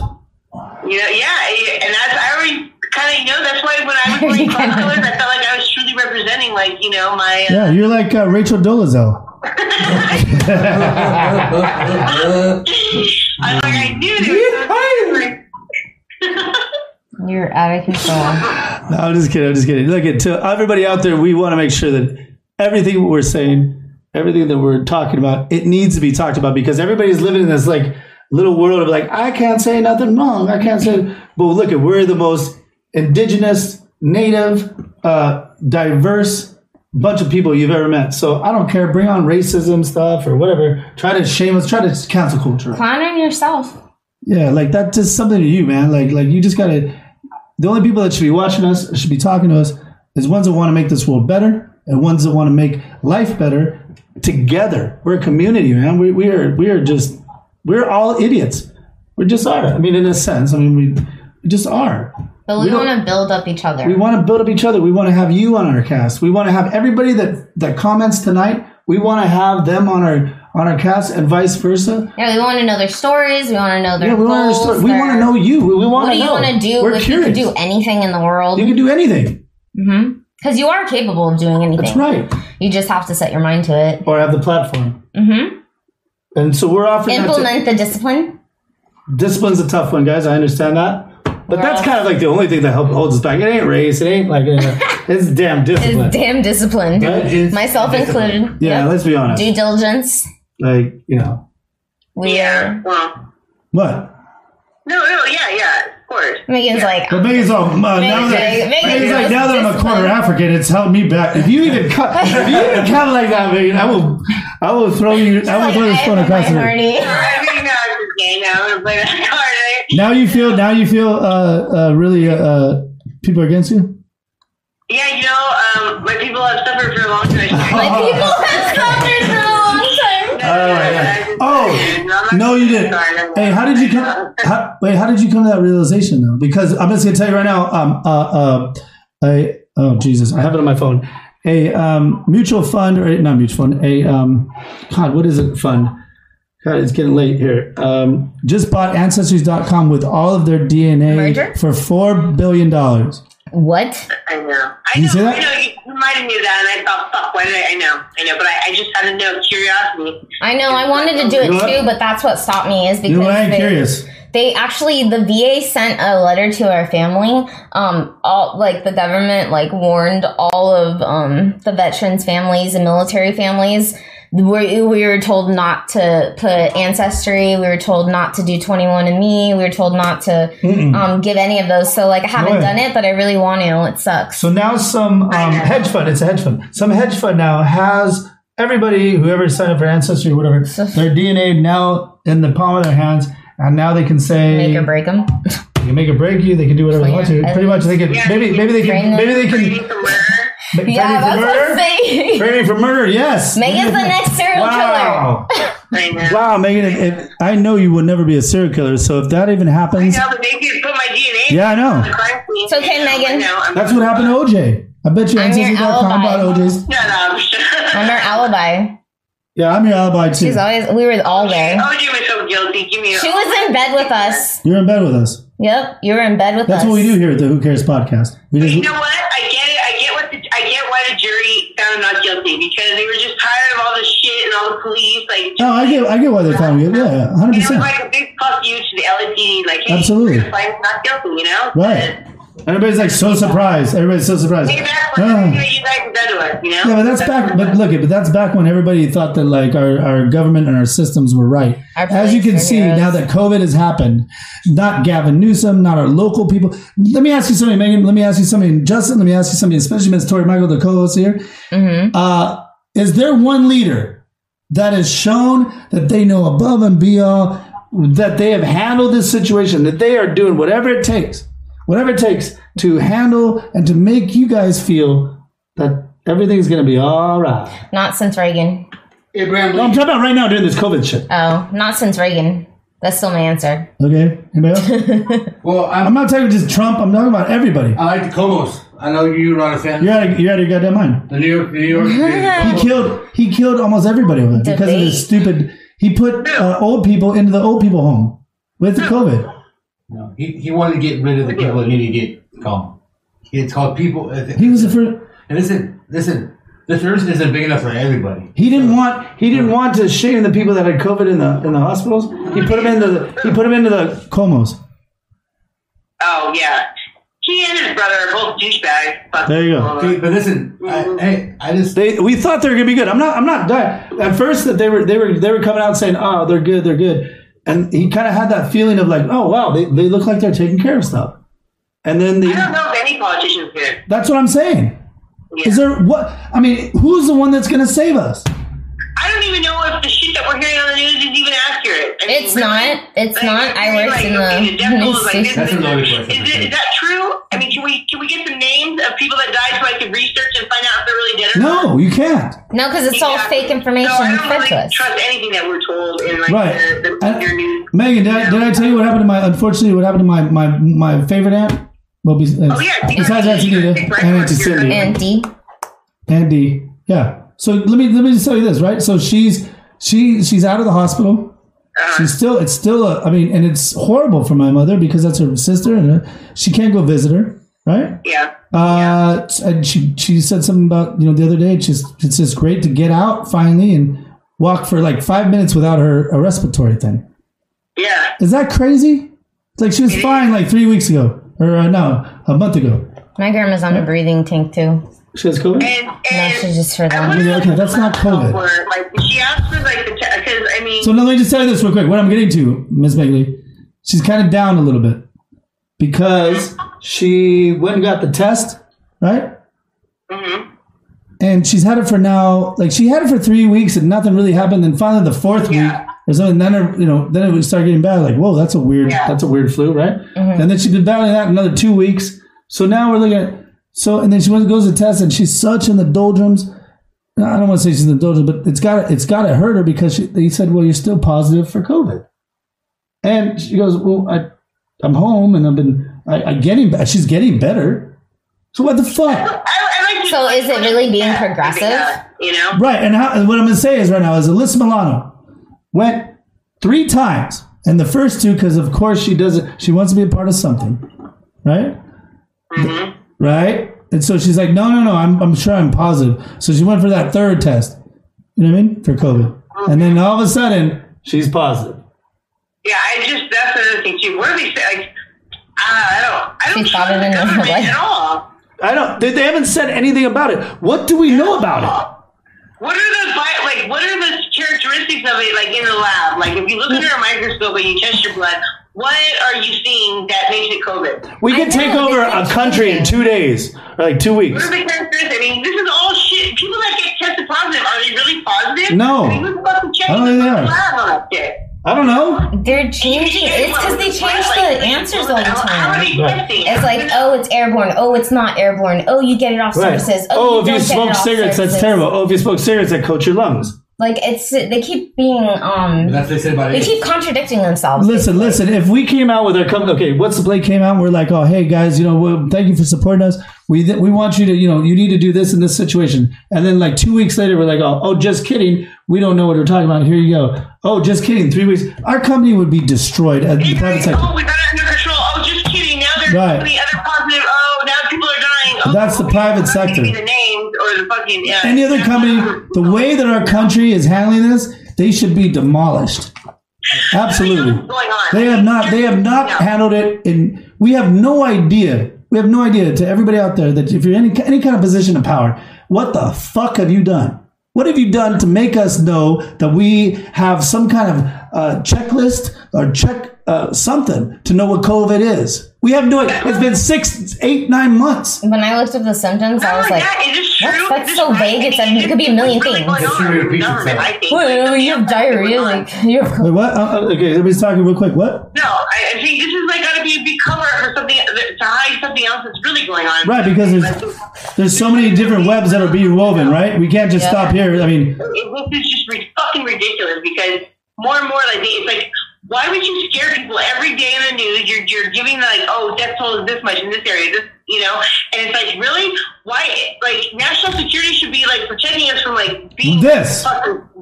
You know, yeah, and that's I already kind of know that's why when I was wearing clown colors, I felt like I was truly representing, like you know, my. Uh,
Yeah, you're like uh, Rachel Dolezal.
I was like, I knew it.
You're out of control.
No, I'm just kidding. I'm just kidding. Look, at to everybody out there, we want to make sure that everything we're saying, everything that we're talking about, it needs to be talked about because everybody's living in this like little world of like, I can't say nothing wrong. I can't say. But look, at we're the most indigenous, native, uh, diverse bunch of people you've ever met. So I don't care. Bring on racism stuff or whatever. Try to shame us. Try to cancel culture.
Clown on yourself.
Yeah, like that does something to you, man. Like like you just gotta the only people that should be watching us, should be talking to us, is ones that want to make this world better and ones that want to make life better together. We're a community, man. We we are we are just we're all idiots. We just are. I mean, in a sense. I mean, we, we just are.
But
We
we,
don't-
want to build up each other.
We want to build up each other. We want to have you on our cast. We want to have everybody that that comments tonight. We want to have them on our on our cast and vice versa.
yeah, we want to know their stories. We want to know their
Yeah, we want to
goals.
understand. We
their-
want to know you. We, we want
What
to
do you
know.
want to do?
We're
if
curious.
you could do anything in the world.
You can do anything.
Mm-hmm. Because you are capable of doing anything.
That's right.
You just have to set your mind to it.
Or have the platform.
Mm-hmm.
And so we're offering that to-
Implement the discipline.
discipline's a tough one, guys. I understand that. But that's kind of like the only thing that help, holds us back. It ain't race. It ain't like uh, it's damn discipline.
Is damn discipline.
That is
Myself
discipline.
included.
yeah, let's be honest.
Due diligence.
like you know
We are.
what?
No, no, yeah, yeah, of course.
uh, Megan's like,
But Megan's all uh, now that
Megan- Megan
Megan's like
knows
now that I'm a quarter African, it's held me back. If you even cut, if you even cut like that, Megan, I will, I will throw you. I will throw this phone across the room.
I mean, no, I'm just gay now. I'm gonna play that card.
Now you feel. Now you feel. Uh, uh, really. Uh, people are against you.
Yeah, you know, um, my people have suffered for a long time.
My
Uh-huh.
people have suffered for a long time.
Oh no, you didn't. Hey, how did you come? How, wait, how did you come to that realization though? Because I'm just gonna tell you right now. Um, uh, uh, I oh Jesus, I have it on my phone. A um, mutual fund or not mutual fund? A um, God, what is it? Fund. God, it's getting late here. Um, just bought ancestries.com with all of their DNA
Merger?
for four billion dollars.
What?
I know. I
You
know.
see that?
I know. You reminded me of that, and I thought, fuck, why did I? I know. I know, but I, I just had to know curiosity.
I know. I wanted to do
You
it
know what?
too, but that's what stopped me is because
You know what? I'm
they,
curious.
they actually the VA sent a letter to our family. Um, all like the government like warned all of um the veterans families and military families. We, we were told not to put ancestry. We were told not to do 21andMe. We were told not to
Mm-mm.
um, give any of those. So, like, I haven't
Right.
done it, but I really want to. It sucks.
So now some um, hedge fund, it's a hedge fund. Some hedge fund now has everybody, whoever signed up for Ancestry or whatever, their DNA now in the palm of their hands. And now they can say make or
break them.
They can make or break you. They can do whatever they want to. Pretty much, they can. Maybe, maybe they can. Maybe they can. Frame me
Yeah,
for
that's what I'm
murder.
saying.
Frame me for murder. Yes.
Megan's the next serial
Wow.
killer.
Wow, Megan. If, if- I know you would never be a serial killer. So if that even happens,
No, but they did put my DNA.
Yeah, I know.
It's okay, Megan. No, I'm
that's what happened to OJ. I bet you
I'm your
ancestry.com bought OJ's.
No, no.
I'm her alibi.
Yeah, I'm your alibi too.
She's always, we were all there.
Oh, you were so guilty. Give me.
She was in bed with us.
You're in bed with us.
Yep, you were in bed with
That's
us.
what we do here at the Who Cares podcast. We
But
just
you know what? I get it. I get what the, I get why the jury found him not guilty because they were just tired of all the shit and all the police. Like,
no, I get, I get why they found you. Yeah, yeah, hundred
it was
percent.
like a big fuck you to the LAPD. Like, hey,
Absolutely.
you're like not guilty. You know.
Right. Everybody's like so surprised. Everybody's so surprised.
Maybe that's what
Ah.
you guys have done to us. You know.
Yeah, but that's back. But look, but that's back when everybody thought that like our, our government and our systems were right. As you can see, now that COVID has happened, not Gavin Newsom, not our local people. Let me ask you something, Megan. Let me ask you something, Justin. Let me ask you something, especially Miss Tori Michael, the co-host here. Uh, is there one leader that has shown that they know above and beyond that they have handled this situation, that they are doing whatever it takes, whatever it takes to handle and to make you guys feel that everything's going to be all right.
Not since Reagan.
Abraham no, I'm talking about right now during this COVID shit.
Oh, not since Reagan. That's still my answer.
Okay, anybody else? well, I'm, not talking just Trump. I'm talking about everybody.
I like the Comos. I know you're not a fan.
You're out of, you're out of your goddamn mind.
The New York, New York.
he killed he killed almost everybody with it because of
Debate.
his stupid. He put uh, old people into the old people home with the COVID.
No, he, he wanted to get rid of the people that need to get gone. It's called people. uh,
He was the first.
And listen, listen, this earth isn't big enough for everybody.
He didn't want he didn't want to shame the people that had COVID in the in the hospitals. He put them into the he put them into the comos.
Oh yeah, he and his brother are both douchebags. Fuck
There you go.
Dude, but listen, I, hey, I just
they, we thought they were gonna be good. I'm not. I'm not. Dying. At first, that they were they were they were coming out saying, "Oh, they're good, they're good," and he kind of had that feeling of like, "Oh wow, they, they look like they're taking care of stuff." And then
I don't
the
know if any politician's good.
that's what I'm saying. Is there what? I mean, who's the one that's gonna save us?
I don't even know if the shit that we're hearing on the news is even accurate. I mean,
It's not. It's not. I worked in the police
That's a
station.
loaded question.
Is, it, is that true? I mean, can we can we get some names of people that died so I can research and find out if they're really dead or not?
No, you can't.
No, because it's all fake information
So I
fed
don't really
to us.
trust anything that we're told in like
Right.
the, the,
And-
your news.
Megan, did I, did I tell you what happened to my? Unfortunately, what happened to my my my favorite aunt? Well, besides, besides Antonita and Auntie Cindy,
Andy.
Andy. Yeah. So let me let me just tell you this, right? So she's she she's out of the hospital. She's still it's still a I mean, and it's horrible for my mother because that's her sister, and her, she can't go visit her, right?
Yeah.
Uh, and she she said something about you know the other day. It's just it's just great to get out finally and walk for like five minutes without her a respiratory thing.
Yeah.
Is that crazy? It's like she was fine like three weeks ago, or uh, no, a month ago.
My grandma's on a breathing tank too.
She has COVID.
No, she's just for that.
Um, Okay, that's not COVID.
Or like she asked for like the because I mean
So now let me just tell you this real quick. What I'm getting to, Miss Begley, she's kind of down a little bit because she went and got the test, right? And she's had it for now, like she had it for three weeks and nothing really happened. Then finally, the fourth week or something, then her, you know, then it would start getting bad. Like, whoa, that's a weird, that's a weird flu, right? And then she's been battling that another two weeks. So now we're looking at so, and then she went- goes to test, and she's such in the doldrums. I don't want to say she's in the dojo, but it's got it's got to hurt her because she, they said, "Well, you're still positive for COVID," and she goes, "Well, I, I'm home, and I've been I, I getting be- she's getting better." So what the fuck,
So is it really being progressive?
uh, You know.
right? And, how, and what I'm gonna say is right now is Alyssa Milano went three times, and the first two because of course she doesn't she wants to be a part of something, right? Right? And so she's like, "No, no, no, I'm I'm sure I'm positive." So she went for that third test, you know what I mean, for COVID, and then all of a sudden she's positive.
Yeah, I just that's another thing too. What are they saying? Like, I don't, I don't trust the government at all.
I don't. They, they haven't said anything about it. What do we know about
What are the bi- like? What are the characteristics of it? Like in the lab, like if you look under a microscope and you test your blood, what are you seeing that makes it COVID?
it? We could take over a country in two days or like two
What
weeks.
are the characteristics? I mean, this is all shit. People that get tested positive, are they really positive?
No. Oh,
I mean, who's fucking
I
checking
don't
the
think they
fucking
are.
lab on that shit?
I don't know.
They're changing. It's because they change the answers all the time. It's like, oh, it's airborne. Oh, it's not airborne. Oh, you get it off
Right.
surfaces.
Oh, if
don't
you
get it
smoke
off
cigarettes, that's
surfaces.
terrible. Oh, if you smoke cigarettes, that coats your lungs.
Like it's they keep being um.
That's what they said about
They
AIDS.
keep contradicting themselves.
Listen, listen. If we came out with our company, okay, what's the play came out? We're like, oh, hey guys, you know, well, thank you for supporting us. We th- we want you to, you know, you need to do this in this situation. And then like two weeks later, we're like, oh, oh, just kidding. We don't know what we're talking about. Here you go. Oh, just kidding. Three weeks. Our company would be destroyed at the private sector.
Oh, we got it under control. Oh, just kidding. Now there's
Right.
so many other positive. Oh, now people are dying. Oh,
That's the private
I'm not
sector.
giving you The names or the fucking yeah.
Any other company, the way that our country is handling this, they should be demolished. Absolutely. They have not they have not handled it in we have no idea. We have no idea to everybody out there that if you're in any, any kind of position of power, what the fuck have you done? What have you done to make us know that we have some kind of uh, checklist or check uh, something to know what COVID is? We have no. It's been six, eight, nine months.
When I looked up the symptoms, I was like, "What's that's so vague? It's it could be a million things." Well, you have diarrhea. Like you have.
Wait, what? Uh, uh, okay, everybody's talking real quick. What?
No, I, I think this is like got to be a big cover for something to hide something else that's really going on.
Right, because there's there's so many different webs that are being woven, right? We can't just
Yeah.
stop here. I mean,
It- this is just re- fucking ridiculous because more and more like it's like why would you scare people every day in the news? You're you're giving like oh death toll is this much in this area, this you know, and it's like really why like national security should be like protecting us from like
this,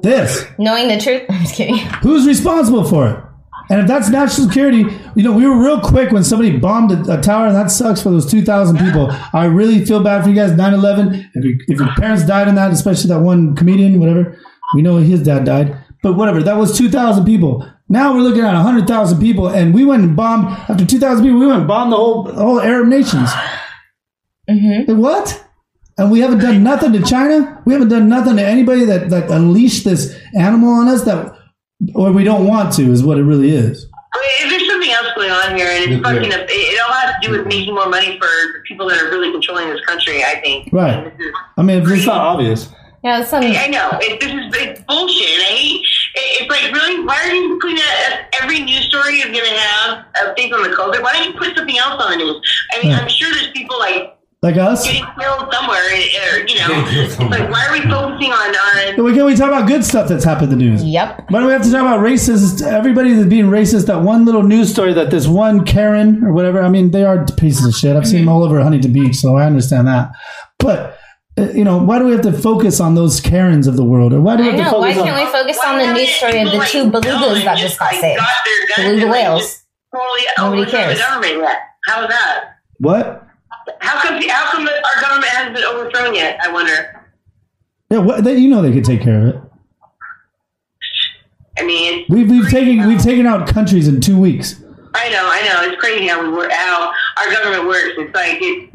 this.
Knowing the truth, I'm just kidding.
Who's responsible for it? And if that's national security, you know, we were real quick when somebody bombed a, a tower, and that sucks for those 2,000 people. I really feel bad for you guys. 9 11, if, you, if your parents died in that, especially that one comedian, whatever, we know his dad died. But whatever, that was 2,000 people. Now we're looking at 100,000 people, and we went and bombed, after 2,000 people, we went and bombed the whole, the whole Arab nations. Like, What? And we haven't done nothing to China. We haven't done nothing to anybody that, that unleashed this animal on us that, or we don't want to, is what it really is.
Wait, there's something else going on here, and it's
Yeah.
fucking up. It, it all has to do with making more money for the people that are really controlling this country. I think.
Right. I mean, it's not obvious.
Yeah, it's
I, I know. It, this is it's bullshit. and I hate. It, it's like really. Why are you putting a, every news story is going to have a thing on the COVID? Why don't you put something else on the news? I mean,
Yeah.
I'm sure there's people like
Like us?
getting killed somewhere, or, you know. it's like why are we focusing on on
But we can we talk about good stuff that's happened in the news?
Yep.
Why do we have to talk about racist? Everybody that's being racist. That one little news story that this one Karen or whatever. I mean, they are pieces of shit. I've seen them all over Huntington Beach, so I understand that. But uh, you know, why do we have to focus on those Karens of the world, or why do we
I
have to
know. Why
focus on?
can't we focus on the news story of the two belugas that just got saved? Beluga whales.
totally
Nobody
overthrow
cares.
the government yet? How is that?
what?
How come? How come our government hasn't been overthrown yet? I wonder.
Yeah, what, they, you know they could take care of it.
I mean,
We've we've taken we've taken out countries in two weeks.
I know, I know. It's crazy how we work, how our government works. It's like it.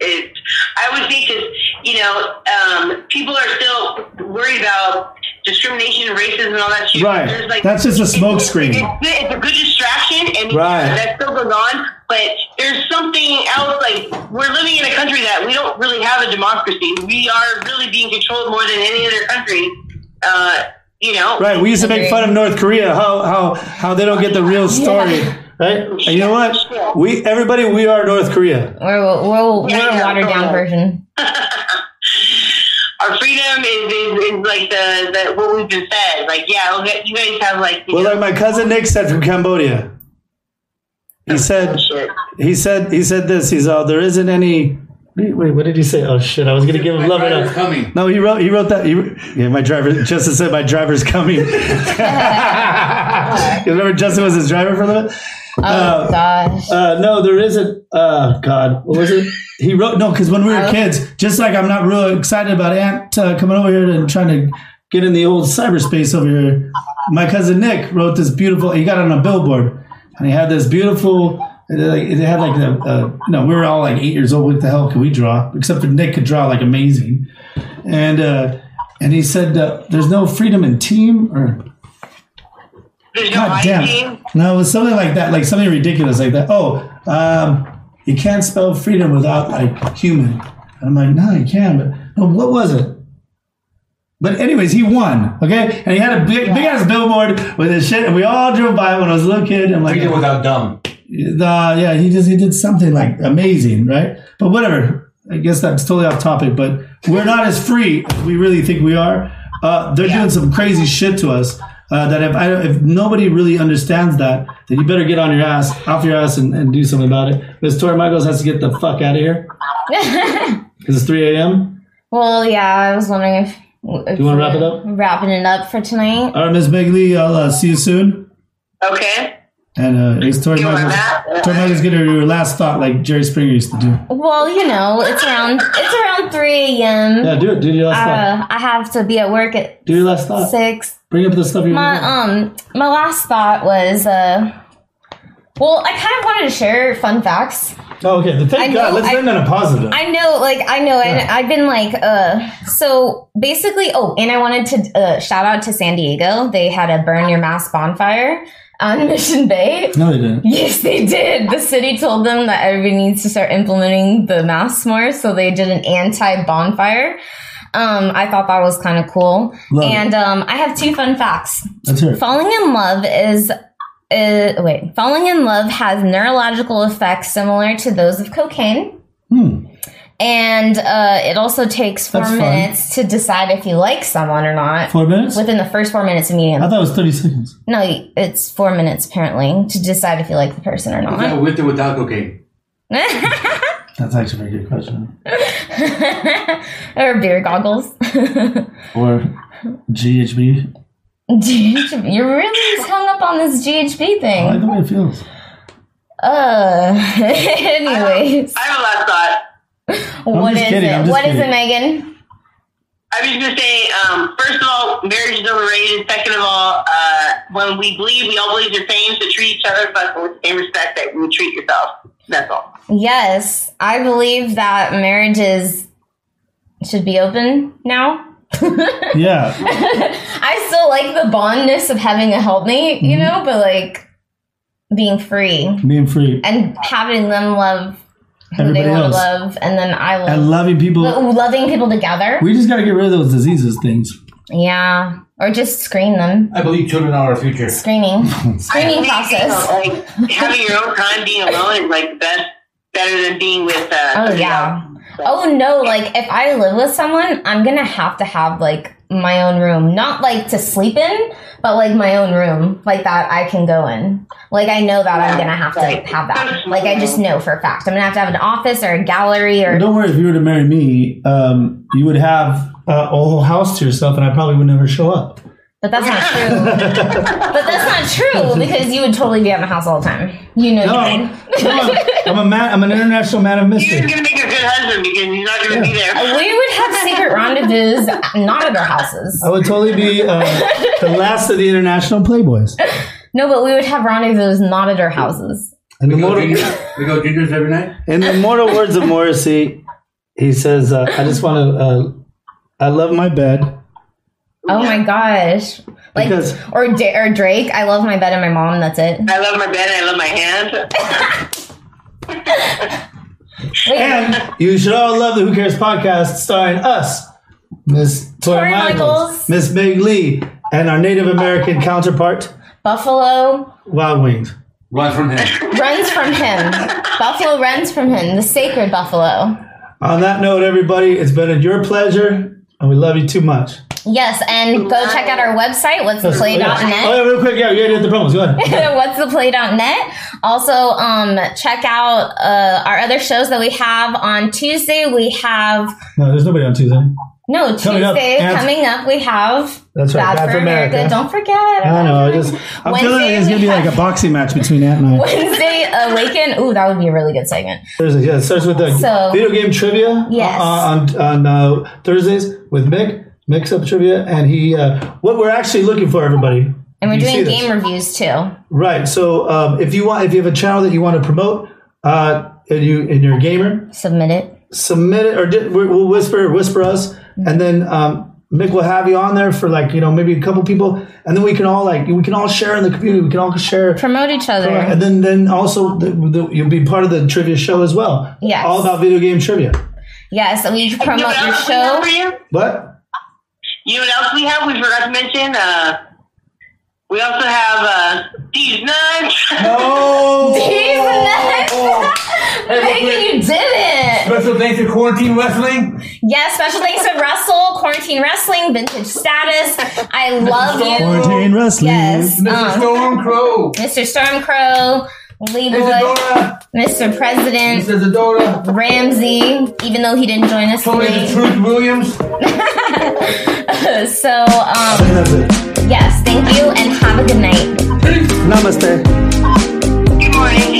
It. I would think because you know um, people are still worried about discrimination and racism and all that shit.
Right.
There's, like,
That's just a
it's-
smoke screen.
It's, it's a good distraction, and
Right.
that still goes on. But there's something else. Like we're living in a country that we don't really have a democracy. We are really being controlled more than any other country. Uh, you know.
Right. We used to make fun of North Korea how how how they don't get the real story. Right. And you know what? We everybody we are North Korea.
We're, we're, we're a watered down version.
our freedom is, is, is like the, the what we've been fed. Like, yeah, okay, you guys have like you
Well,
know,
like my cousin Nick said from Cambodia. He said, he said, he said this. He's all there isn't any. Wait, wait, what did he say? Oh shit! I was gonna give him love and
driver's coming.
No, he wrote. He wrote that. He, yeah, my driver. Justin said my driver's coming. you remember Justin was his driver for a little bit.
Oh gosh.
Uh, no, there isn't. Uh, God, what was it? He wrote no because when we were kids, just like I'm not real excited about Aunt uh, coming over here and trying to get in the old cyberspace over here. My cousin Nick wrote this beautiful. He got on a billboard and he had this beautiful. Like, it had like the uh, no. We were all like eight years old. What the hell could we draw? Except for Nick could draw like amazing, and uh, and he said uh, there's no freedom in team or
there's no
God damn.
hygiene.
No, it was something like that, like something ridiculous like that. Oh, um, you can't spell freedom without like human. And I'm like, no, you can, but no, what was it? But anyways, he won. Okay, and he had a big, big ass billboard with his shit, and we all drove by when I was a little kid. I'm like,
Freedom without dumb.
Uh, yeah, he just he did something like amazing, right? But whatever. I guess that's totally off topic. But we're not as free as we really think we are. Uh, they're doing some crazy shit to us. Uh, that if I, if nobody really understands that, then you better get on your ass, off your ass, and, and do something about it. Miss Tori Michaels has to get the fuck out of here because it's three a.m.
well, yeah, I was wondering if. if
Do you wanna wrap it up?
Wrapping it up for tonight.
All right, Miss Begley, I'll uh, see you soon.
Okay.
And uh, it's Tori
You want
Michaels.
that?
Tori Michaels, get her your last thought, like Jerry Springer used to do.
Well, you know, it's around it's around three a.m.
Yeah, do it. Do your last
Uh,
thought.
I have to be at work at
Do your last thought.
six.
Bring up the stuff you.
My um my last thought was uh well I kind of wanted to share fun facts.
Oh, okay. Thank
I know,
God. Let's
I-
end on a positive.
I know like I know and I've been like uh so basically oh and I wanted to uh, shout out to San Diego. They had a burn your mask bonfire on Mission Bay.
no, they didn't.
Yes, they did. The city told them that everybody needs to start implementing the masks more, so they did an anti bonfire. Um, I thought that was kind of cool.
Love it.
and um, I have two fun facts.
Let's hear it.
Falling in love is. Uh, wait, falling in love has neurological effects similar to those of cocaine. And uh, it also takes four
Hmm. That's fun.
minutes to decide if you like someone or not.
Four minutes?
Within the first four minutes of meeting.
I thought it was 30 seconds.
No, it's four minutes apparently to decide if you like the person or
Is
not.
that with or without cocaine?
That's actually a very good question.
or beer goggles.
Or GHB.
GHB. You're really hung up on this GHB thing.
I like the way it feels.
Uh, anyways.
I have a last thought.
What is
just kidding, I'm
it?
just
What is it,
kidding.
Megan?
I'm just gonna say, um, first of all, marriage is overrated. Second of all, uh, when we believe, we all believe the same. So treat each other fucking with the same respect that you treat yourself. That's all.
Yes, I believe that marriages should be open now.
Yeah.
I still like the bondness of having a helpmate,
Mm-hmm.
you know, but like being free
Being free.
and having them love who
Everybody
they want
else.
to love, and then I love
And loving people.
lo- loving people together.
We just got to get rid of those diseases things.
yeah, or just screen them.
I believe children are our future.
Screening, screening
I think, you know,
process.
Like having your own time, being alone is like best, better than being with. Uh,
Oh
somebody else.
yeah. Oh no, like if I live with someone, I'm gonna have to have like my own room. Not like to sleep in, but like my own room. Like that I can go in. Like I know that I'm gonna have to have that. Like I just know for a fact. I'm gonna have to have an office or a gallery or
But don't worry, if you were to marry me, um, you would have uh, a whole house to yourself, and I probably would never show up.
but that's not true. but that's not true because you would totally be at my house all the time. You know
No.
you would.
I'm, a, I'm a man. I'm an international man of mystery.
You're gonna make a good husband because you're not gonna be there.
we would have secret rendezvous not at our houses.
I would totally be uh, the last of the international playboys.
No, but we would have rendezvous not at our houses.
And the
we go gingers every night.
In the immortal words of Morrissey, he says, uh, "I just want to. Uh, I love my bed.
Oh my gosh. Like
Because-
or D- or Drake, I love my bed and my mom, that's it.
I love my bed. I love my hand.
And you should all love the Who Cares podcast, starring us, Miss Tori
Tori
Michaels,
Michaels.
Miss Big Lee, and our Native American counterpart,
Buffalo
Wild Wings.
Right from him.
runs from him. buffalo runs from him, the sacred buffalo.
On that note, everybody, it's been your pleasure, and we love you too much.
Yes, and go check out our website, what's the play dot
Oh, yeah,
net.
real quick, yeah, you gotta hit the promos. Go ahead.
what's the play dot net. Also, um, check out uh, our other shows that we have on Tuesday. We have
No, there's nobody on Tuesday.
no
Coming up,
Tuesday
Ants-
coming up. We have
That's right, Bad for America.
Don't forget.
I know. I just, I'm feeling like
Wednesday
it's gonna be like a boxing match between Ant and I.
Wednesday Awaken. Ooh, that would be a really good segment.
Thursday, yeah, it starts with the
So-
video game trivia.
Yes.
uh, on on uh, Thursdays with Mick, Mix Up Trivia, and he. Uh, what we're actually looking for, everybody.
And we're
You see
doing
this.
game reviews too.
Right. So um, if you want, if you have a channel that you want to promote, uh, and you and you're a gamer,
submit it.
Submit it, or di- we- we'll whisper whisper us, and then um, Mick will have you on there for like you know maybe a couple people, and then we can all like we can all share in the community. We can all share
promote each other,
and then then also the, the, you'll be part of the trivia show as well.
Yes.
All about video game trivia.
Yes, and we
You know
promote
what
your
else we have for
show.
you?
What?
You know what else we have? We forgot to mention. Uh, we also have uh, these nuts.
No. Oh,
These nuts. Megan, you did it.
Special thanks to Quarantine Wrestling.
Yes, special thanks to Russell, Quarantine Wrestling, Vintage Status. I love you.
Quarantine wrestling. Uh-huh.
Yes.
Mr. Storm Crow.
Mr. Stormcrow, Lee Boy,
Isadora.
Mr. President,
Mrs. Isadora.
Ramsey, even though he didn't join us
Tony the
today.
Truth Williams.
so, um, yes, thank you and have a good night.
Namaste.
Good morning.